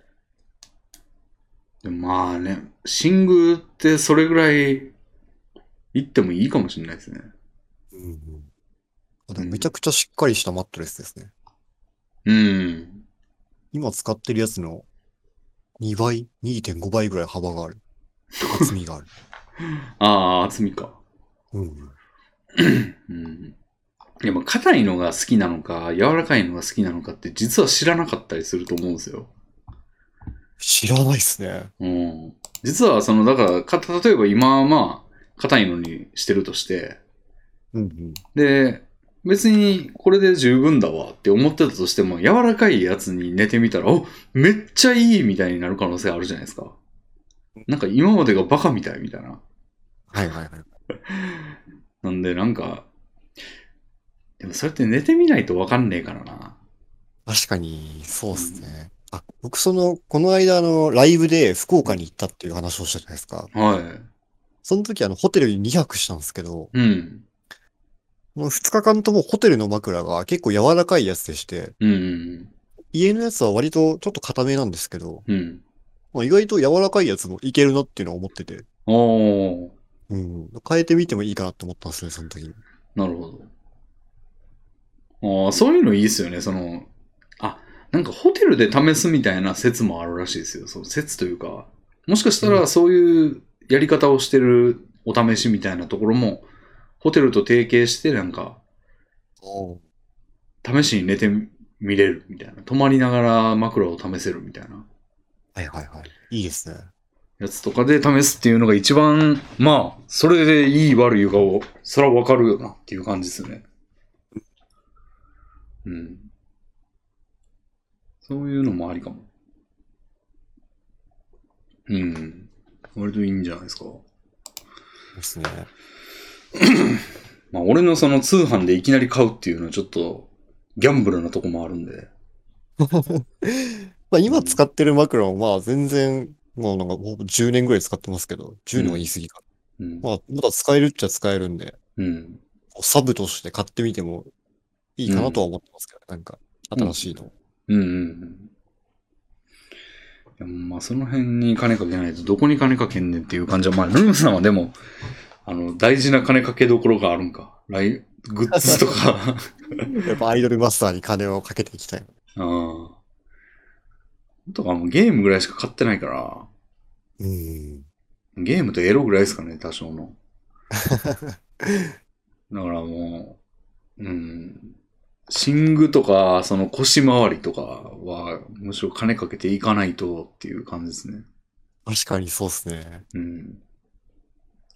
でもまあね、新宮ってそれぐらい行ってもいいかもしれないですね。
うんうんあでもめちゃくちゃしっかりしたマットレスですね。
うん。
今使ってるやつの2倍、2.5倍ぐらい幅がある。厚みがある。
ああ、厚みか。
うんうん。
うん。でも硬いのが好きなのか、柔らかいのが好きなのかって実は知らなかったりすると思うんですよ。
知らないっすね。
うん。実はその、だから、か例えば今はまあ、硬いのにしてるとして、
うんうん。
で、別にこれで十分だわって思ってたとしても、柔らかいやつに寝てみたら、おめっちゃいいみたいになる可能性あるじゃないですか。なんか今までがバカみたいみたいな。
はいはいはい。
なんでなんか、でもそれって寝てみないとわかんねえからな。
確かに、そうっすね。あ、僕その、この間あの、ライブで福岡に行ったっていう話をしたじゃないですか。
は
その時あの、ホテルに2泊したんですけど、
い。うん。
もう2日間ともホテルの枕が結構柔らかいやつでして、
うんうん
家のやつは割とちょっと硬めなんですけど、
うん。うん。
まあ、意外と柔らかいやつもいけるなっていうのを思ってて、
おー。
うん。変えてみてもいいかなって思ったんですね、その時に。
なるほど。ああ、そういうのいいですよね。その、あ、なんかホテルで試すみたいな説もあるらしいですよ。その説というか、もしかした
う
らそういうやり方をしてるお試しみたいなところも、ホテルと提携してなんか、試しに寝てみれるみたいな。泊まりながら枕を試せるみたいな
はいはいはい。いいですね。
やつとかで試すっていうのが一番、まあ、それでいい悪いがを、そらわかるよなっていう感じですね。うん。そういうのもありかも。うん。割といいんじゃないですか。
ですね。
まあ、俺のその通販でいきなり買うっていうのはちょっと、ギャンブルなとこもあるんで。
まあ今使ってる枕もまあ全然、もうなんかほぼ10年ぐらい使ってますけど、10年は言い過ぎか。
うん。
まあまだ使えるっちゃ使えるんで、
うん。
サブとして買ってみてもいいかなとは思ってますけど、なんか、新しいの。
うんうんうん。いやまあ、その辺に金かけないと、どこに金かけんねんっていう感じは、まあ、ルームさんはでも、あの、大事な金かけどころがあるんか。来、グッズとか。
やっぱアイドルマスターに金をかけていきたい。
ああ。とかもうゲームぐらいしか買ってないから、
うん。
ゲームとエロぐらいですかね、多少の。だからもう、うん。寝具とか、その腰回りとかは、むしろ金かけていかないとっていう感じですね。
確かにそうっすね。
うん。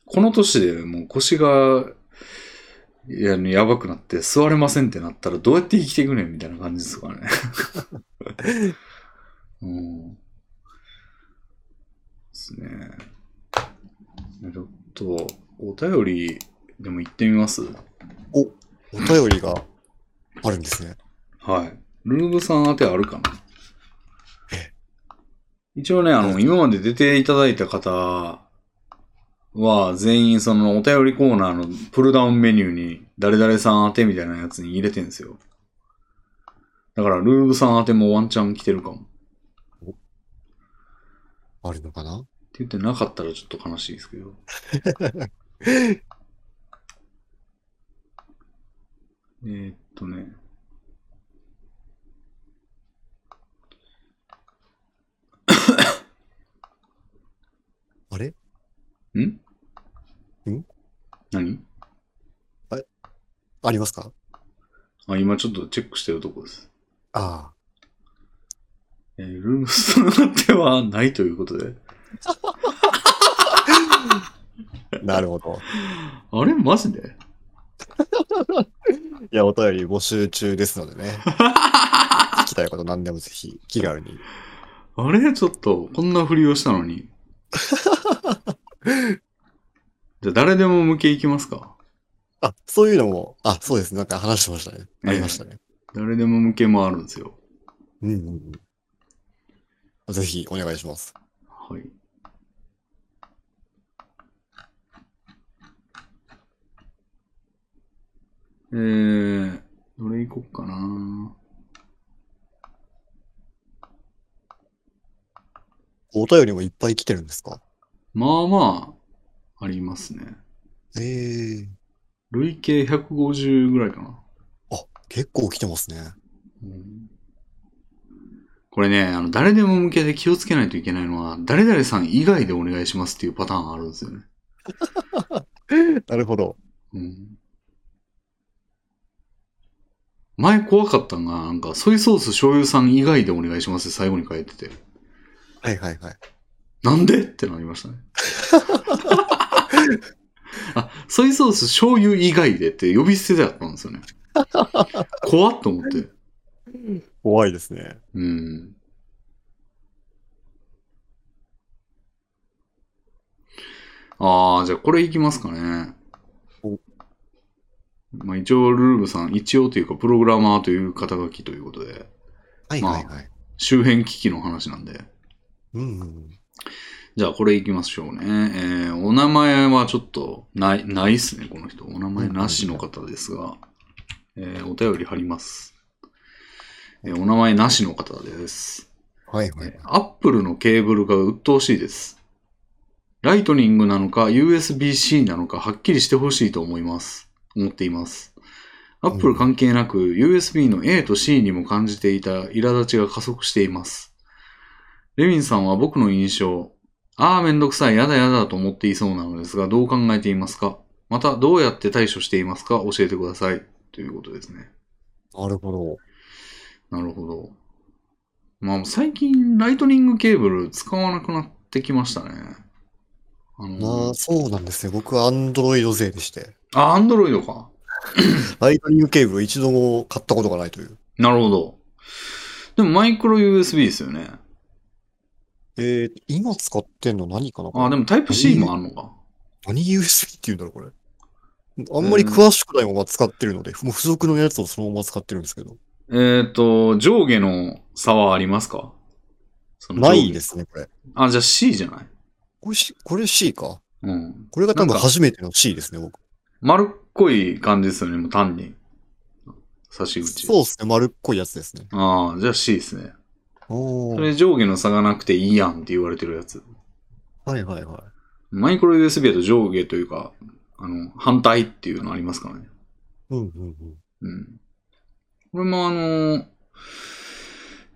この年でもう腰が、いや、やばくなって座れませんってなったらどうやって生きていくねんみたいな感じですからね。うん。ですね。ちょっと、お便りでも行ってみます
お便りがあるんですね。
はい。ルーブさん当てあるかな一応ね、あの、今まで出ていただいた方は、全員そのお便りコーナーのプルダウンメニューに、誰々さん当てみたいなやつに入れてんですよ。だから、ルーブさん当てもワンチャン来てるかも。って
あるのかな
言ってなかったらちょっと悲しいですけ ど。えーっとね。
あれ
ん
ん
何
ありますか
あ、今ちょっとチェックしてるとこです。
あ
えールームスの手はないということで。
あ。なるほど。
あれマジで
いや、お便り募集中ですので ね。聞きたいこと何でもぜひ気軽に。
あれちょっと、こんなふりをしたのに。じゃあ、誰でも向けいきますか。
あ、そういうのも、あ、そうですね。なんか話してましたね。ありましたね。
誰でも向けもあるんですよ。
うんうんうん。ぜひお願いします。
はい。えー、どれいこっかな
お便りもいっぱい来てるんですか
まあまあ、ありますね。
ええ
累計150ぐらいかな。
結構来てますね。
うんこれね、あの、誰でも向けて気をつけないといけないのは、誰々さん以外でお願いしますっていうパターンあるんですよね。
なるほど。
うん。前怖かったんが、なんか、ソイソース醤油さん以外でお願いしますって最後に書いてて、
はいはいはい。
なんでってなりましたね。あ、ソイソース醤油以外でって呼び捨てだったんですよね。怖っと思って。
怖いですね。
うん。ああ、じゃあこれいきますかね
お。
まあ一応、ルルブさん、一応というか、プログラマーという肩書きということで、
はいはいはい。
周辺機器の話なんで。
うんうん。
じゃあこれいきましょうね。えー、お名前はちょっと、ない、ないっすね、この人。お名前なしの方ですが、えー、お便り貼ります。えー、お名前なしの方です。
はいはい。
アップルのケーブルが鬱陶しいです。ライトニングなのか USB-C なのかはっきりしてほしいと思います。思っています。アップル関係なく、USB の A と C にも感じていた苛立ちが加速しています。レミンさんは僕の印象、ああめんどくさい、やだやだと思っていそうなのですが、どう考えていますかまた、どうやって対処していますか教えてください。ということですね。
なるほど。
なるほど。まあ、最近、ライトニングケーブル使わなくなってきましたね。あ
ま
の
あ、、そうなんですね。僕はアンドロイド勢でして。
あ、アンドロイドか。
ライトニングケーブル一度も買ったことがないという。
なるほど。でも、マイクロ USB ですよね。
えー、今使ってんの何かな
あ、でも、タイプ C もあるのか。
何 USB って言うんだろう、これ。あんまり詳しくないまま使ってるので、もう付属のやつをそのまま使ってるんですけど。
えっ、と、上下の差はありますかその上下
ないですね、これ。
あ、じゃあ C じゃない。
これ C- これ C か。
うん。
これが多
なん
分
か
初めての C ですね、僕。
丸っこいい感じですよね、もう単に。差し口。
そうですね。丸っこいやつですね。
ああ、じゃあ C ですね。そ
おー。
れ上下の差がなくていいやんって言われてるやつ。
はいはいはい。
マイクロ USB だと上下というか、あの、反対っていうのありますからね。
うんうんうん。
うん。これもあのー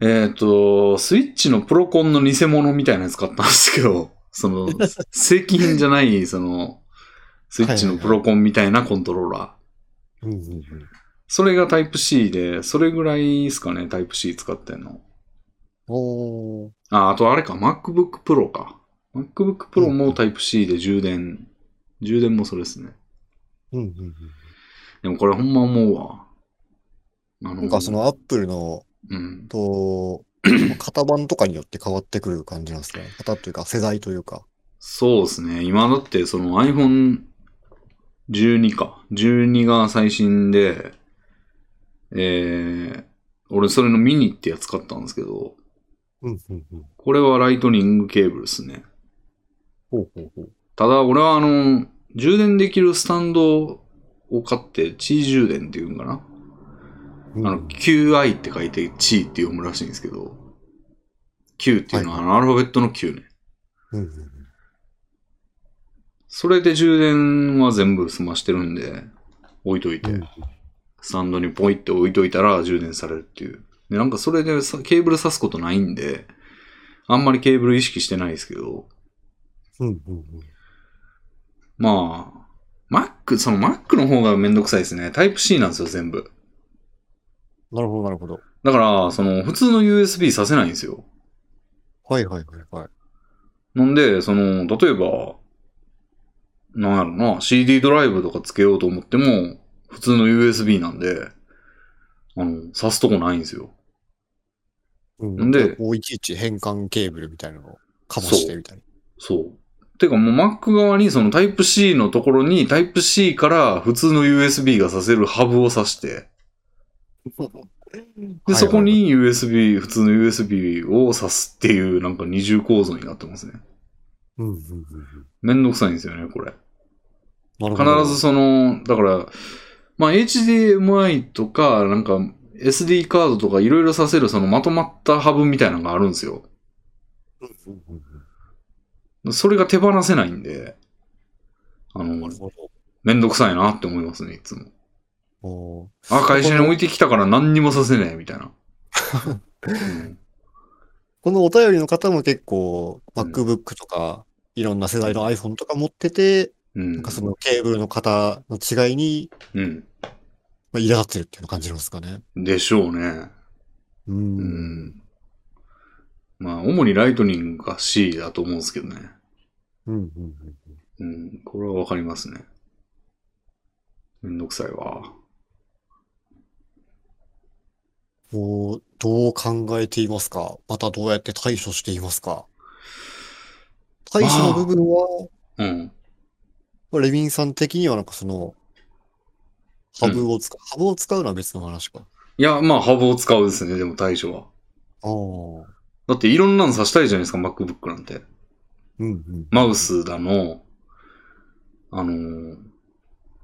えっ、と、スイッチのプロコンの偽物みたいなやつ買ったんですけど、 その、正規品じゃない、その、スイッチのプロコンみたいなコントローラー。
うんうんうん。
それがタイプ C で、それぐらいですかね、タイプ C 使ってんの。
おー。
あ、あとあれか、MacBook Pro か。MacBook Pro もタイプ C で充電、充電もそれですね。
うんうんうん。
でもこれほんま思うわ。あの
なんかそのアップルの、
うん。
と、型番とかによって変わってくる感じなんですね。型というか世代というか。
そうですね。今だってその iPhone12 か。12が最新で、えー、俺それのミニってやつ買ったんですけど、
うんうんうん。
これはライトニングケーブルですね。
ほうほうほう。
ただ俺はあの、充電できるスタンドを買って、チー充電っていうんかな。
うん
あの、QI って書いて Q って読むらしいんですけど、Q っていうのはあのアルファベットの Q ね。
うんうんうん
それで充電は全部済ましてるんで、置いといて、
うん
スタンドにポイって置いといたら充電されるっていう。で、なんかそれでさケーブル挿すことないんで、あんまりケーブル意識してないですけど、
うんうんうん。
まあ、Mac、その Mac の方がめんどくさいですね。タイプ C なんですよ、全部。
なるほどなるほど。
だから、その、普通の USB させないんですよ。
はいはいはいはい。
なんで、その、例えば、なんやろな、CD ドライブとかつけようと思っても、普通の USB なんで、あの、挿すとこないんですよ。
うん
で
こういちいち変換ケーブルみたいなのをかましてみたいな。
そう。てかもう Mac 側にそのタイプ C のところにタイプ C から普通の USB がさせるハブを挿して、で、そこに USB、普通の USB を挿すっていうなんか二重構造になってますね。
うんうんうん
めんどくさいんですよね、これ。
うん。なるほど。
必ずその、だから、まあ HDMI とか、なんか SD カードとかいろいろさせるそのまとまったハブみたいなのがあるんですよ。
うんうん
それが手放せないんで、あ
うん。
の
なる、ほど。
めんどくさいなって思いますね、いつも。
おー
あ、会社に置いてきたから何にもさせないみたい な。うん
このお便りの方も結構
うん
MacBook とかいろんな世代の iPhone とか持ってて、
うん。
なんかそのケーブルの型の違いに
うん。
まあ苛立ってるっていうのを感じるんですかね。
でしょうね。
う。
うんん。まあ、主にライトニングが C だと思うんですけどね。
うんうんうん
うん。これはわかりますね。めんどくさいわ。
もう、どう考えていますかまたどうやって対処していますか対処の部分は、
うん。
まあレビンさん的にはなんかその、ハブを使う、ハブを使うのは別の話か。
いや、まあ、ハブを使うですね、でも対処は。
ああ。うん
だっていろんなの挿したいじゃないですか、MacBook なんて。
うん。
マウスだの、あのー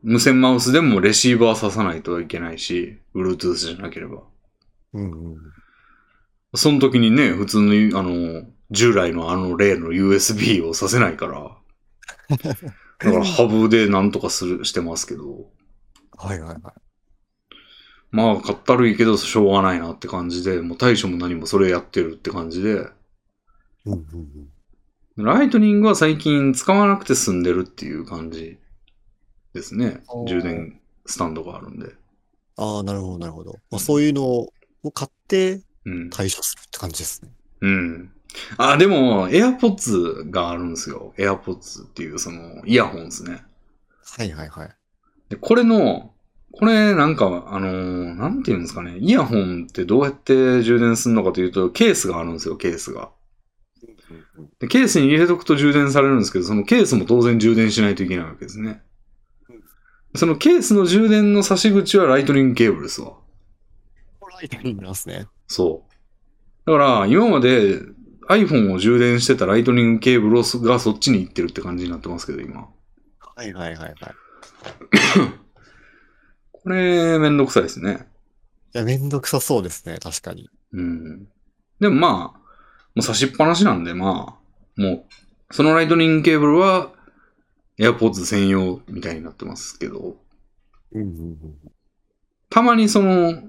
無線マウスでもレシーバー挿さないといけないし、Bluetooth じゃなければ。
うんうん。
その時にね、普通の、あのー従来のあの例の USB を挿せないから、だからハブでなんとかする、してますけど、
はいはいは
まあ、かったるいけど、しょうがないなって感じで、もう対処も何もそれやってるって感じで、
い。うんうんうん。
ライトニングは最近使わなくて済んでるっていう感じですね
お。ー
充電スタンドがあるんで。
ああ、なるほどなるほど。まあそういうのを買って
うん。
対処するって感じですね。
うん。あ、でも、AirPods があるんですよ。AirPods っていう、その、イヤホンですね。
はいはいはい。
で、これの、これなんか、あのーなんていうんですかね。イヤホンってどうやって充電するのかというと、ケースがあるんですよ、ケースが。で、ケースに入れとくと充電されるんですけど、そのケースも当然充電しないといけないわけですね
うん。
そのケースの充電の差し口はライトニングケーブルですわ。
これライトニングなんですね。
そう。だから、今まで iPhone を充電してたライトニングケーブルをそがそっちに行ってるって感じになってますけど、今。
はいはいはいはい。
これ、めんどくさいですね。
や、めんどくさそうですね、確かに。
うん。でもまあ、もう差しっぱなしなんで、まあ、もう、そのライトニングケーブルは、AirPods 専用みたいになってますけど、
うんうんうん。
たまにその、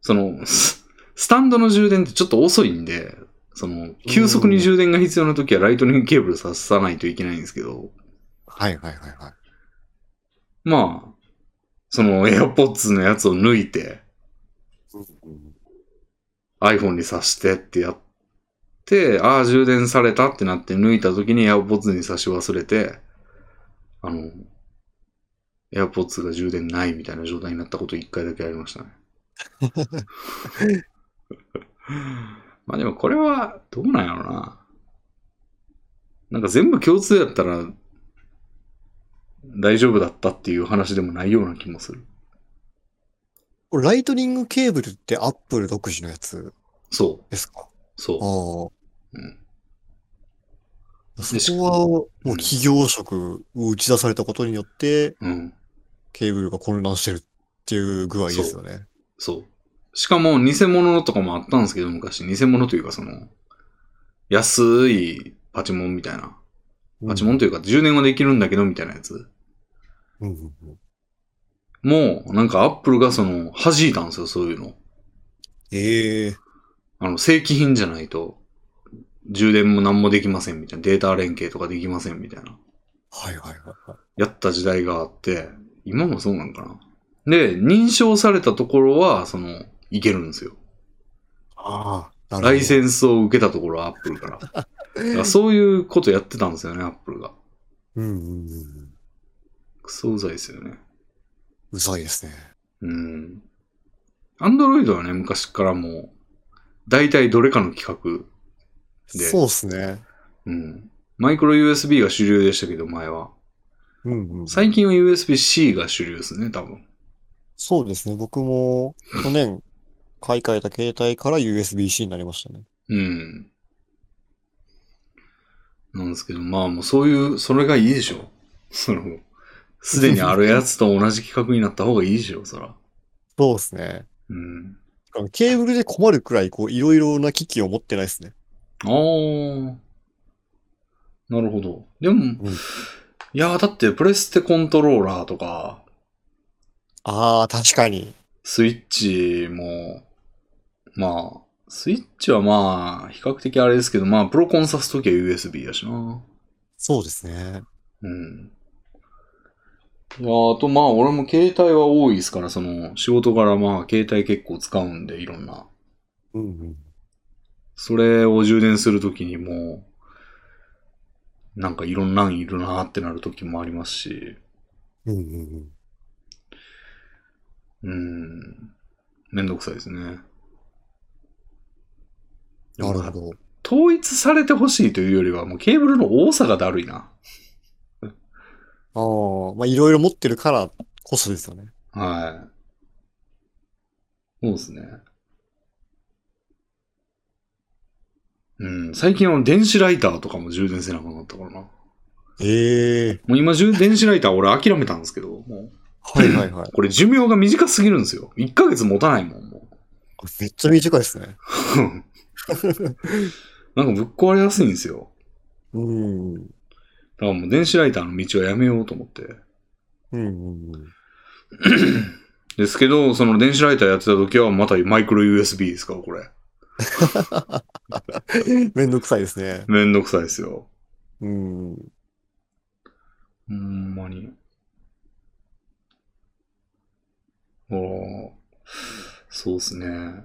その、ススタンドの充電ってちょっと遅いんで、その、急速に充電が必要な時はライトニングケーブルささないといけないんですけど、
はいはいはいはい。
まあ、その AirPods のやつを抜いて、
うんうん
iPhone に挿してってやって、ああ、充電されたってなって抜いた時に AirPods に挿し忘れて、あの、AirPods が充電ないみたいな状態になったこと一回だけありましたね。まあでもこれはどうなんやろな。なんか全部共通やったら大丈夫だったっていう話でもないような気もする。
これライトニングケーブルってアップル独自のやつ
そ
ですか
う、そう
ああ。。
うんで
そこは、もう企業色を打ち出されたことによって、
うん。
ケーブルが混乱してるっていう具合ですよね。
そう。しかも、偽物とかもあったんですけど、昔。偽物というか、その、安いパチモンみたいな。パチモンというか、充電はできるんだけど、みたいなやつ。
うんうんうん
もう、なんか、アップルがその、弾いたんですよ、そういうの。
ええ
あの、正規品じゃないと、充電も何もできません、みたいな。データ連携とかできません、みたいな。
はいはいはいはい。
やった時代があって、今もそうなんかな。で、認証されたところは、その、いけるんですよ。
ああ、
ライセ
ン
ンスを受けたところはアップルから。だからそういうことやってたんですよね、アップルが。
うんうんうんうん。
クソうざいですよね。
うざいですね。
うん。アンドロイドはね、昔からもう、大体どれかの企で
そうですね。
画。うん。マイクロ USB が主流でしたけど、前は。
うんうん。
最近は USB-C が主流ですね、多分。
そうですね。僕も、去年、買い替えた携帯から USB-C になりましたね。
うん。なんですけど、まあもうそういう、それがいいでしょ。その、すでにあるやつと同じ企画になった方がいいでしょ、そら。
そうですね。
うん。
ケーブルで困るくらい、こう、いろいろな機器を持ってないですね。
ああ。なるほど。でも、いやー、だってプレステコントローラーとか、
ああ、確かに。
スイッチも、まあ、スイッチはまあ、比較的あれですけど、まあ、プロコンさすときは USB やしな。
そうですね。
うん。いやーあとまあ、俺も携帯は多いですから、その、仕事柄まあ、携帯結構使うんで、いろんな。
うんうん。
それを充電するときにもう、なんかいろんなんいるなーってなるときもありますし、
うんうん
う
うん。
ん。めんどくさいですね。
なるほど。
統一されてほしいというよりは、もうケーブルの多さがだるいな。
ああ、まあいろいろ持ってるからこそですよね。
はい。そうですね。うん、最近は電子ライターとかも充電せなくなったからな。も
ええ
う今、充電子ライター俺諦めたんですけど、もう
はいはいはい。
これ寿命が短すぎるんですよ。1ヶ月持たないもん、もう。
めっちゃ短いですね。
なんかぶっ壊れやすいんですよ。
うん。うん
だからもう電子ライターの道はやめようと思って。
うんうん。
ですけど、その電子ライターやってた時はまたマイクロ USB ですから、これ。
めんどくさいですね。
めんどくさいですよ。
うん。
ほんまに。もう、そうですね。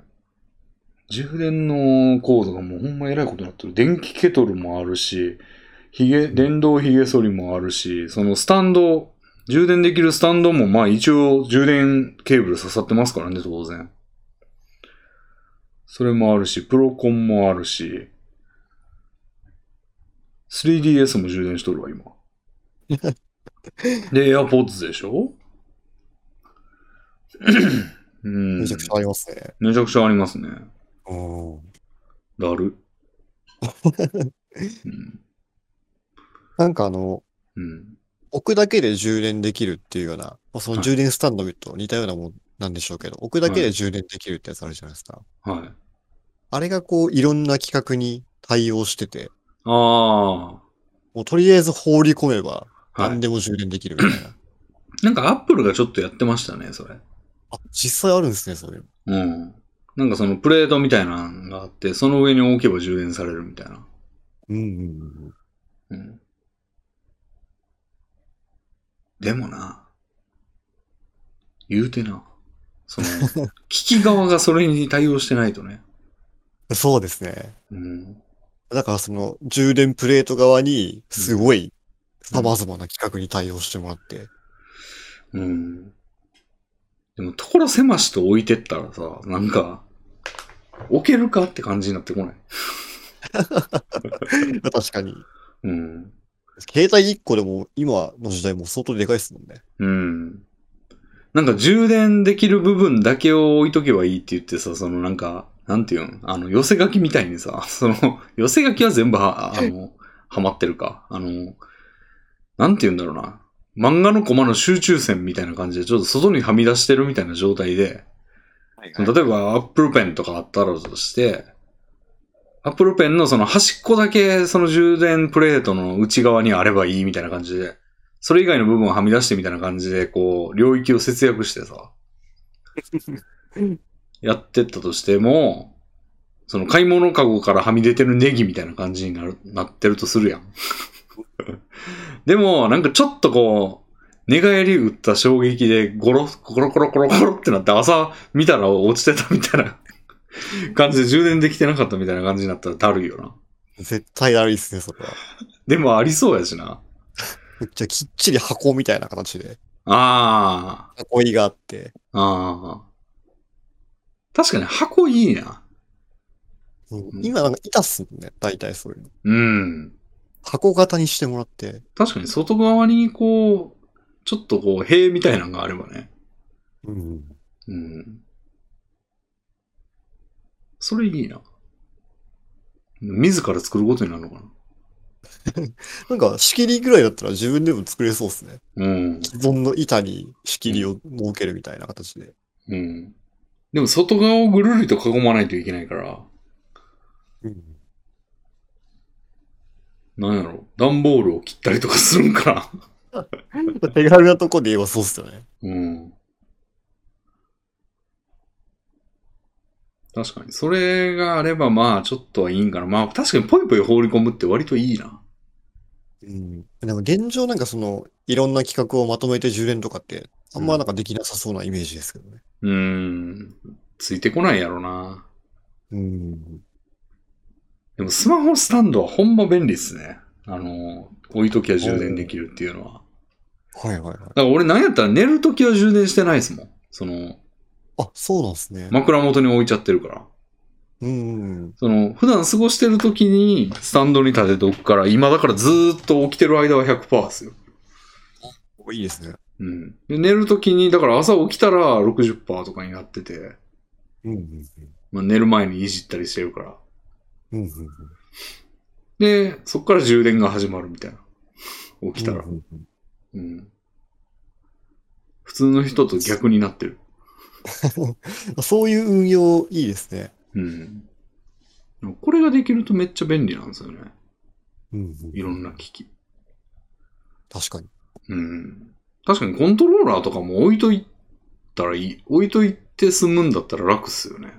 充電のコードがもうほんま偉いことになってる。電気ケトルもあるし、ひげ、電動ひげ剃りもあるし、そのスタンド、充電できるスタンドもまあ一応充電ケーブル刺さってますからね、当然。それもあるし、プロコンもあるし、3DS も充電しとるわ、 今。で、AirPods でしょ うん。
めちゃくちゃありますね。
めちゃくちゃありますね。
うん。
だる。うん。
なんかあの、
うん。
置くだけで充電できるっていうような、まあその充電スタンドと似たようなもんなんでしょうけど、置くだけで充電できるってやつあるじゃないですか。
はい。
あれがこう、いろんな企画に対応してて、
あ
もうとりあえず放り込めば、
あ。はい
何。でも充電できるみたい な。
なんかアップルがちょっとやってましたね、それ。
あ、実際あるんですね、それ。
うん。なんかそのプレートみたいなのがあって、その上に置けば充電されるみたいな。
うんうんうんうん。
うん。でもな、言うてな、その、聞き側がそれに対応してないとね。
そうですね。
うん。
だからその、充電プレート側に、すごい、様々な企画に対応してもらって。
うん。でも、所狭しと置いてったらさ、なんか、置けるかって感じになってこない。
確かに。
うん。
携帯1個でも、今の時代も相当でかいですもんね。
うん。なんか充電できる部分だけを置いとけばいいって言ってさ、そのなんか、なんていうん、あの、寄せ書きみたいにさ、 その、寄せ書きは全部は、あの、はまってるか。あの、なんて言うんだろうな。漫画のコマの集中線みたいな感じで、ちょっと外にはみ出してるみたいな状態で、例えば Apple Pen とかあったらとして、Apple Pen のその端っこだけその充電プレートの内側にあればいいみたいな感じで、それ以外の部分をはみ出してみたいな感じで、こう、領域を節約してさ、やってったとしても、その買い物カゴからはみ出てるネギみたいな感じになるなってるとするやん。 でも、なんかちょっとこう、寝返り打った衝撃でゴロ、ゴロゴロゴロゴロってなって朝見たら落ちてたみたいな感じで充電できてなかったみたいな感じになったらだるいよな。
絶対ありですね、それは。
でもありそうやしな。
めっちゃきっちり箱みたいな形で、
ああ、
囲いがあって、
ああ。確かに箱いいな。ん
今なんか板っすもんね、大体そういうの。
うん。
箱型にしてもらって、
確かに外側にこう、ちょっとこう、塀みたいなのがあればね。うん。それいいな。自ら作ることになるのか
なんか仕切りぐらいだったら自分でも作れそうですね。
な。うん。
既存の板に仕切りを設けるみたいな形で。
うん。でも外側をぐるりと囲まないといけないから、なんやろ。段ボールを切ったりとかするんかな。
手軽なとこで言えばそうっすよね。
うん。確かに。それがあれば、まあ、ちょっとはいいんかな。まあ、確かに、ぽいぽい放り込むって割といいな。
でも現状なんかその、いろんな企画をまとめて充電とかって、あんまなんかできなさそうなイメージですけどね。
うーん。ついてこないやろな。
うん。
でも、スマホスタンドはほんま便利っすね。あの、置いときは充電できるっていうのは。
はいはいはい。
だから俺、なんやったら寝るときは充電してないですもん。その、
あ、そうなんですね。
枕元に置いちゃってるから。
うん。
その、普段過ごしてるときに、スタンドに立てておくから、今だからずーっと起きてる間は100%っすよ。
いいですね。
うん。で寝るときに、だから朝起きたら60%とかになってて、
うん。
まあ、寝る前にいじったりしてるから。
うん。
で、そっから充電が始まるみたいな。起きたら。うん。普通の人と逆になってる。
そういう運用いいですね。
うん。でもこれができるとめっちゃ便利なんですよね。
うん
いろんな機器。
確かに。
うん。確かにコントローラーとかも置いといたらいい。置いといて済むんだったら楽っすよね。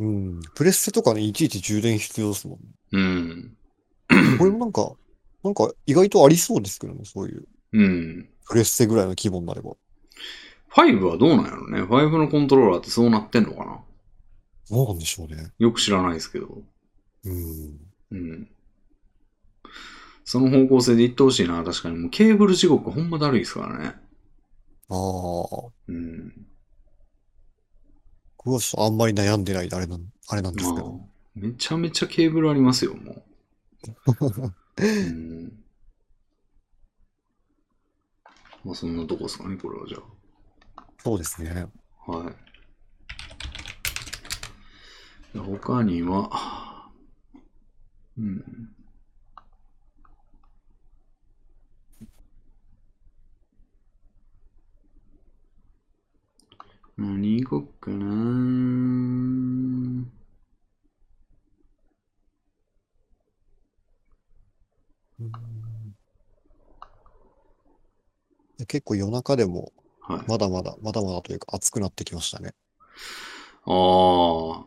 うん。プレステとかね、いちいち充電必要ですもん。
うん。
これもなんか、なんか意外とありそうですけどね、そういう。
うん。
プレステぐらいの規模になれば。
5はどうなんやろね。5のコントローラーってそうなってんのかな
どうなんでしょうね。
よく知らないですけど。
うん。
うん。その方向性でいってほしいな。確かにもうケーブル地獄ほんまだるいですからね。
ああ。
うん。
僕はちょっとあんまり悩んでないあれなん、あれなんです
ま
け
あ
ど。、
めちゃめちゃケーブルありますよ、もう。うん。まあそんなとこですかね、これはじゃ
そうですね。
あ。はい。で他には、うん。こっかな。
で結構夜中でも、
はい。あ
まだまだ、まだまだというか、暑くなってきましたね。
あー。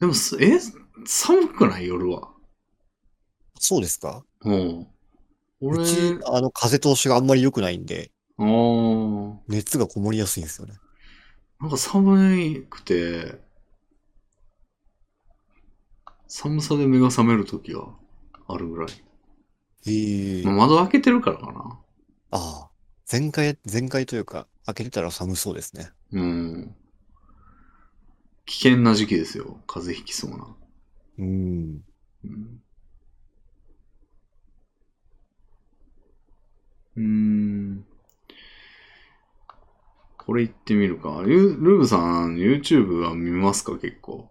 でもす、え寒くない夜は。
そうですか
うん。俺、
うち
あ、
あの、風通しがあんまり良くないんで、
あー。
熱がこもりやすいんですよね。
なんか寒くて、寒さで目が覚めるときがあるぐらい。
ええ
まあ、窓開けてるからかな。
ああ。全開、全開というか、開けてたら寒そうですね。
うん。危険な時期ですよ。風邪ひきそうな。
うん。
うん。うーん。これ言ってみるか。ゆルーブさん、YouTube は見ますか結構。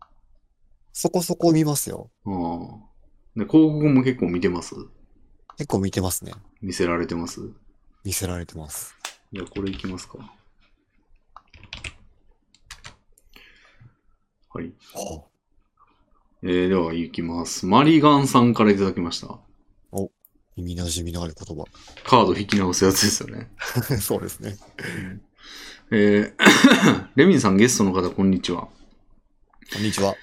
そこそこ見ますよ。
ああ。で、広告も結構見てます
結構見てますね。
見せられてます
見せられてます。
じゃあこれいきますか。はい。
ほ
えー、では行きます。マリガンさんからいただきました。
う耳馴染みのある言葉。
カード引き直すやつですよね。
そうですね。
えー、 レミンさんゲストの方、こんにちは。
こんにちは。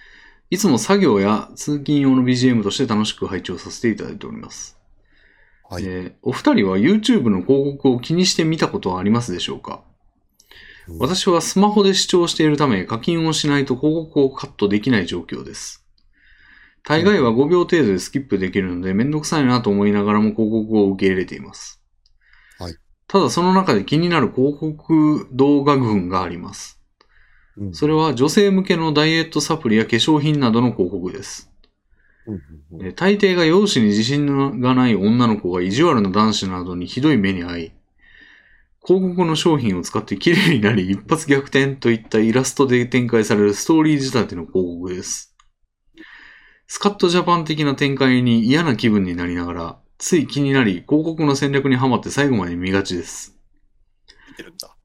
いつも作業や通勤用の BGM として楽しく拝聴させていただいております。
はい
えーお二人は YouTube の広告を気にして見たことはありますでしょうか
うん
私はスマホで視聴しているため課金をしないと広告をカットできない状況です。大概は5秒程度でスキップできるのでめんどくさいなと思いながらも広告を受け入れています。
はい
ただその中で気になる広告動画群があります。
うん
それは女性向けのダイエットサプリや化粧品などの広告です。
うんうんうん
えー大抵が容姿に自信がない女の子が意地悪な男子などにひどい目に遭い、広告の商品を使って綺麗になり一発逆転といったイラストで展開されるストーリー仕立ての広告です。スカットジャパン的な展開に嫌な気分になりながら、つい気になり広告の戦略にはまって最後まで見がちです。
見てるんだ。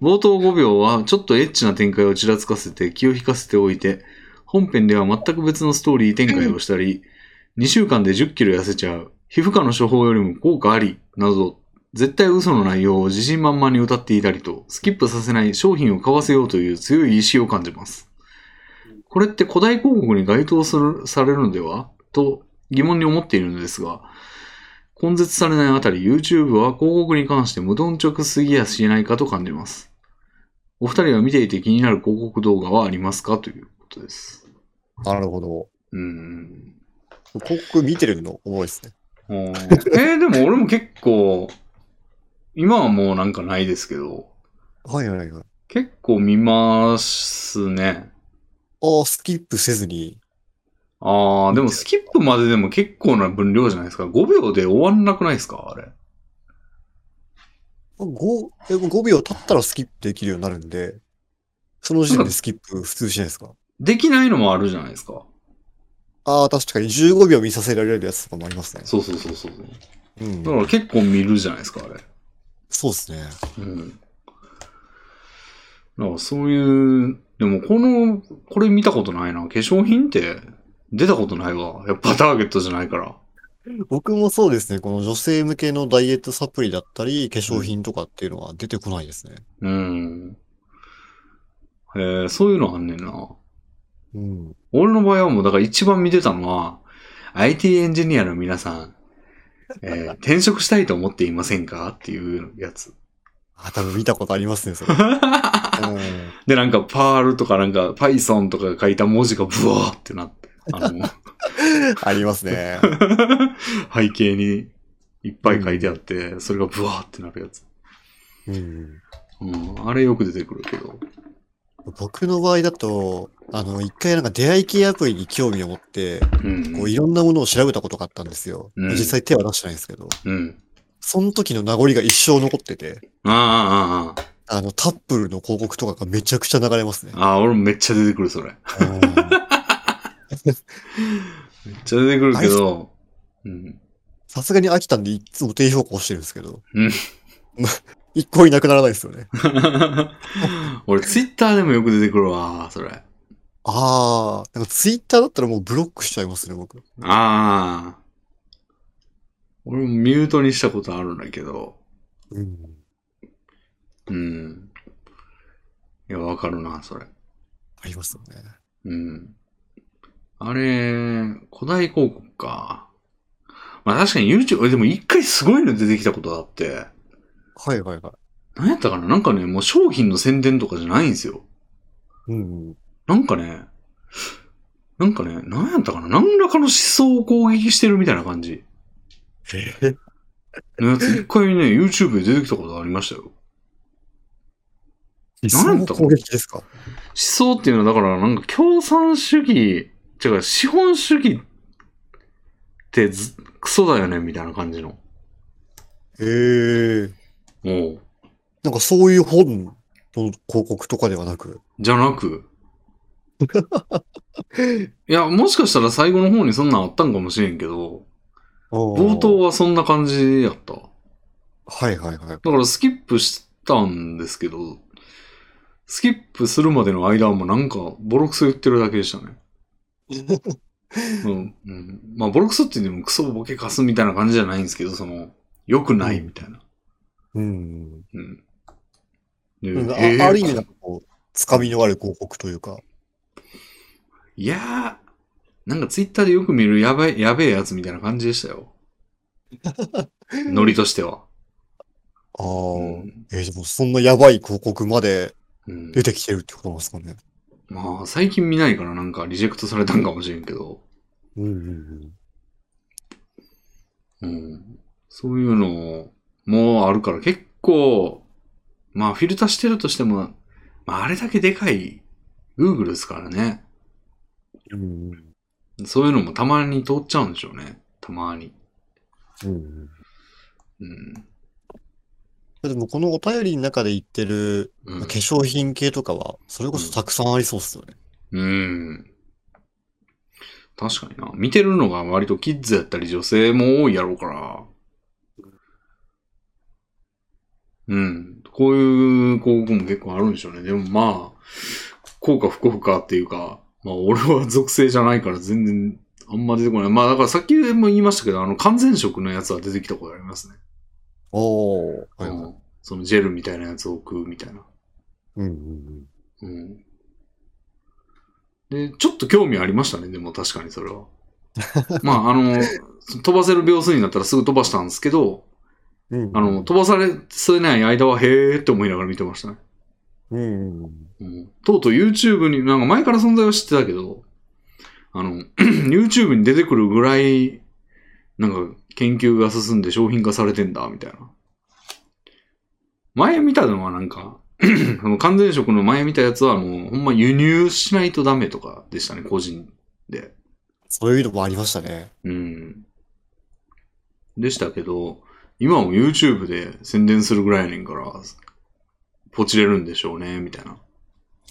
冒頭5秒はちょっとエッチな展開をちらつかせて気を引かせておいて、本編では全く別のストーリー展開をしたり、2週間で1 0キロ痩せちゃう、皮膚科の処方よりも効果あり、など、絶対嘘の内容を自信満々に歌っていたりと、スキップさせない商品を買わせようという強い意志を感じます。これって古代広告に該当するされるのではと疑問に思っているのですが、根絶されないあたり YouTube は広告に関して無頓着すぎやしないかと感じます。お二人は見ていて気になる広告動画はありますかということです。
なるほど。
うーん。
広告見てるのおもろいですね。
おーえーでも俺も結構、今はもうなんかないですけど、
はいはいはい。ああ、
結構見ますね。
スキップせずに。
あー、でもスキップまででも結構な分量じゃないですか。5秒で終わんなくないですかあれ。
5, 5秒経ったらスキップできるようになるんで、その時点でスキップ普通しないですか
できないのもあるじゃないですか。
ああ、確かに15秒見させられるやつとかもありますね。
そうそうそうそう。
うん
だ。から結構見るじゃないですか、あれ。
そうですね。
うん。なんかそういう、でもこの、これ見たことないな。化粧品って出たことないわ。やっぱターゲットじゃないから。
僕もそうですね。この女性向けのダイエットサプリだったり、化粧品とかっていうのは出てこないですね。
うん。えー、そういうのあんねんな。
うん。
俺の場合はもうだから一番見てたのは、IT エンジニアの皆さん、えー転職したいと思っていませんかっていうやつ。
あ、多分見たことありますね、 それ。うん
で、なんか、パールとか、なんか、Python とかが書いた文字がブワーってなって、あの、
ありますね。
背景にいっぱい書いてあって、それがブワーってなるやつ。
うん。
うん、あれよく出てくるけど。
僕の場合だと、あの、一回なんか出会い系アプリに興味を持って、
うん。
こういろんなものを調べたことがあったんですよ。
うん
実際手は出してないんですけど。
うん。
その時の名残が一生残ってて、
ああ、あ
あの、タップルの広告とかがめちゃくちゃ流れますね
あ、。ああ、ああ、俺もめっちゃ出てくる、それ。
うん
めっちゃ出てくるけど、うん。
さすがに飽きたんでいっつも低評価をしてるんですけど。
うん
一個いなくならないですよね。
俺、ツイッターでもよく出てくるわ、それ。あ
ああ、なんかツイッターだったらもうブロックしちゃいますね、僕。
あ。俺もミュートにしたことあるんだけど。
うん。
うん。いや、わかるな、それ。
ありますよね。
うん。あれ、古代広告か。まあ確かに YouTube、でも一回すごいの出てきたことがあって、
はいはいはい。
何やったかななんかね、もう商品の宣伝とかじゃないんですよ。
うん。
なんかね、なんかね、何やったかな何らかの思想を攻撃してるみたいな感じ
え
のやつ、一回ね、YouTube で出てきたことありましたよ。思
え
なんと
攻撃ですか
想っていうのは、だからなんか共産主義、違う、資本主義ってずクソだよねみたいな感じの。
ええ
もう、
なんかそういう本の広告とかではなく。
じゃな く。いや、もしかしたら最後の方にそんなんあったんかもしれんけど、冒
冒
頭はそんな感じやった。だか
はいはいはい。
らスキップしたんですけど、スキップするまでの間はもうなんかボロクソ言ってるだけでした ね。うんうん、まあボロクソって言ってもクソボケカスみたいな感じじゃないんですけど、その、良くないみたいな。
うん。
うん。で
うんあ
えー
ある意味なんかこう、つかみのある広告というか。
いやー、なんかツイッターでよく見るやばい、やべえやつみたいな感じでしたよ。ノリとしては。
ああ、
うん
えーでもそんなやばい広告まで
うん
出てきてるってことなんですかね。
まあ、最近見ないからなんかリジェクトされたんかもしれんけど、
うんうん
うん、そういうのもあるから結構、まあ、フィルターしてるとしても、まあ、あれだけでかい Google ですからね。
うん。うんうん
そういうのもたまに通っちゃうんでしょうね。たまに。
うんうん
うん。
でもこのお便りの中で言ってる
う
まあ
ん
化。粧品系とかは、それこそたくさんありそうっすよね。
うん。確かにな。見てるのが割とキッズやったり女性も多いやろうから。うん。こういう広告も結構あるんでしょうね。でもまあ、効果不効果っていうか、まあ俺は属性じゃないから全然あんま出てこない。まあだからさっきも言いましたけど、あの完全食のやつは出てきたことありますね。
おー。はいはい
うんそのジェルみたいなやつを置くみたいな。
うんうん
うん。で、ちょっと興味ありましたね、でも確かにそれは。まあ、あの、飛ばせる秒数になったらすぐ飛ばしたんですけど、
うんうん
あの、飛ばされ、せない間は、へーって思いながら見てましたね。
うんうんうん
うん、とうとう YouTube に、なんか前から存在は知ってたけど、あの、YouTube に出てくるぐらい、なんか研究が進んで商品化されてんだ、みたいな。前見たのはなんか、 その完全食の前見たやつはもうほんま輸入しないとダメとかでしたね、個人で。
そういうのもありましたね。
うん。でしたけど、今も YouTube で宣伝するぐらいやねんから、ポチれるんでしょうね、みたいな。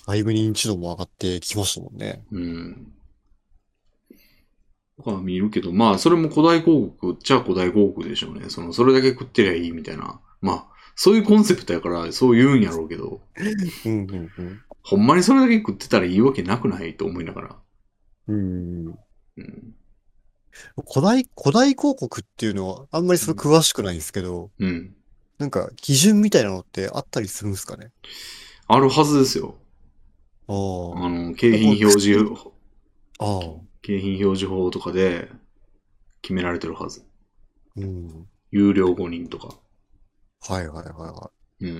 だいぶ認知度も上がってきましたもんね。
うん。とか見るけど、まあ、それも古代広告っちゃ古代広告でしょうね。その、それだけ食ってりゃいいみたいな。まあ、そういうコンセプトやから、そう言うんやろうけど、
うんうんうん
ほんまにそれだけ食ってたらいいわけなくないと思いながら。
うんうん。
うん。
古代、古代広告っていうのは、あんまりそれ詳しくないんですけど、
うん。
なんか基準みたいなのってあったりするんですかね。
あるはずですよ。
ああ、
あの、景品表示、
ああ、
景品表示法とかで決められてるはず。
うん。
有料5人とか。
はいはいはいは
うん。
い。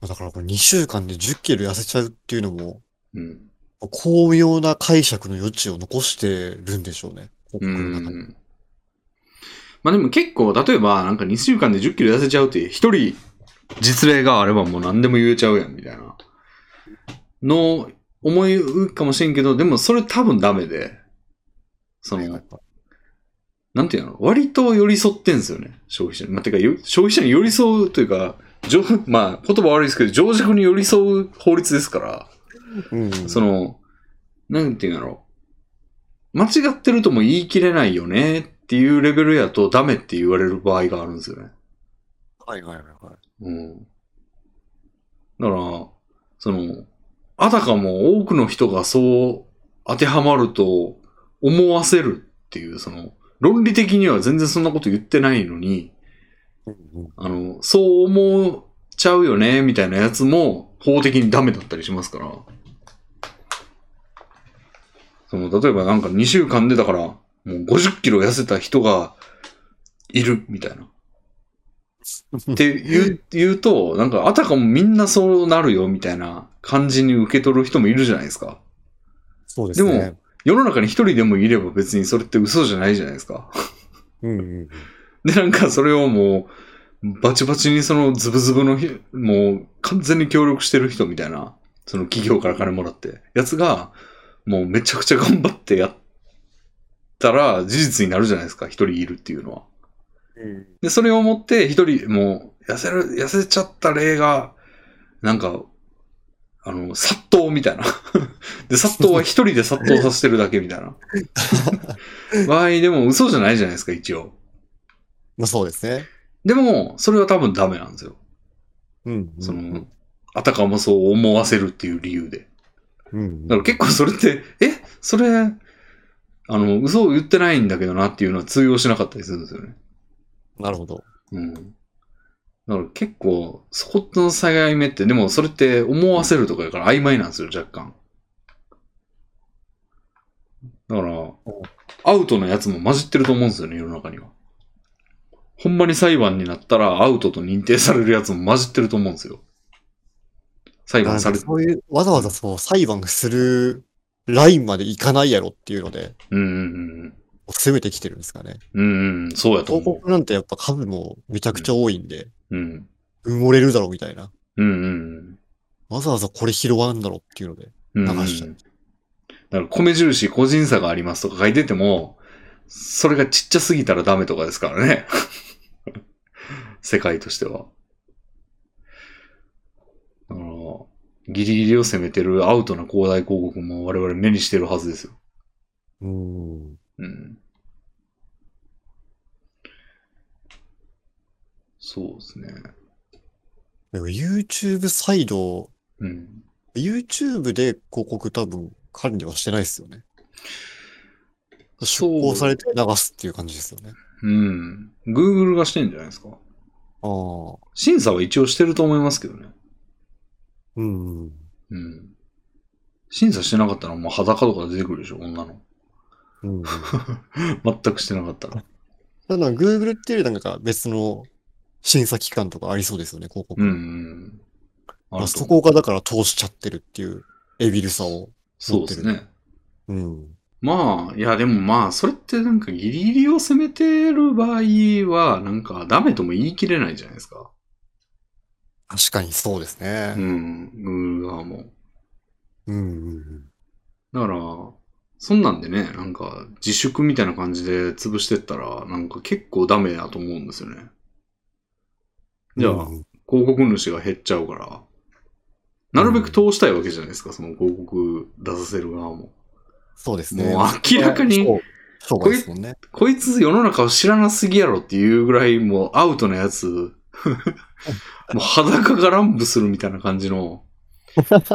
だからこれ2週間で10キロ痩せちゃうっていうのも、
うん。
巧妙な解釈の余地を残してるんでしょうね。広告の中に。
んまあでも結構、例えばなんか2週間で10キロ痩せちゃうって、一人実例があればもう何でも言えちゃうやんみたいなの思い浮くかもしれんけど、でもそれ多分ダメで、そ
はい
の
はい、はい
なんていうの、割と寄り添ってんすよね、消費者に。まあ、てか、よ消費者に寄り添うというか、じょ まあ言葉悪いですけど、情弱に寄り添う法律ですから、
うん。
その、なんていうんだろう。間違ってるとも言い切れないよねっていうレベルやとダメって言われる場合があるんですよね。
はいはいはいはい。
うん。だから、その、あたかも多くの人がそう当てはまると思わせるっていう、その、論理的には全然そんなこと言ってないのに、
うんうん
あの、そう思っちゃうよね、みたいなやつも法的にダメだったりしますから。その、例えばなんか2週間でだから、もう50キロ痩せた人がいる、みたいな。って言う言うと、なんかあたかもみんなそうなるよ、みたいな感じに受け取る人もいるじゃないですか。
そうですね。
世の中に一人でもいれば別にそれって嘘じゃないじゃないですか。
うんうん
で、なんかそれをもう、バチバチにそのズブズブのひ、もう完全に協力してる人みたいな、その企業から金もらって、やつが、もうめちゃくちゃ頑張ってやったら事実になるじゃないですか、一人いるっていうのは。
うん。
で、それをもって一人、もう、痩せる、痩せちゃった例が、なんか、あの、殺到みたいな。 で、殺到は一人で殺到させてるだけみたいな。場合でも嘘じゃないじゃないですか、一応。
まあそうですね。
でも、それは多分ダメなんですよ。
うんうんうん。
その、あたかもそう思わせるっていう理由で。
うんうん
だから結構それって、 えそれ、あの、嘘を言ってないんだけどなっていうのは通用しなかったりするんですよね。
なるほど。
うん。だから結構、そこの境目って、でもそれって思わせるとかやから曖昧なんですよ、若干。だから、アウトのやつも混じってると思うんですよね、世の中には。ほんまに裁判になったらアウトと認定されるやつも混じってると思うんですよ。裁
な
判
ん
さ
か
れて
そういう、わざわざその裁判するラインまでいかないやろっていうので、
うんうん
攻めてきてるんですかね。
うん。うんうん、そうやと
東
思
北なんてやっぱ株もめちゃくちゃ多いんで、
う。うん。
埋もれるだろうみたいな。
うんうん
わざわざこれ拾わんだろうっていうので。
うん。
流しちゃう
うんうんだから米印個人差がありますとか書いてても、それがちっちゃすぎたらダメとかですからね。 世界としては。あの、ギリギリを攻めてるアウトな広大広告も我々目にしてるはずですよ。
うーん。
うん。そうですね。
でも YouTube サイド、
うん。
YouTube で広告多分管理はしてないですよね。出
そう
稿されて流すっていう感じですよね。
うん。Google がしてんじゃないですか。
ああ。
審査は一応してると思いますけどね。
うんうん。
うん。審査してなかったらもう裸とか出てくるでしょ、女の。
うんうん。
全くしてなかったら。
ただ、Google っていうよりなんか別の審査機関とかありそうですよね、広告。
うん、うん。あ
まあ、
る
そ
と
こがだから通しちゃってるっていう、エビルさを。
そうですね。
うん。
まあ、いやでもまあ、それってなんかギリギリを攻めてる場合は、なんかダメとも言い切れないじゃないですか。
確かにそうです
う
ね。
ん、Google 側も。
うん。うん
だから、そんなんでね、なんか自粛みたいな感じで潰してったら、なんか結構ダメだと思うんですよね。じゃあ、
うん
広告主が減っちゃうから、なるべく通したいわけじゃないですか、その広告出させる側も。
そうですね。
もう明らかに、
そう。そうかですもんね。
こいつ世の中を知らなすぎやろっていうぐらいもうアウトなやつ、もう裸が乱舞するみたいな感じの、広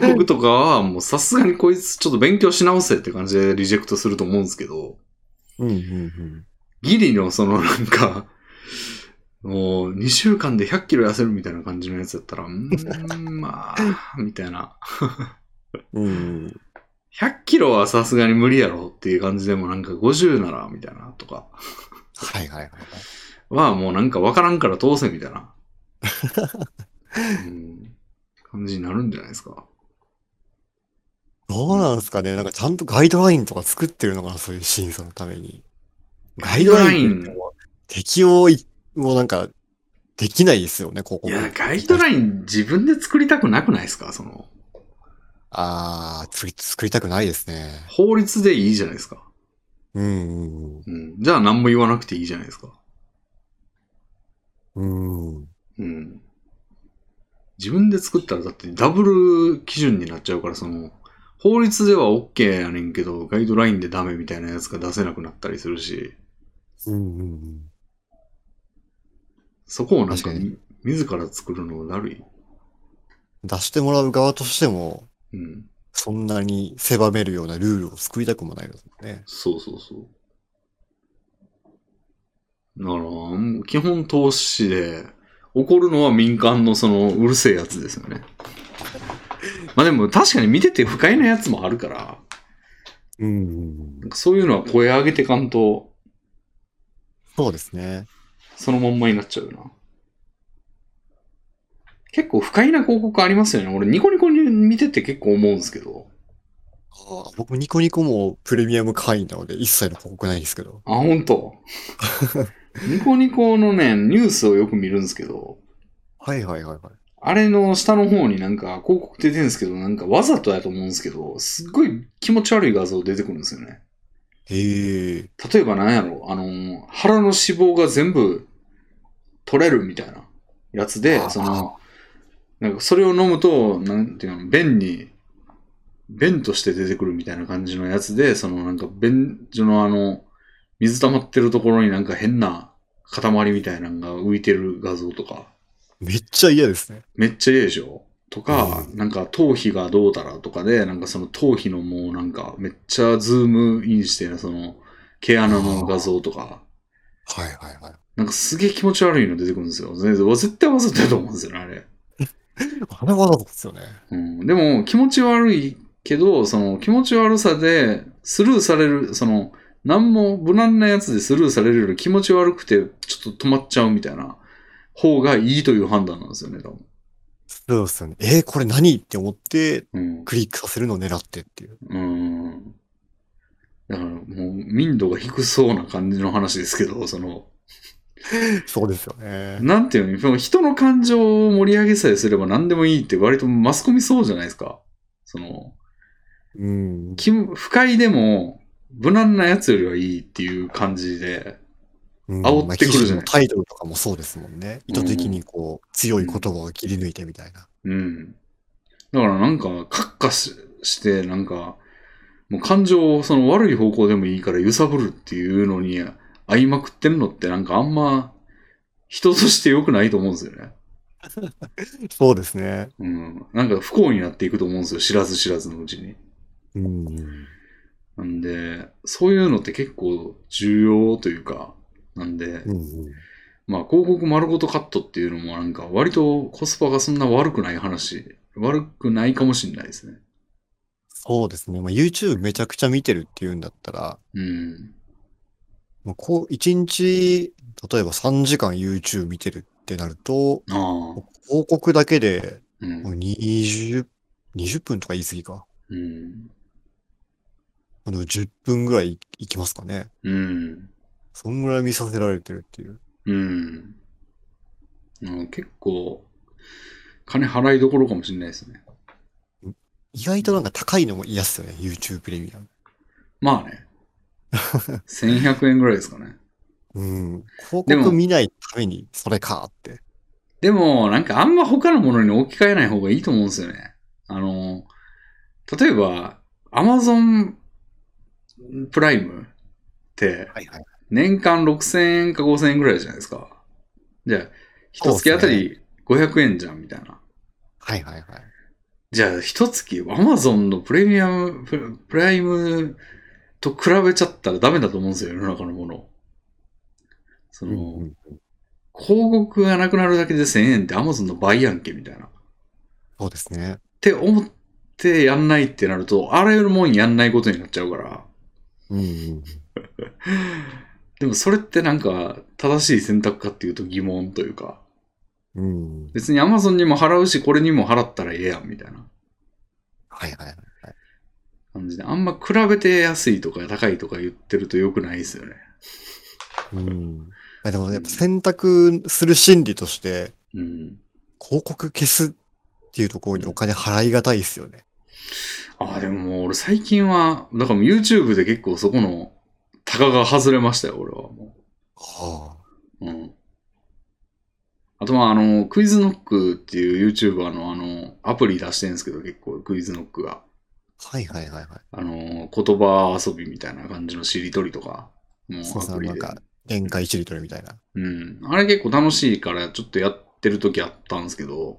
告とかはもうさすがにこいつちょっと勉強し直せって感じでリジェクトすると思うんですけど、
うんうんうん。
ギリのそのなんか、もう2週間で100キロ痩せるみたいな感じのやつだったら、うー ん、まあ、みたいな。
うん
100キロはさすがに無理やろっていう感じでもなんか50ならみたいなとか
はいはいはい。
はもうなんかわからんから通せみたい な、うん、感じになるんじゃないですか。
どうなんですかね。なんかちゃんとガイドラインとか作ってるのかな、そういう審査のために。
ガイドライン
ガイドも適用い、もうなんか、できないですよね、ここ
いや、ガイドラ
イン。
イン自分で作りたくなくないですかその、
あー、作り、作りたくないですね。
法律でいいじゃないですか。
うん
うん、じゃあ何も言わなくていいじゃないですか。
うんうん。うん。
うん。自分で作ったらだってダブル基準になっちゃうから、その、法律では OK やねんけど、ガイドラインでダメみたいなやつが出せなくなったりするし、
うんうんうん。
そこをなんか
確か
み、自ら作るのだるい。
出してもらう側としても、
うん。
そんなに狭めるようなルールを作りたくもないですもんね。
そうそうそう。だから、もう基本投資で、怒るのは民間のその、うるせえやつですよね。 まあでも確かに見てて不快なやつもあるから、
うん
なんかそういうのは声上げてかんと、
そうですね。
そのまんまになっちゃうよな。結構不快な広告ありますよね。俺ニコニコに見てて結構思うんですけど。
ああ僕、ニコニコもプレミアム会員なので、一切の広告ないですけど。
あ、ほんと。ニコニコのね、ニュースをよく見るんですけど、
はいはいはいはい。
あれの下の方になんか広告出てるんですけど、なんかわざとやと思うんですけど、すっごい気持ち悪い画像出てくるんですよね。
へえ。
例えばなんやろ、あのー、腹の脂肪が全部取れるみたいなやつで
あ、ー
その、なんかそれを飲むと、なんていうの、便に、便として出てくるみたいな感じのやつで、そのなんか便所のあの、水溜まってるところになんか変な塊みたいなのが浮いてる画像とか。
めっちゃ嫌ですね。
めっちゃいいでしょとか、
う
なんか頭皮がどうだらとかで、なんかその頭皮のもうなんかめっちゃズームインしてるその毛穴の画像とか、
はいはいはい。
なんかすげえ気持ち悪いの出てくるんですよ。全然絶対わざとやと思うんですよね、あれ。
あれはそうですよね。
うん。でも気持ち悪いけど、その気持ち悪さでスルーされる、その何も無難なやつでスルーされるより気持ち悪くてちょっと止まっちゃうみたいな方がいいという判断なんですよね、多分。
そうですよね。えーこれ何って思って、
うん。
クリックさせるのを狙ってっていう。
うーん。だからもう民度が低そうな感じの話ですけど、その、
そうですよね。
なんていうのその、人の感情を盛り上げさえすれば何でもいいって割とマスコミそうじゃないですか。その、
うん。
き不快でも無難なやつよりはいいっていう感じで、
うん
煽ってくるじゃない
まあ記事のタイトルとかもそうですもんね。意図的にこう、強い言葉を切り抜いてみたいな。
うん。だからなんか、カッカしして、なんか、もう感情をその悪い方向でもいいから揺さぶるっていうのに合いまくってんのってなんかあんま人として良くないと思うんですよね。
そうですね。
うん。なんか不幸になっていくと思うんですよ。知らず知らずのうちに。
うん。
なんで、そういうのって結構重要というか、なんで、
うん。
まあ広告丸ごとカットっていうのもなんか割とコスパがそんな悪くない話、悪くないかもしれないですね。
そうですね。まあ、YouTube めちゃくちゃ見てるっていうんだったら、
うん。
もうこう、一日、例えば3時間 YouTube 見てるってなると、
ああ。
広告だけで
うん
もう。20、20分とか言い過ぎか。
うん。
あの10分ぐらいいきますかね。
うん。
そんぐらい見させられてるっていう。
うん。うん結構、金払いどころかもしれないですね。
意外となんか高いのも嫌っすよね。YouTube プレミアム。
まあね。1100円ぐらいですかね。
うん。広
でも
告見ないためにそれかって。
でも、なんかあんま他のものに置き換えない方がいいと思うんですよね。あの、例えば、Amazon プライムって、
はいはい。
年間6000円か5000円ぐらいじゃないですか。じゃあ、一月あたり500円じゃん、みたいな。
はいはいはい。
じゃあ、一月、アマゾンのプレミアム、プラプライムと比べちゃったらダメだと思うんですよ、世の中のもの。その、
うんうん
広告がなくなるだけで1000円ってアマゾンの倍やんけ、みたいな。っ
そうですね。
て思ってやんないってなると、あらゆるもんやんないことになっちゃうから。
うんうん。
でもそれってなんか、正しい選択かっていうと疑問というか、
うん。
別にアマゾンにも払うし、これにも払ったらええやん、みたいな。
はいはいはい。
感じで、あんま比べて安いとか高いとか言ってると良くないですよね。
うん。まあでもやっぱ選択する心理として、
うん。
広告消すっていうところにお金払いがたいですよね。
ああ、でももう俺最近は、だからもう YouTube で結構そこの、タガが外れましたよ、俺はも
は
う。うん。あとまああの、クイズノックっていう YouTuber のあの、アプリ出してるんですけど、結構クイズノックが。
あ。はいはいはいはい。
あの、言葉遊びみたいな感じのしりとりとか、もう
そう
ア
そ
プ
う、
リ
な
で
ん。か、年間1リットルみたいな。
うん。あれ結構楽しいから、ちょっとやってる時あったんですけど、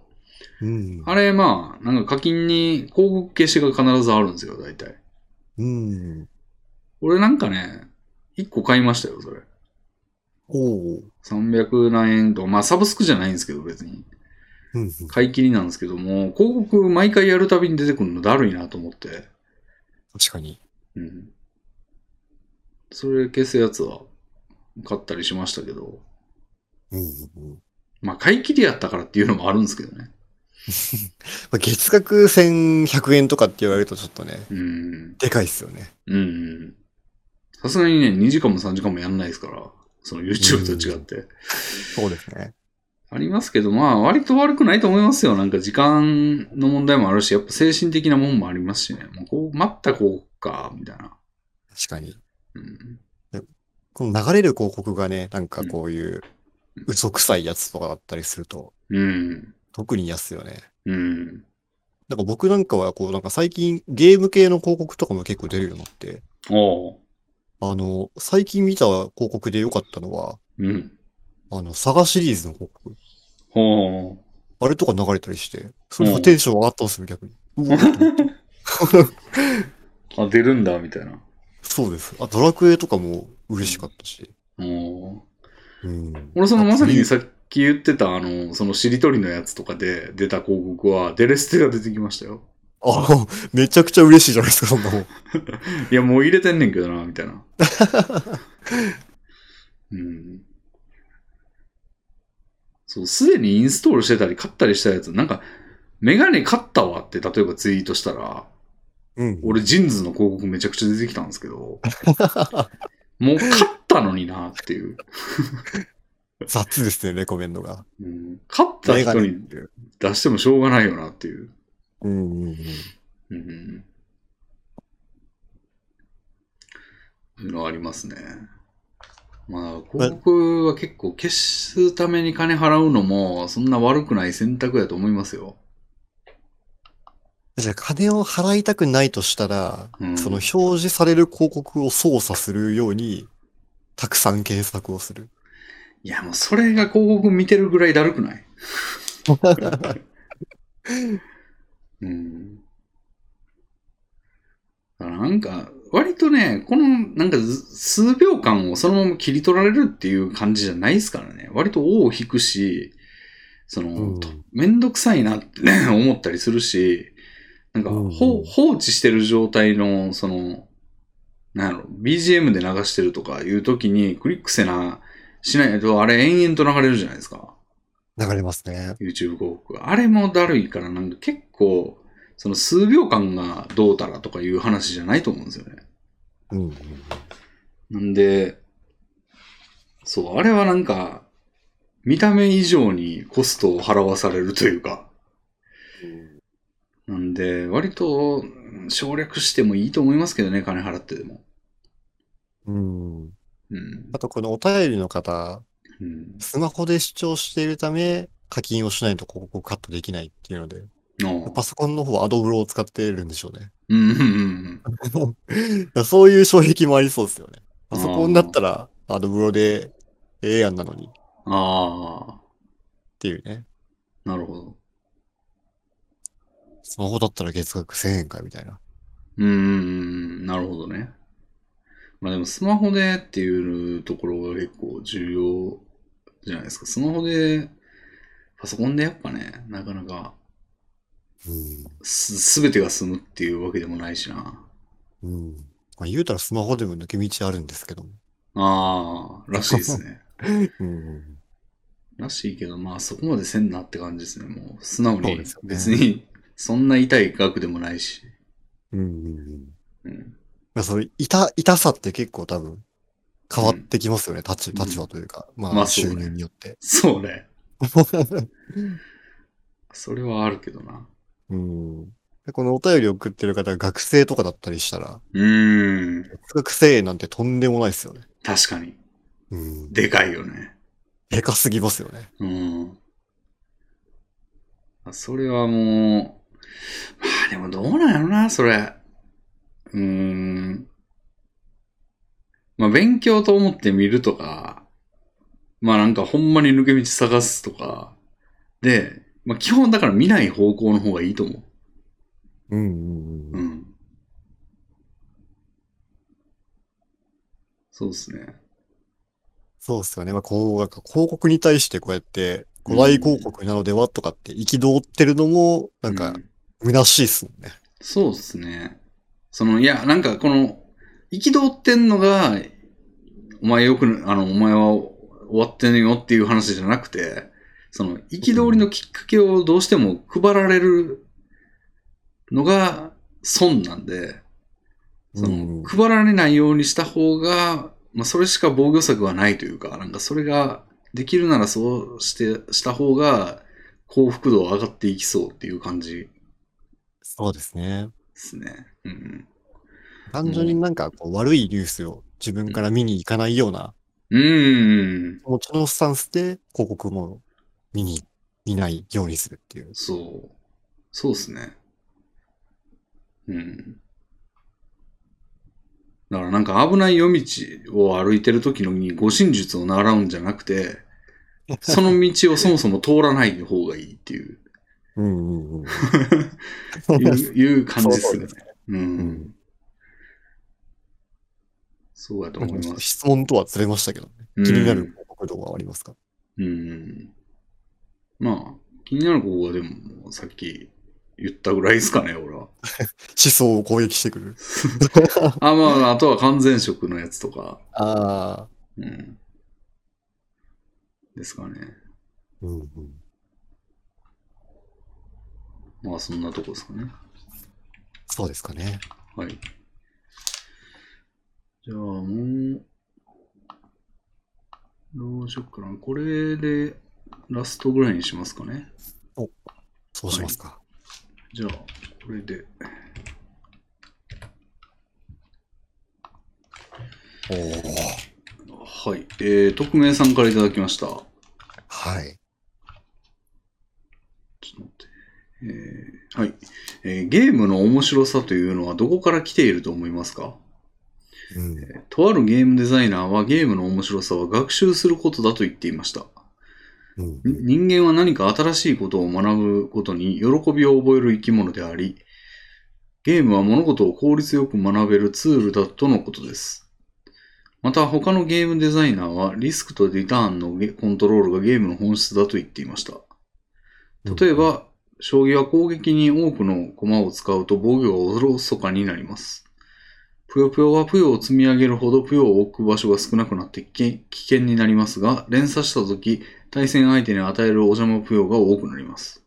うん。
あれまあ、なんか課金に広告消しが必ずあるんですよ、大体。
うん。
俺なんかね、1個買いましたよ、それ。
おう
300何円とか、まあサブスクじゃないんですけど、別に。
うんうん。
買い切りなんですけども、広告毎回やるたびに出てくるのだるいなと思って。
確かに。
うん。それ消すやつは買ったりしましたけど、
うんうんうん。
まあ買い切りやったからっていうのもあるんですけどね。
まあ月額1100円とかって言われるとちょっとね、
うん。
でかいっすよね。
うん。さすがにね、2時間も3時間もやんないですから、その YouTube と違って。
そうですね。
ありますけど、まあ割と悪くないと思いますよ。なんか時間の問題もあるし、やっぱ精神的なもんもありますしね。もうこう、待ったこうか、みたいな。
確かに。
うん。
この流れる広告がね、なんかこういう嘘くさいやつとかだったりすると、
うん。
特に安よね。
うん。
なんか僕なんかはこう、なんか最近ゲーム系の広告とかも結構出るようになって、
おう。
あの、最近見た広告で良かったのは、
うん。
あの、サガシリーズの広告。
ほう。
あれとか流れたりして、それがテンション上がったんですよ、逆に。うわ
あ、出るんだ、みたいな。
そうです。あ、ドラクエとかも嬉しかったし。
おう
うん。
俺、そのまさに
あ
さっき言ってた、あの、そのしりとりのやつとかで出た広告は、デレステが出てきましたよ。
あ、 めちゃくちゃ嬉しいじゃないですか、そんなもん。
いや、もう入れてんねんけどな、みたい な。うん。そう、すでにインストールしてたり、買ったりしたやつ、なんか、メガネ買ったわって、例えばツイートしたら、
うん。
俺、ジンズの広告めちゃくちゃ出てきたんですけ ど、もう買ったのになっていう。
雑ですね、レコメンドが。
うん、勝った人に出してもしょうがないよなっていう。
うんうんう
う
ん。
ん。いうのはありますね。まあ、広告は結構消すために金払うのも、そんな悪くない選択やと思いますよ。
じゃあ、金を払いたくないとしたら、
うん
その表示される広告を操作するように、たくさん検索をする。
いや、もうそれが広告見てるぐらいだるくない うん。だからなんか、割とね、この、なんかず、数秒間をそのまま切り取られるっていう感じじゃないですからね。割と尾を引くし、その、
うん
とめんどくさいなって、ね、 思ったりするし、なんか、
うん
ほ放置してる状態の、その、なんやろ、BGM で流してるとかいう時に、クリックせな、しないと、あれ延々と流れるじゃないですか。
流れますね。
YouTube 広告が。あれもだるいから、なんか結構、その数秒間がどうたらとかいう話じゃないと思うんですよね。
うんうん。
なんで、そう、あれはなんか、見た目以上にコストを払わされるというか、なんで、割とうん省略してもいいと思いますけどね、金払ってでも。
う
う
ん。
ん
あ。と、このお便りの方、
うん。
スマホで視聴しているため、課金をしないと広告をカットできないっていうので、
ああ
パソコンの方はアドブロを使ってるんでしょうね。
うんうんうん
そういう障壁もありそうですよね。パソコンだったら、アドブロで、ええやんなのにっ
うん。ああ、
ていうね。
なるほど。
スマホだったら月額1000円かみたいな。
うーん、なるほどね。まあでもスマホでっていうところが結構重要じゃないですか。スマホで、パソコンでやっぱね、なかなかすすべてが済むっていうわけでもないしな。
うん。うん。まあ、言うたらスマホでも抜け道あるんですけども。
ああ、らしいですね。
うん。
らしいけど、まあそこまでせんなって感じですね。もう素直
そう
に
ですよ、ね
別にそんな痛い額でもないし。
うんうん
う
うん。
ん、
まあ、それ、痛、痛さって結構多分、変わってきますよね。立ち、立場というか、ま
ま
あ、
あそうね
収入によって。
そう ね。それはあるけどな。
うん。でこのお便り送ってる方が学生とかだったりしたら、
うーん、
月額1000円なんてとんでもないですよね。
確かに。
うん。
でかいよね。
でかすぎますよね。
うん。あそれはもう、まあでもどうなんやろな、それ。うーん。まあ勉強と思って見るとか、まあなんかほんまに抜け道探すとか、で、まあ基本だから見ない方向の方がいいと思
うんうん
う。
う。
うんん。そうですね。
そうっすよね。まあ、こう、なんか広告に対してこうやって、古代広告なのではとかって憤ってるのも、なん
う
か、虚しいっすもんね。
そうですね。その、いや、なんかこの、憤ってんのが、お前よく、あの、お前は終わってんよっていう話じゃなくて、その、憤りのきっかけをどうしても配られるのが損なんで、そ
うん
の、配られないようにした方が、まあ、それしか防御策はないというか、なんかそれができるならそうして、した方が幸福度は上がっていきそうっていう感じで
そうですね。
すね。うん。
単純になんかこう悪いニュースを自分から見に行かないような
うーん。
気持ちのスタンスで広告も見に、見ないようにするっていう。
そう。そうですね。うん。だからなんか危ない夜道を歩いてる時のに護身術を習うんじゃなくて、その道をそもそも通らない方がいいって いう、
うんうんうん。
いういう感じですね。
そう
う
うんん。
そうやと思います。
質問とはずれましたけどね。
気
気になる広告動画はありますか
うん。まあ、気になる方はでも、さっき言ったぐらいですかね、俺は。
思想を攻撃してくる。
あ、まあ、あとは完全食のやつとか、
ああ。
うん。ですかね。
うんうん。
まあ、そんなとこですかね。
そうですかね。
はい。じゃあ、もう、どうしよっかな。これで、ラストぐらいにしますかね。
そうしますか。
じゃあ、これで。
おお。
はい。えー、匿名さんからいただきました。ちょっ
はい。
と待って。えー、はい、えー。ゲームの面白さというのはどこから来ていると思いますか
うん。
とあるゲームデザイナーはゲームの面白さは学習することだと言っていました。
うんうん
人間は何か新しいことを学ぶことに喜びを覚える生き物であり、ゲームは物事を効率よく学べるツールだとのことです。また他のゲームデザイナーはリスクとリターンのゲコントロールがゲームの本質だと言っていました。例え、ば、将棋は攻撃に多くの駒を使うと防御がおろそかになります。ぷよぷよはぷよを積み上げるほどぷよを置く場所が少なくなって危険危険になりますが、連鎖した時、対戦相手に与えるお邪魔ぷよが多くなります。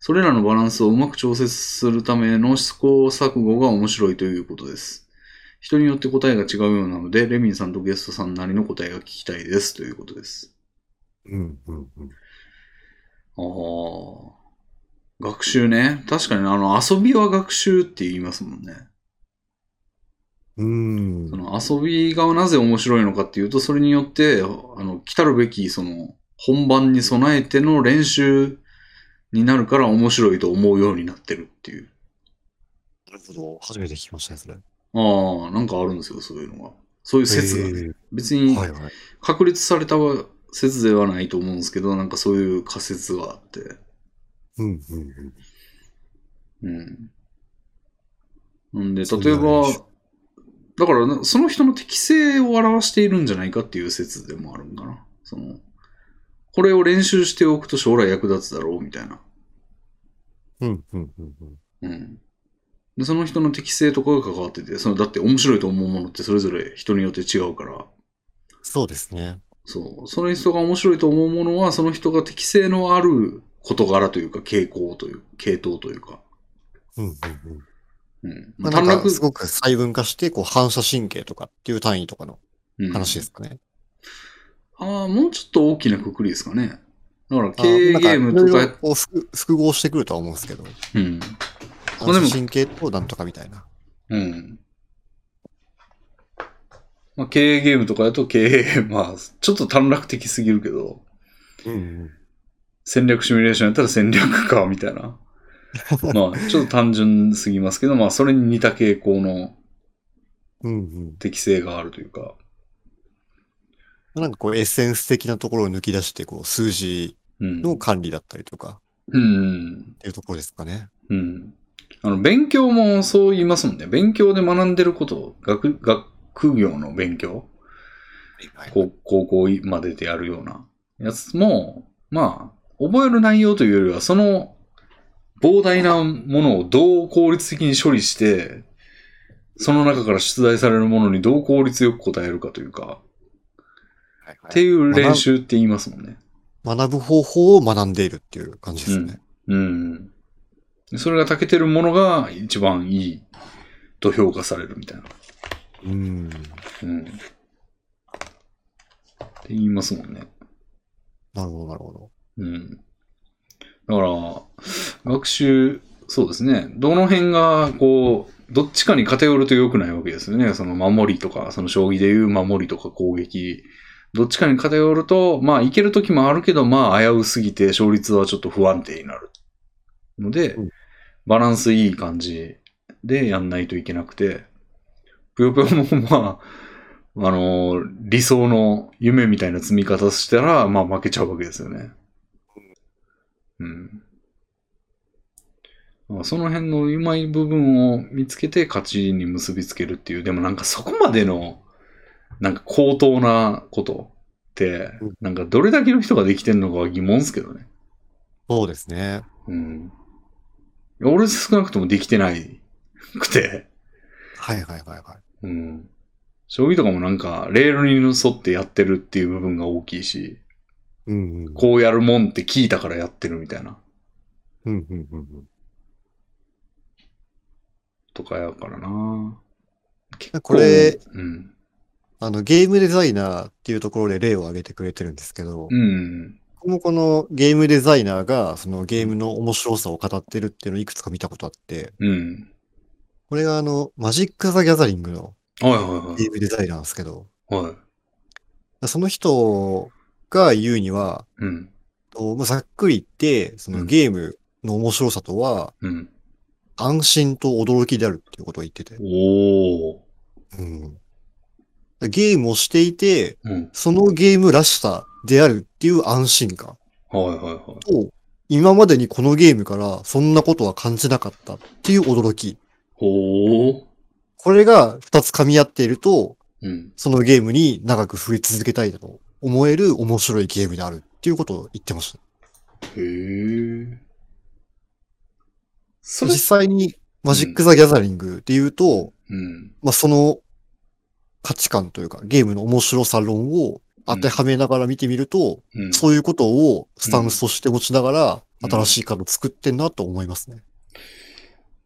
それらのバランスをうまく調節するための試行錯誤が面白いということです。人によって答えが違うようなので、レミンさんとゲストさんなりの答えが聞きたいですということです。
うんうんうん。
ああ。学習ね。確かに、あの、遊びは学習って言いますもんね。
うん
そ。の遊びがなぜ面白いのかっていうと、それによって、あの、来たるべき、その、本番に備えての練習になるから面白いと思うようになってるっていう。
なるほど。初めて聞きましたね、それ。
ああ、なんかあるんですよ、そういうのが。そういう説がね。別に
はいはい。
確立された説ではないと思うんですけど、なんかそういう仮説があって。
うんうんうん。
うん。なんで、
そう
例えば
なんでし、
だからな、その人の適性を表しているんじゃないかっていう説でもあるんかな。その、これを練習しておくと将来役立つだろうみたいな。
うんうんうんうん。
うん。で、その人の適性とかが関わってて、その、だって面白いと思うものってそれぞれ人によって違うから、
そうですね。
そう、その人が面白いと思うものは、その人が適性のある事柄というか、傾向という、系統というか。
うんうんうん。
うん。
まあ、
短
なん
絡
か、すごく細分化して、こう、反射神経とかっていう単位とかの
うん
話ですかね。
ああ、もうちょっと大きなくくりですかね。だから、
あ
経営ゲームと。
なんいろいろ
か、
こう複複合してくるとは思うんですけど、
うん。
反
でも
射神経となんとかみたいな。
うん。まあ、経営ゲームとかだと経営、まあ、ちょっと短絡的すぎるけど、
うんうん。
戦略シミュレーションやったら戦略か、み たいな。まあ、ちょっと単純すぎますけど、まあ、それに似た傾向の
うんうん。
適性があるというか。
なんかこうエッセンス的なところを抜き出して、こう数字
うん。
の管理だったりとか
うん。
っていうところですかね。
うん。あの、勉強もそう言いますもんね。勉強で学んでること、学、学業の勉強、
はい
高高校まででやるようなやつも、まあ、覚える内容というよりは、その膨大なものをどう効率的に処理して、その中から出題されるものにどう効率よく答えるかというか、っていう練習って言いますもんね。
学ぶ方法を学んでいるっていう感じですね。
うん。それが長けてるものが一番いいと評価されるみたいな。
うん。
うん。って言いますもんね。
なるほど、なるほど。
うん。だから、学習、そうですね。どの辺が、こう、どっちかに偏ると良くないわけですよね。その守りとか、その将棋でいう守りとか攻撃。どっちかに偏ると、まあ、いける時もあるけど、まあ、危うすぎて、勝率はちょっと不安定になる。ので
うん、
バランスいい感じでやんないといけなくて、ぷよぷよも、まあ、あの理想の夢みたいな積み方したら、まあ、負けちゃうわけですよね。うん。まあその辺のうまい部分を見つけて勝ちに結びつけるっていう、でもなんかそこまでの、なんか高等なことって
うん、
なんかどれだけの人ができてんのかは疑問ですけどね。
そうですね。
うん。俺少なくともできてないくて、
はいはいはいはい。
うん。将棋とかもなんかレールに沿ってやってるっていう部分が大きいし、
うんうん。
こうやるもんって聞いたからやってるみたいな、
うんうんうんうん。
とかやからな結構
これ、
うん。
あの、ゲームデザイナーっていうところで例を挙げてくれてるんですけど、
うん。
僕もこのゲームデザイナーがそのゲームの面白さを語ってるっていうのをいくつか見たことあって、
うん。
これがあの、マジック・ザ・ギャザリングの
はいは
ゲームデザイナーなんですけど、
いはい。はい。
その人が言うには、
うん。と
とまあざっくり言って、そ
うん
のゲームの面白さとは、
うん。
安心と驚きであるっていうことを言ってて。
おー。
うんゲームをしていて、
うん。
そのゲームらしさであるっていう安心感
はいはいはい。
と、今までにこのゲームからそんなことは感じなかったっていう驚き。
ほー。
これが二つ噛み合っていると、
うん。
そのゲームに長く触れ続けたいと思える面白いゲームであるっていうことを言ってました。
へー。それ
実、際にマジック・ザ・ギャザリングで言うと、
うん。
まあ、その価値観というか、ゲームの面白さ論を当てはめながら見てみると、
うん。
そういうことをスタンスとして持ちながら、
うん
新しいカード作ってんなと思いますね。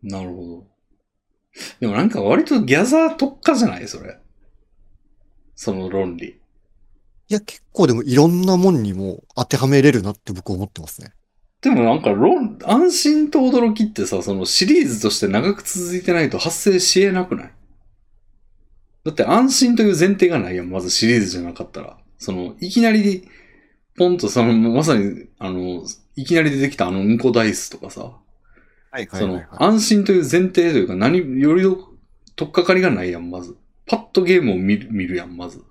なるほど。でもなんか割とギャザー特化じゃないそれ。その論理。
いや、結構でもいろんなもんにも当てはめれるなって僕思ってますね。
でもなんか論、安心と驚きってさ、そのシリーズとして長く続いてないと発生し得なくないだって安心という前提がないやん、まずシリーズじゃなかったら。その、いきなり、ポンとその、まさに、あの、いきなり出てきたあのうんこダイスとかさ、
はい
その、安心という前提というか、何、よりど、とっかかりがないやん、まず。パッとゲームを見る、見るやん、まず。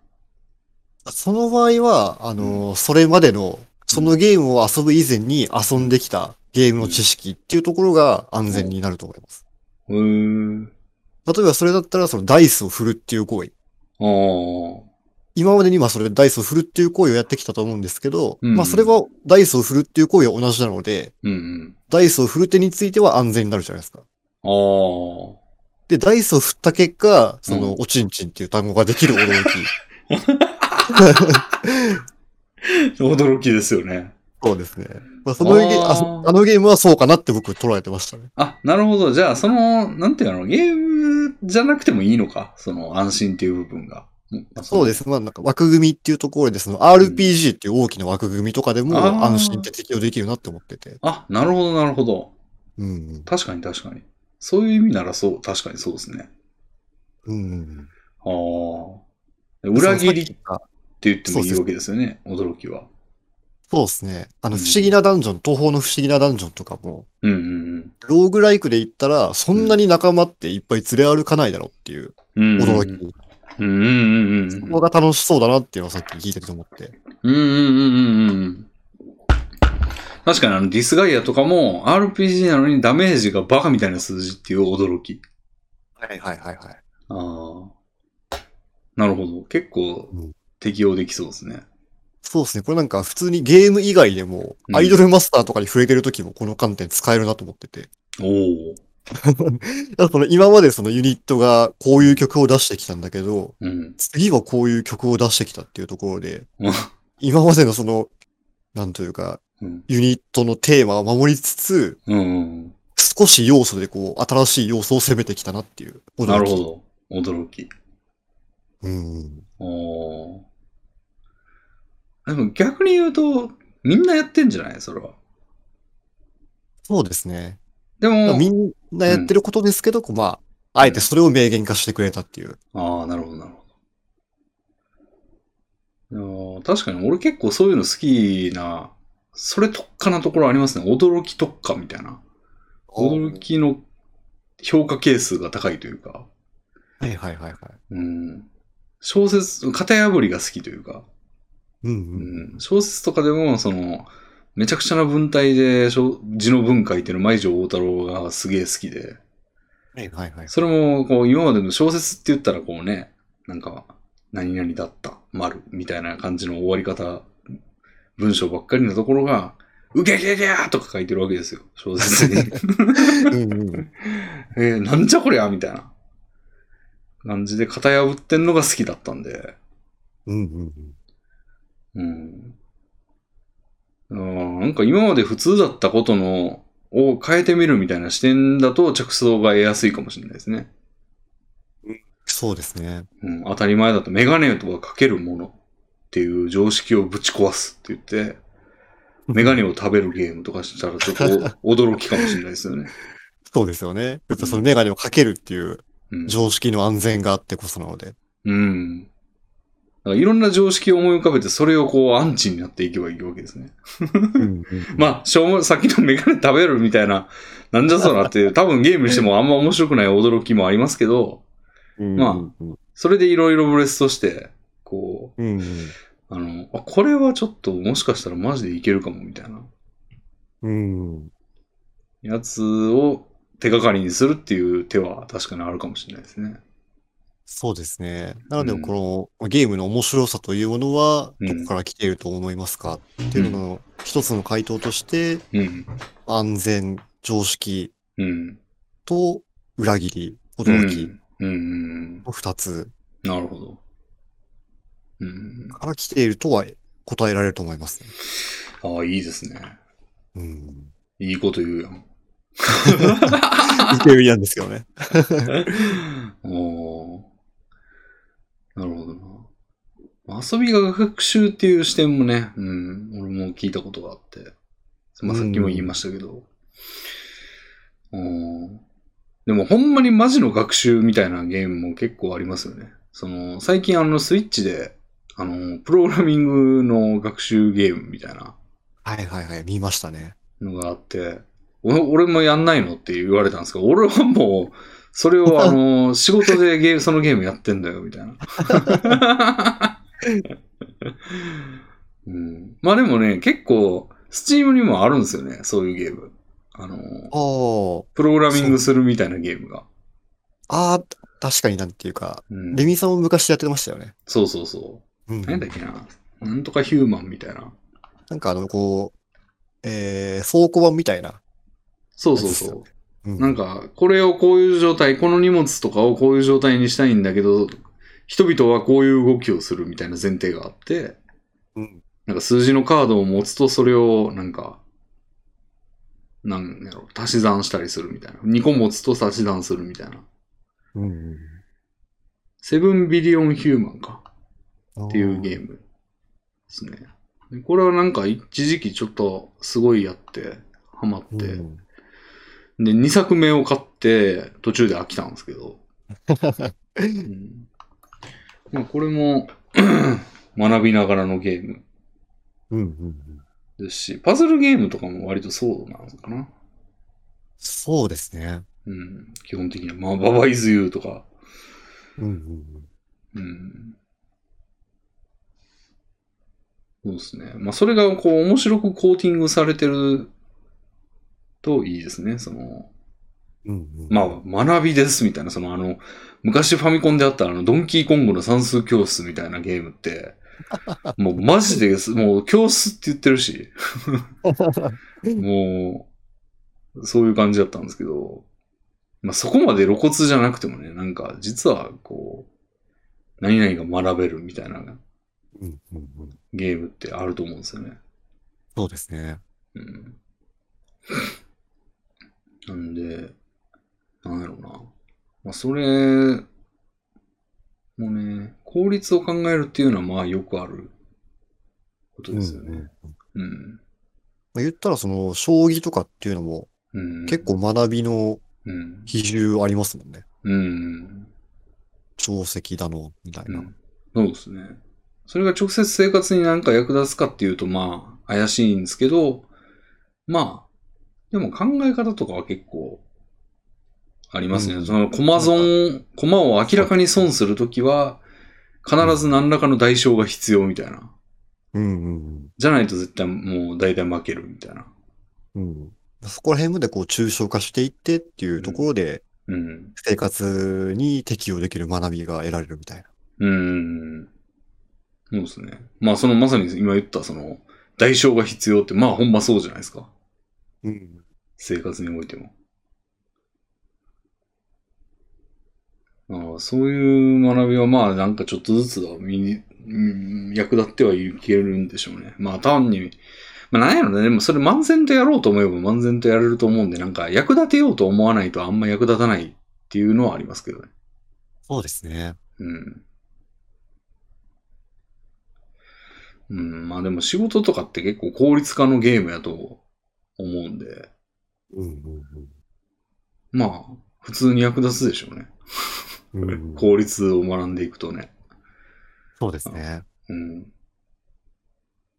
その場合は、あの、それまでの、そのゲームを遊ぶ以前に遊んできたゲームの知識っていうところが安全になると思います。
うーん。
例えばそれだったら、そのダイスを振るっていう行為。
ああ。
今までにまあそれダイスを振るっていう行為をやってきたと思うんですけど、
うん
まあそれはダイスを振るっていう行為は同じなので、
うんうん。
ダイスを振る手については安全になるじゃないですか。
ああ。
で、ダイスを振った結果、その、
う
おちんちんっていう単語ができる 驚き。
驚きですよね。
そうですね。まあそのゲ
あー
あそあのゲームはそうかなって僕捉えてましたね。
あ、なるほど。じゃあ、その、なんていうの、ゲームじゃなくてもいいのか。その、安心っていう部分が。。
そうですす。まあなんか枠組みっていうところで、その RPG っていう大きな枠組みとかでも
あー
安心って適用できるなって思ってて。
あ、なるほど、なるほど。
うんうん。
確かに、確かに。そういう意味ならそう、確かにそうですね。
うんうん
ああ。
うん。
裏切りっ
そ
て
のさっき言っ
言っ
た
てもいいわけですよね、驚きは。
そうですね。あの、
うん
不思議なダンジョン、東方の不思議なダンジョンとかも、
うんうん
ローグライクで言ったら、そんなに仲間っていっぱい連れ歩かないだろうっていう
うん。うんうんう
驚
ん
き。
うんうんうん。
そこが楽しそうだなっていうのをさっき聞いてて思って。
うんうんうんうんうん。確かにあのディスガイアとかも RPG なのにダメージがバカみたいな数字っていう驚き。
はいはいはいはい。
ああ。なるほど。結構
うん
適用できそうですね。
そうですね。これなんか普通にゲーム以外でも
う、ん
アイドルマスターとかに触れてる時もこの観点使えるなと思ってて。
おお。
だからその今までそのユニットがこういう曲を出してきたんだけど、
うん。
次はこういう曲を出してきたっていうところで、
うん
今までのその、なんというか、
うん
ユニットのテーマを守りつつ、
うん
少し要素でこう、新しい要素を攻めてきたなっていう。
うん。なるほど。驚き。
ど。うん。
おお。でも逆に言うと、みんなやってんじゃないそれは。
そうですね。
でも、
みんなやってることですけど、こうまあ、あえてそれを明言化してくれたっていう。
ああ、なるほど、なるほど。あー確かに俺結構そういうの好きな、それ特化なところありますね。驚き特化みたいな。驚きの評価係数が高いというか、
はいはいはいはい。
うん、小説、型破りが好きというか、
う
う
んうん。
ん、小説とかでも、その、めちゃくちゃな文体で小字の文書いてる舞城大太郎がすげえ好きで、
はいはいはい。
それも、こう、今までの小説って言ったら、こうね、なんか、何々だった、丸、みたいな感じの終わり方、文章ばっかりのところが、うぎゃぎゃぎゃーとか書いてるわけですよ、小説に。
うんうん。
えーなんじゃこりゃみたいな感じで、型破ってんのが好きだったんで、
うんうん
うん。あーなんか今まで普通だったことの、を変えてみるみたいな視点だと着想が得やすいかもしれないですね。
そうですね。
うん、当たり前だとメガネとはかけるものっていう常識をぶち壊すって言って、メガネを食べるゲームとかしたらちょっとお驚きかもしれないですよね。
そうですよね。やっぱそのメガネをかけるっていう
うん。
常識の安全があってこそなので。
うん。だからいろんな常識を思い浮かべて、それをこうアンチになっていけばいいわけですね。
うん
まあ、しょうも、さっきのメガネ食べるみたいな、なんじゃそらっていう、多分ゲームにしてもあんま面白くない驚きもありますけど、
うん
まあ
うん
それでいろいろブレストして、こ
うん
う、あの、あ、これはちょっともしかしたらマジでいけるかもみたいな。
うんうん
やつを手がかりにするっていう手は確かにあるかもしれないですね。
そうですね。なので、
うん
このゲームの面白さというものは、
うん
どこから来ていると思いますかっていうのの一つの回答として、
うん。
安全、常識
うん。
と裏切り、驚き
うん。うん。
の二つ
なるほど。うん。
から来ているとは答えられると思いますね。
ああ、いいですね。
うん。
いいこと言うやん。
いけるやんですけどね。
おーなるほどな。遊びが学習っていう視点もね、うん、俺も聞いたことがあって。まあ、さっきも言いましたけど。おーでもほんまにマジの学習みたいなゲームも結構ありますよね。その、最近あのスイッチで、あの、プログラミングの学習ゲームみたいな
はいはいはい、見ましたね。
のがあって、お俺もやんないのって言われたんですけど、俺はもう、それをあの、仕事でゲーム、そのゲームやってんだよ、みたいな。うん、まあでもね、結構、スチームにもあるんですよね、そういうゲーム。あの、
ああ、
プログラミングするみたいなゲームが。
ああ、確かになんていうか、
うん
レ、ミさんも昔やってましたよね。
そうそうそうう。
ん
何だっけな。なんとかヒューマンみたいな。
なんかあの、こう、えー、倉庫版みたいな。
そうそうそう。
う
なんか、これをこういう状態、この荷物とかをこういう状態にしたいんだけど、人々はこういう動きをするみたいな前提があって、
うん、
なんか数字のカードを持つとそれを、なんか、なんやろ、足し算したりするみたいな。2個持つと足し算するみたいな。
うん。
セブンビリオンヒューマンか。
っ
っていうゲームですね。でこれはなんか一時期ちょっとすごいやって、ハマって、
うん
で、2作目を買って、途中で飽きたんですけど。うんまあ、これも 学びながらのゲーム
うんうんうん
ですし、パズルゲームとかも割とそうなのかな。
そうですね。
うん、基本的には。まあ、ババイズユーとか、
うんうんう
う
ん
ん。そうですね。まあ、それが、こう、面白くコーティングされてるといいですね。その、
うんうん
まあ、学びですみたいな、その、あの、昔ファミコンであった、あの、ドンキーコングの算数教室みたいなゲームって、もう、マジで、もう、教室って言ってるし、もう、そういう感じだったんですけど、まあ、そこまで露骨じゃなくてもね、なんか、実は、こう、何々が学べるみたいな
うんうんうん
ゲームってあると思うんですよね。
そうですね。
うん。なんで、なんやろうな。まあ、それ、もうね、効率を考えるっていうのは、まあ、よくあることですよ
うんう
ね
ん。
うん。
まあ、言ったら、その、将棋とかっていうのも、
うん。
結。構学びの
うん。
比重ありますもんね。
うん。
定石だの、みたいうな。
ん。そうですね。それが直接生活になんか役立つかっていうと、まあ、怪しいんですけど、まあ、でも考え方とかは結構ありますね。
うん
その、コマ損、コマを明らかに損するときは、必ず何らかの代償が必要みたいな。
うんうん
じゃないと絶対もう大体負けるみたいな。
うん。うん。そこら辺までこう、抽象化していってっていうところで、
うん。
生活に適応できる学びが得られるみたいな。
うん。そうですね。まあ、その、まさに今言った、その、代償が必要って、まあ、ほんまそうじゃないですか。
うん。
生活においても。ああそういう学びはまあなんかちょっとずつは身にうん役立ってはいけるんでしょうね。まあ単に、まあなんやろね、でもそれ漫然とやろうと思えば漫然とやれると思うんで、なんか役立てようと思わないとあんま役立たないっていうのはありますけどね。
そうですね。
うん。うん、まあでも仕事とかって結構効率化のゲームやと思うんで。
うんうん
まあ、普通に役立つでしょうね。
うんうん
効率を学んでいくとね。
そうですね。
うん。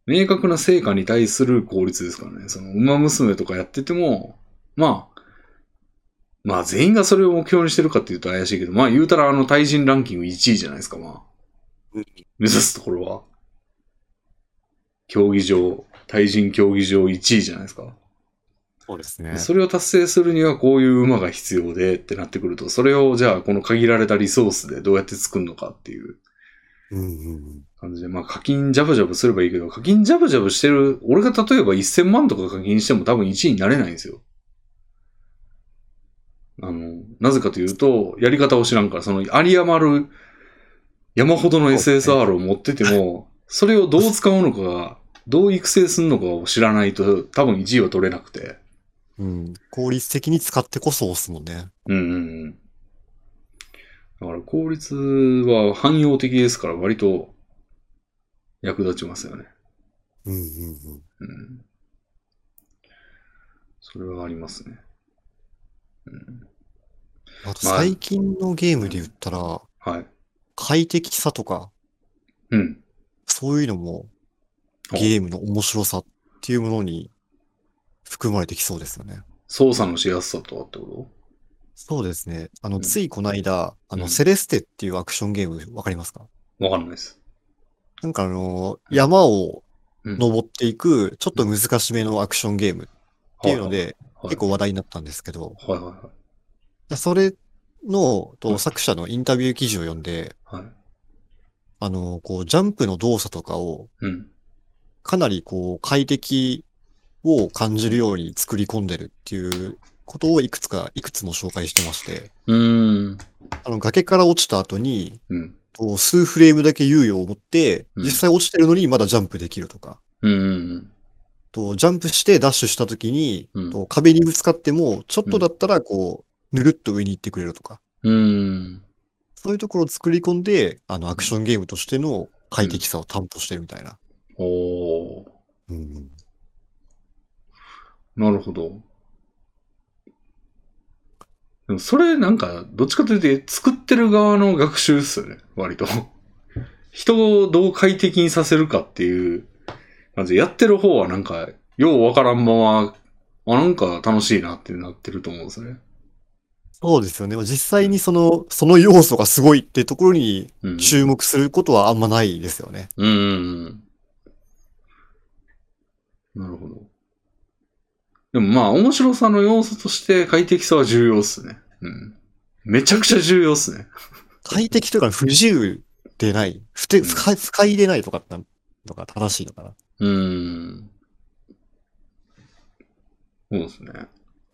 明確な成果に対する効率ですからね。その、馬娘とかやってても、まあ、まあ全員がそれを目標にしてるかっていうと怪しいけど、まあ言うたらあの対人ランキング1位じゃないですか、まあ
うん。
目指すところは。競技場、対人競技場1位じゃないですか。
そうですね
それを達成するにはこういう馬が必要でってなってくると、それをじゃあこの限られたリソースでどうやって作るのかっていう
うんうん
感じで、まあ課金ジャブジャブすればいいけど、課金ジャブジャブしてる、俺が例えば1000万とか課金しても多分1位になれないんですよ。あの、なぜかというと、やり方を知らんから、その有り余る山ほどの SSR を持ってても、それをどう使うのか、どう育成するのかを知らないと多分1位は取れなくて。
うん。うん。効率的に使ってこそ押すもんね。
うんうんうん。だから効率は汎用的ですから割と役立ちますよね。
うんうんうん。
うん。それはありますね。うん。
あと
まあ
最近のゲームで言ったら、
はい。
快適さとか、
うん。
そういうのも
お
ゲームの面白さっていうものに含まれてきそうですよね。
操作のしやすさとはってこ
そうですね。あ
う
の、
ん
ついこの間、あ
う
の、
ん
セレステっていうアクションゲームわかりますか
とわかんないです。
なんかあの、山を
うん
登っていく、ちょっと難しめのアクションゲームっていうの
は
で、
い、
結構話題になったんですけど、
はいは
それの
うん
と作者のインタビュー記事を読んで、
いはい。はい。
あの、こう、ジャンプの動作とかを、
うん。
かなりこう、快適を感じるように作り込んでるっていうことをいくつか、いくつも紹介してまして、
うーん。
あの、崖から落ちた後に、
うん。
こう数フレームだけ猶予を持って、
うん
実際落ちてるのにまだジャンプできるとか、
うんうん
とジャンプしてダッシュした時に、
うん。
と壁にぶつかっても、ちょっとだったらこう、ぬるっと上に行ってくれるとか、
うん。
そういうところを作り込んで、あの、アクションゲームとしての快適さを担保してるみたいな。
おー。
うん。
なるほど。でもそれなんか、どっちかというと、作ってる側の学習っすよね、割と。 人をどう快適にさせるかっていう感じで、やってる方はなんか、ようわからんまま、あ、なんか楽しいなってなってると思うんですよね。
そうですよね。まあ実際にその、その要素がすごいってところに
うん。
注目することはあんまないですよね。
うんうんうん。なるほど。でもまあ、面白さの要素として快適さは重要っすね。うん。めちゃくちゃ重要っすね。
快適というか不自由でない。不て、
うん
不快、不快でないとかってのが正しいのかな。
うん。そうですね。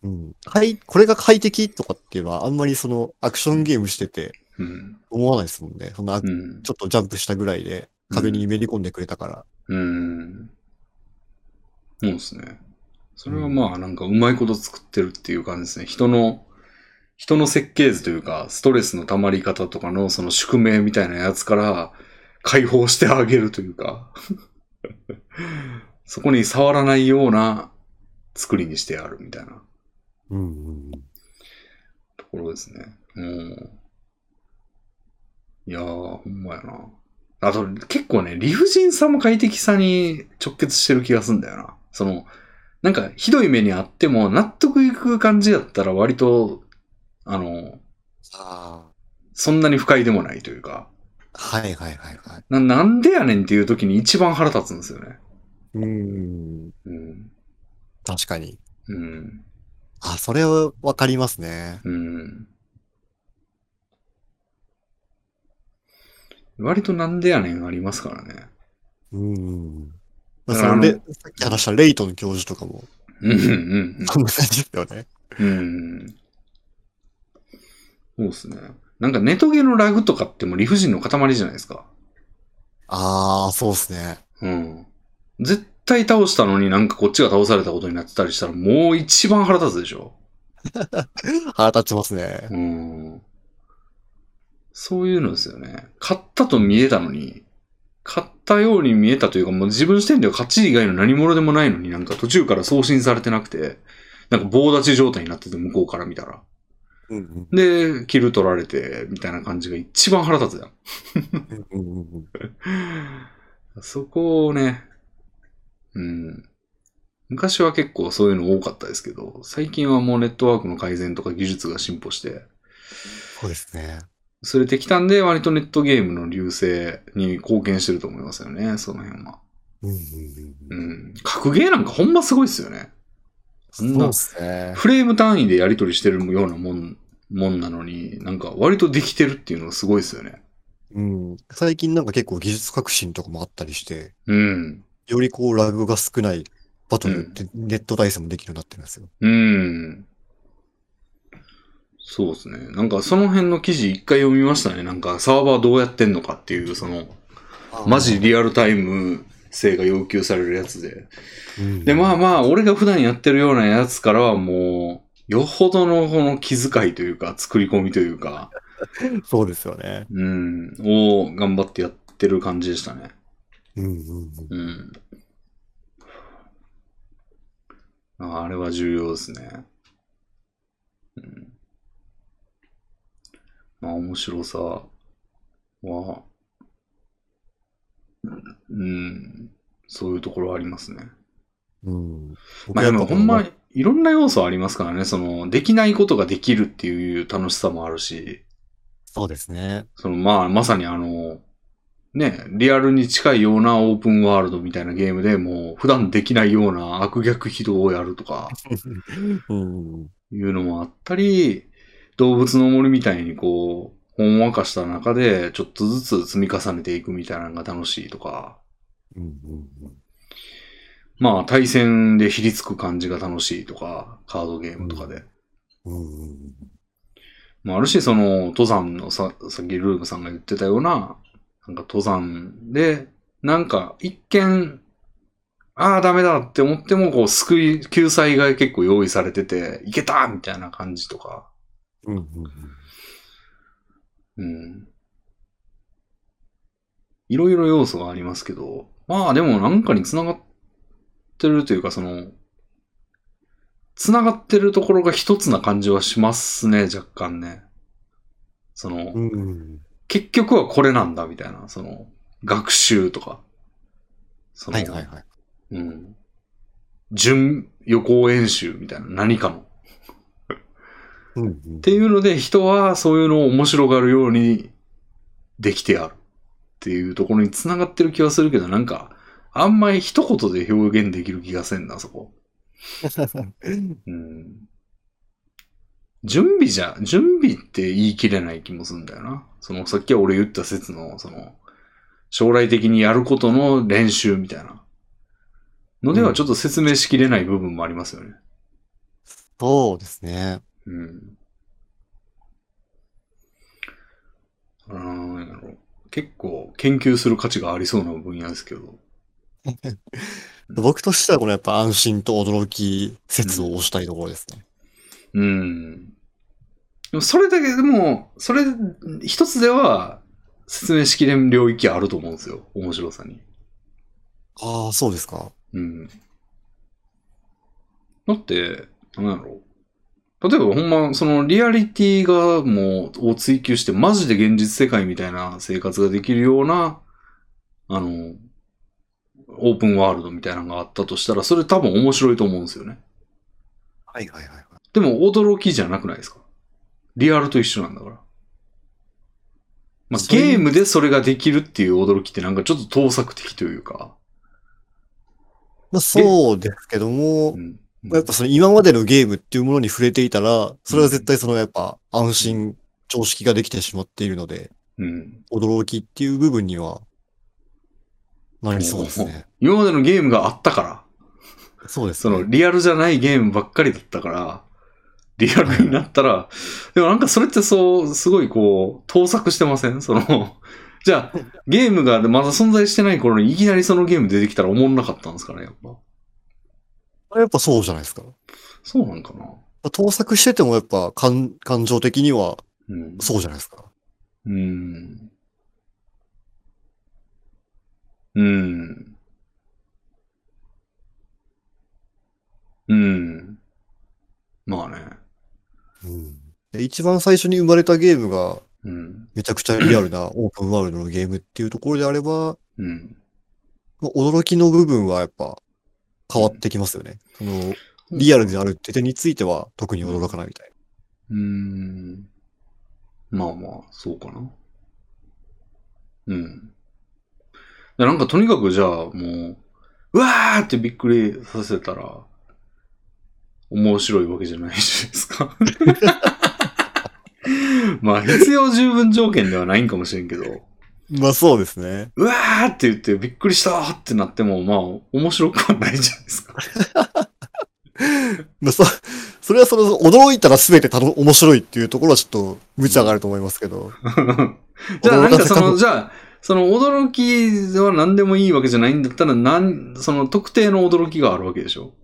うん。快、これが快適とかっていうのはあんまりそのアクションゲームしてて
うん。
思わないですもんね。そんな、ち
うん。
ょっとジャンプしたぐらいで壁にめり込んでくれたから。
うん。そうですね。それはまあ、なんかうまいこと作ってるっていう感じですね。人の、人の設計図というか、ストレスの溜まり方とかのその宿命みたいなやつから解放してあげるというか、 そこに触らないような作りにしてあるみたいな
うん、うん。
ところですね。うん。いやー、ほんまやな。あと、結構ね、理不尽さも快適さに直結してる気がすんだよな。その、なんか、ひどい目にあっても、納得いく感じだったら、割と、あの、
あ
そんなに不快でもないというか、
あ。はいはいはいはい。
ななんでやねんっていう時に一番腹立つんですよね。
うん。
うん。
確かに。
うん。
あ、それはわかりますね。
うん。割となんでやねんありますからね。
うん。
だか
まあ、そ
ら
の
あの
レさっき話したレイトン教授とかも、
うんうんうん
こんな感じですよね。
うん。そうですね。なんかネトゲのラグとかってもう理不尽の塊じゃないですか。
ああ、そうですね。
うん。絶対倒したのになんかこっちが倒されたことになってたりしたらもう一番腹立つでしょ。
腹立ちますね。
うん。そういうのですよね。勝ったと見えたのに、勝ったように見えたというかもう自分視点では勝ち以外の何者でもないのになんか途中から送信されてなくて、なんか棒立ち状態になってて向こうから見たら。
うん
で、キル取られて、みたいな感じが一番腹立つやん。
うんうんうん
そこをね、うん。昔は結構そういうの多かったですけど、最近はもうネットワークの改善とか技術が進歩して、
そうですね。
それてきたんで、割とネットゲームの流星に貢献してると思いますよね、その辺は。
うんうんう
うん
うん
ん。格ゲーなんかほんますごいっすよね。そん
そう
な
で、すね。
フレーム単位でやり取りしてるようなもん、もんなのに、なんか割とできてるっていうのがすごいっすよね。
うん。最近なんか結構技術革新とかもあったりして、
うん。
よりこうラグが少ないバトルってネット対戦もできるようになってるんですよ。
うん。そうですね。なんかその辺の記事一回読みましたね。なんかサーバーどうやってんのかっていう、その、マジリアルタイム性が要求されるやつで。
うん
で、まあまあ、俺が普段やってるようなやつからはもう、よほどのこの気遣いというか、作り込みというか、
そうですよね。
うん、を頑張ってやってる感じでしたね。
うんうんうん。
うん。ああれは重要ですね。うん。まあ、面白さは、うん、そういうところはありますね。
うん。
まあ、でもほんま
に。、
いろんな要素ありますからね。その、できないことができるっていう楽しさもあるし、
そうですね。
その、まあ、まさにあの、ね、リアルに近いようなオープンワールドみたいなゲームでもう、普段できないような悪逆非道をやるとか、
うんうん。
いうのもあったり、動物の森みたいにこう、ほんわかした中で、ちょっとずつ積み重ねていくみたいなのが楽しいとか、
うんうんうん。
まあ、対戦でひりつく感じが楽しいとか、カードゲームとかで。
うんうんうん
まあ、あるし、その、登山のさ、さっきルームさんが言ってたような、なんか登山で、なんか一見、ああ、ダメだって思っても、こう、救い、救済が結構用意されてて、いけたみたいな感じとか。
うんうん
う
うん
ん。いろいろ要素がありますけど、まあでもなんかに繋がってるというか、その、繋がってるところが一つな感じはしますね、若干ね。その、
うんうん
結局はこれなんだみたいな、その、学習とか。その
はいはいはい。
うん。準予行演習みたいな、何かの。
うんうん
っていうので、人はそういうのを面白がるようにできてあるっていうところに繋がってる気はするけど、なんか、あんまり一言で表現できる気がせんな、そこ。うん。準備じゃ、準備って言い切れない気もするんだよな。その、さっき俺言った説の、その、将来的にやることの練習みたいな。のではちょっと説明しきれない部分もありますよね。
そうですね。
うん。あーなんやろ結構研究する価値がありそうな分野ですけど。
僕としてはこのやっぱ安心と驚き説を推したいところですね。
うん。でもそれだけでも、それ一つでは説明しきれん領域あると思うんですよ。面白さに。
ああ、そうですか。
うん。だって、なんやろ例えばほんま、そのリアリティがもう、を追求して、マジで現実世界みたいな生活ができるような、あの、オープンワールドみたいなのがあったとしたら、それ多分面白いと思うんですよね。
はいはいはいはい。
でも驚きじゃなくないですかリアルと一緒なんだから。まあ、
そういう
ゲームでそれができるっていう驚きってなんかちょっと盗作的というか。
まあそうですけども
う、んうん
やっぱその今までのゲームっていうものに触れていたら、それは絶対そのやっぱ安心、常識ができてしまっているので、
うん。
驚きっていう部分には、なりそうですね。
今までのゲームがあったから、
そうです
その
ね。
リアルじゃないゲームばっかりだったから、リアルになったら、でもなんかそれってそう、すごいこう、盗作してませんその、 じゃあ、ゲームがまだ存在してない頃にいきなりそのゲーム出てきたら思んなかったんですかね、やっぱ。
それやっぱそうじゃないですか。
そうなんかな。
盗作しててもやっぱ感感情的には
うん。
そうじゃないですか。
うん。うん。うん。まあね。
うんで一番最初に生まれたゲームが
うん。
めちゃくちゃリアルな オープンワールドのゲームっていうところであれば、
うん。
まあ驚きの部分はやっぱ変わってきますよね。そのリアルであるって点については特に驚かないみたいな。
うーん。まあまあ、そうかな。うん。でなんかとにかくじゃあもう、うわーってびっくりさせたら、面白いわけじゃないじゃないですか。 まあ必要十分条件ではないんかもしれんけど、
まあそうですね。
うわーって言ってびっくりしたーってなっても、まあ面白くはないじゃないですか。
まあそ、 それはその驚いたら全てたの面白いっていうところはちょっと無茶があると思いますけど。
じゃあ、なんか
驚かせ
そ
た
の、
方
じゃあ、その驚きは何でもいいわけじゃないんだったら、なん、その特定の驚きがあるわけでしょ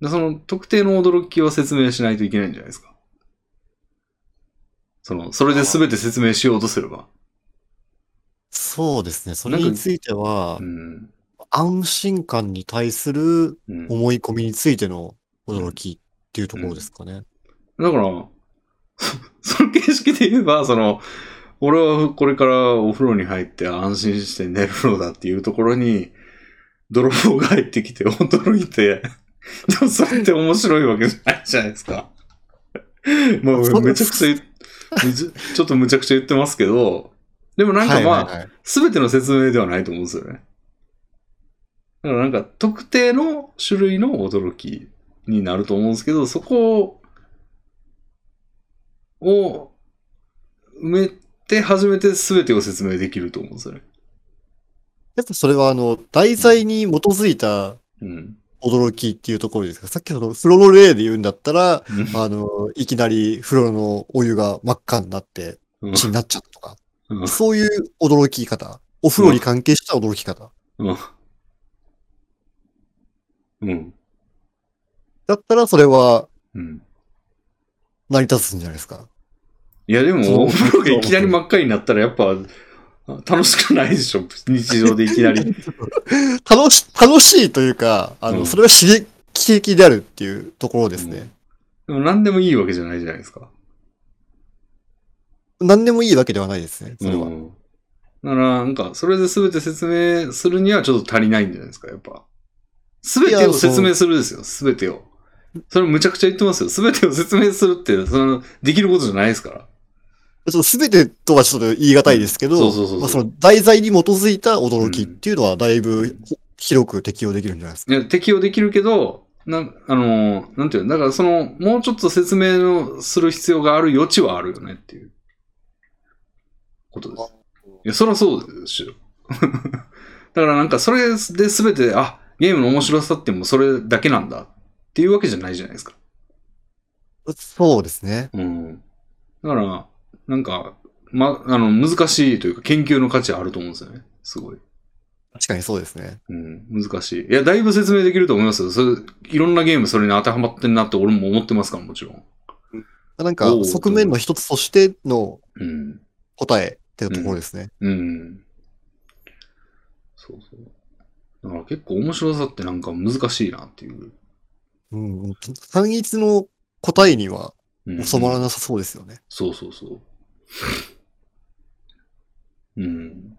でその特定の驚きを説明しないといけないんじゃないですか。その、それで全て説明しようとすれば。
そうですね。それについては
う、ん。
安心感に対する
うん、だか
思い込みについての驚きっていうところですかね。
ら、 そその形式で言えば、その、俺はこれからお風呂に入って安心して寝るのだっていうところに、泥棒が入ってきて驚いて、でもそれって面白いわけじゃないじゃないですか。も
そうう
め
で
ちゃ
す
くちゃ言っむずちょっとむちゃくちゃ言ってますけど、でもなんかま
はい
あ、
はいはい
すべ、ての説明ではないと思うんですよね。だからなんか特定の種類の驚きになると思うんですけど、そこを埋めて初めて全てを説明できると思うんですよね。
やっぱそれはあの、題材に基づいた
うん。
驚きっていうところですかさっきの風呂の例で言うんだったら、
うん
あの、いきなり風呂のお湯が真っ赤になって
うん
血になっちゃったとか、
うん
そういう驚き方。お風呂に関係した驚き方。
うん。うん。
だったらそれは
うん。
成り立つんじゃないですか。
いや、で
そう
も、お風呂がいきなり真っ赤になったら、やっぱ、楽しくないでしょ。日常でいきなり。
楽し、楽しいというか、あの、
うん
それは刺激的であるっていうところですね。
でも何でもいいわけじゃないじゃないですか。
何でもいいわけではないですね、それは。
うん。だから、なんか、それで全て説明するにはちょっと足りないんじゃないですか、やっぱ。全てを説明するですよ、全てを。それむちゃくちゃ言ってますよ。すべてを説明するって、その、できることじゃないですから。
ちょっと全てとはちょっと言い難いですけど、
そうそうそうそう
まあ、その題材に基づいた驚きっていうのはだいぶほ広く適用できるんじゃないですか。
いや、適用できるけど、なん、あのー、なんていうのだからその、もうちょっと説明をする必要がある余地はあるよねっていう、ことです。いや、そりゃそうですよ。 だからなんか、それで全て、あ、ゲームの面白さってもうそれだけなんだっていうわけじゃないじゃないですか。
そうですね。
うん。だから、なんか、ま、あの、難しいというか、研究の価値あると思うんですよね。すごい。
確かにそうですね。
うん、難しい。いや、だいぶ説明できると思いますよ。それいろんなゲームそれに当てはまってんなって俺も思ってますから、もちろん。
なんか
おう
側面の一つとしての
うん。
答えっていうところですね。
うん。そうそう。だから結構面白さってなんか難しいなっていう。
うん。うん単一の答えには
うん、
収まらなさそうですよね。
そうそうそう。うん。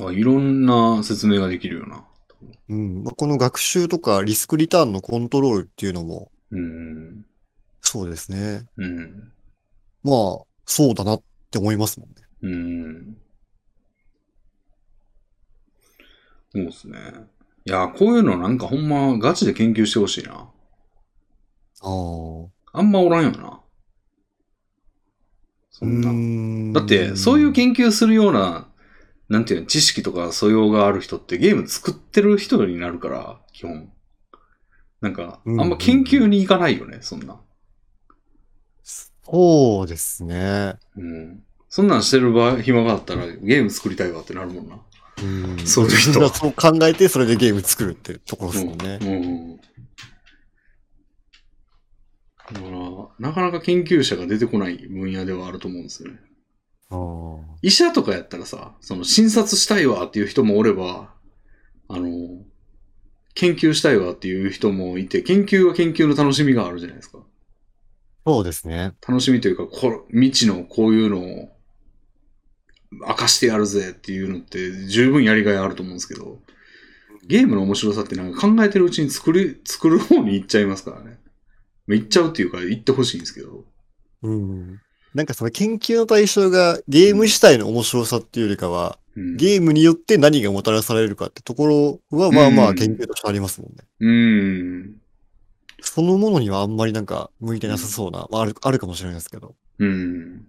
あ、いろんな説明ができるよな。
うん。まあ、この学習とかリスクリターンのコントロールっていうのも
うん。
そうですね。
うん。
まあ、そうだなって思いますもんね。
うん。そうですね。いや、こういうのなんかほんまガチで研究してほしいな。
ああ。
あんまおらんよな。そんな。
ん
だって、そういう研究するような、なんていうの、知識とか素養がある人ってゲーム作ってる人になるから、基本。なんか、あ
うん
んま研究に行かないよね、そんな。
そうですね。
うん。そんなんしてる場合暇があったら、ゲーム作りたいわってなるもんな。
うん
そういう人
だからそう考えて、それでゲーム作るってところですもんね。
うん。だから、なかなか研究者が出てこない分野ではあると思うんですよね。
あ
医者とかやったらさ、その診察したいわっていう人もおれば、あの、研究したいわっていう人もいて、研究は研究の楽しみがあるじゃないですか。
ーそうですね。
楽しみというか、こ未知のこういうのを明かしてやるぜっていうのって十分やりがいあると思うんですけど、ゲームの面白さってなんか考えてるうちに作り、作る方に行っちゃいますからね。まあ行っちゃうっていうか、行ってほしいんですけど。
うん。なんかその研究の対象がゲーム自体の面白さっていうよりかは、
うん、
ゲームによって何がもたらされるかってところは、まあま
う
あ
ん
研究としてありますもんね。
うん。
そのものにはあんまりなんか向いてなさそうな、まあある、あるかもしれないですけど。
うん。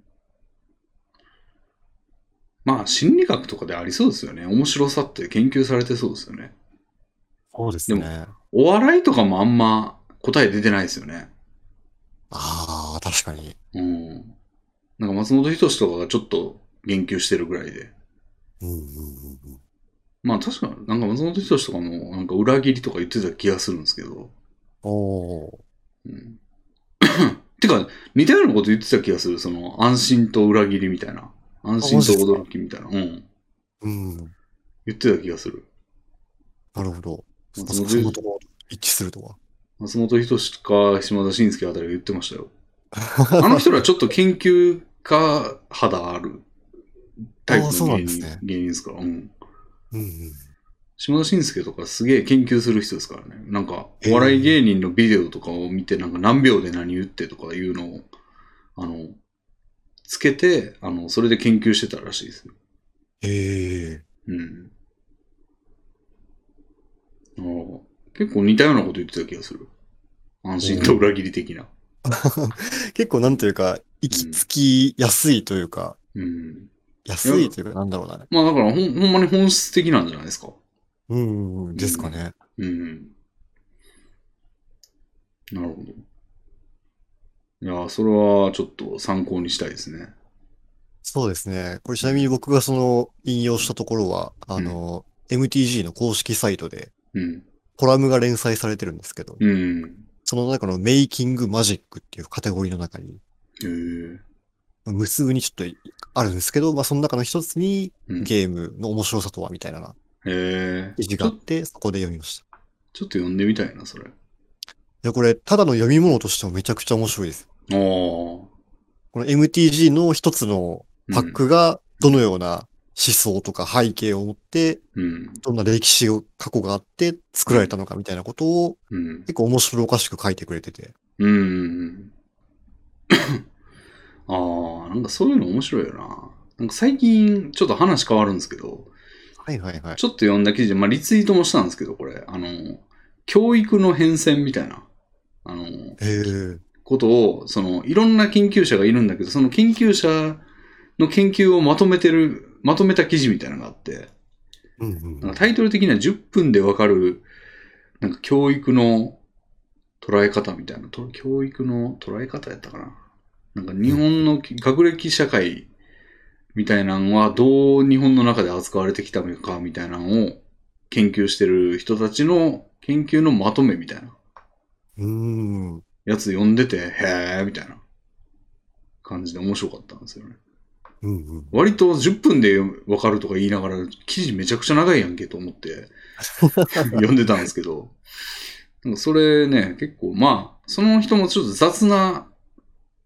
まあ、心理学とかでありそうですよね。面白さって研究されてそうですよね。
そうです
で
ね。
お笑いとかもあんま答え出てないですよね。
ああ、確かに。
うん。なんか松本人志とかがちょっと言及してるぐらいで。
うんうんうんうん
まあ確か、なんか松本人志とかもなんか裏切りとか言ってた気がするんですけど。
おー
うん。 てか、似たようなこと言ってた気がする。その、安心と裏切りみたいな。安心と驚きみたいな。うん。
うん。
言ってた気がする。
なるほど。
松本
そこ
人
のところ一致するとは。
松本人志か島田紳介あたりが言ってましたよ。あの人らちょっと研究家肌あるタイプ
あーそう
の
な
芸
んです
人
ね
芸人ですから、うん。
うんうん。
島田紳介とかすげえ研究する人ですからね。なんか、
へー
お笑い芸人のビデオとかを見て、なんか何秒で何言ってとかいうのを、あの、つけて、あの、それで研究してたらしいですよ。
へえ。
うん。あー結構似たようなこと言ってた気がする。安心と裏切り的な。
結構なんというか、行き着きやすいというか、
うん。
安いというか、なんだろうな。
まあだからほんほんまに本質的なんじゃないですか。
うんうんうん、ですかね。
うん。なるほど。いや、それはちょっと参考にしたいですね。
そうですね。これちなみに僕がその引用したところは、あの、MTG の公式サイトで
うん。
コラムが連載されてるんですけど、
うん。
その中のメイキングマジックっていうカテゴリーの中に、
へえ。
無数にちょっとあるんですけど、まあその中の一つに
うん、へ
ゲームの面白さとはみたいな
え。
記事
ち
があ
ょち
っ、
ょって
そこで読みました。
と読んでみたいな、それ。あ
いや、これただの読み物としてもめちゃくちゃ面白いです。
あ。
この MTG の一つのパックがどのような想とか背景を持って、
うん。
どんな歴史を、過去があって作られたのかみたいなことを
うん。
結構面白おかしく書いてくれてて。
うん。 ああ、なんかそういうの面白いよな。なんか最近、ちょっと話変わるんですけど、
はいはいはい。
ちょっと読んだ記事で、まあ、リツイートもしたんですけど、これ、あの、教育の変遷みたいな、あの、
へえ。
ことを、その、いろんな研究者がいるんだけど、その研究者の研究をまとめてる、まとめた記事みたいなのがあって、
うんう
なん
ん
か。タイトル的には10分でわかる、なんか教育の捉え方みたいな、と教育の捉え方やったかな。なんか日本の学歴社会みたいなのはどう日本の中で扱われてきたのかみたいなのを研究してる人たちの研究のまとめみたいな
うん。
やつ読んでて、へーみたいな感じで面白かったんですよね。
うんうん。
割と10分でわかるとか言いながら、記事めちゃくちゃ長いやんけと思って、読んでたんですけど、なんかそれね、結構まあ、その人もちょっと雑な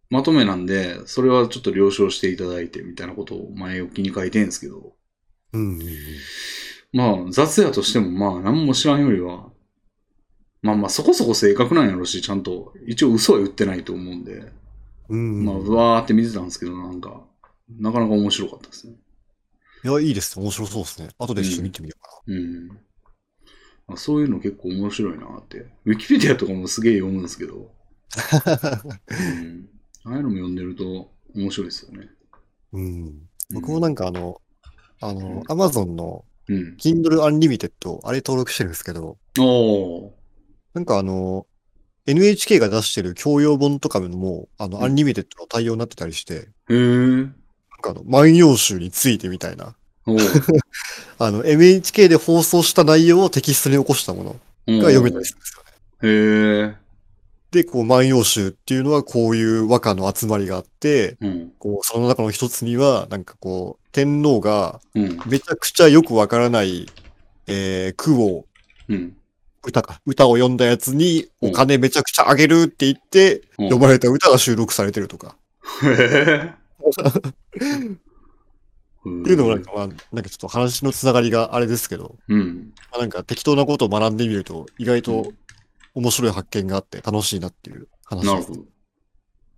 まとめなんで、それはちょっと了承していただいてみたいなことを前置きに書いてんですけど、
うんうんうん。
まあ雑やとしてもまあ何も知らんよりは、まあまあそこそこ正確なんやろし、ちゃんと一応嘘は言ってないと思うんで、
うんうん
まあうわーって見てたんですけど、なんか、なかなか面白かったですね。
いや、いいですね。面白そうですね。後で一緒に見てみようか
うん。まあ、そういうの結構面白いなって。ウィキペディアとかもすげえ読むんですけど、
な。
うん。ああいうのも読んでると面白いですよね。
うん。僕もなんかあの、あの、アマゾンの
うん。
Kindle Unlimited、あれ登録してるんですけど、
おー。
なんかあの、NHK が出してる教養本とかも、あ
うん
の、アンリミテッドの対応になってたりして、な
へ
ん
ー。
かあの、万葉集についてみたいな、
お ー。
あの、NHK で放送した内容をテキストに起こしたもの
お
が読めたりするんですよね。
へー。
で、こう、万葉集っていうのはこういう和歌の集まりがあって、
うん。
こう、その中の一つには、なんかこう、天皇が
うん。
めちゃくちゃよくわからない、えー、句を、
うん。
歌か、歌を読んだやつに
うん
お金めちゃくちゃあげるって言って、
うん
読まれた歌が収録されてるとか。
へー。 っ
っていうのもなんか、まあ、なんかちょっと話のつながりがあれですけど、
うん。
まあ、なんか適当なことを学んでみると、意外と面白い発見があって楽しいなっていう話
な
で
る
す
ほ。ど。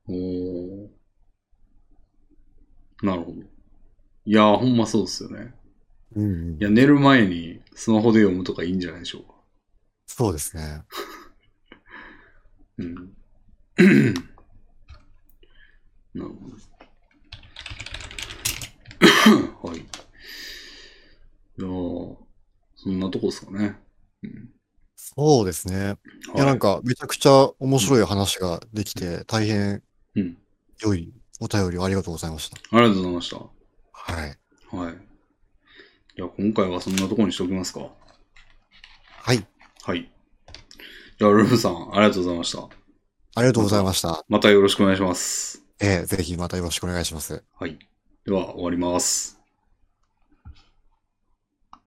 おー。なるほど。いやー、ほんまそうですよね。
うんう
い
ん
や、寝る前にスマホで読むとかいいんじゃないでしょうか。
そうですね。
うん。 なるほ ど。はい。いやーそんなとこですかね。うん
そうですね。いや、なん、か、めちゃくちゃ面白い話ができて、大変
はいうん。
良いお便りをありがとうございました。
ありがとうございまし
はい。
た。はい。じゃあ、今回はそんなとこにしておきますか。
はい。
はい。じゃあ、ルフさん、ありがとうございました。
ありがとうございました。
またよろしくお願いします。
えーぜひまたよろしくお願いします。
はい。では、終わります。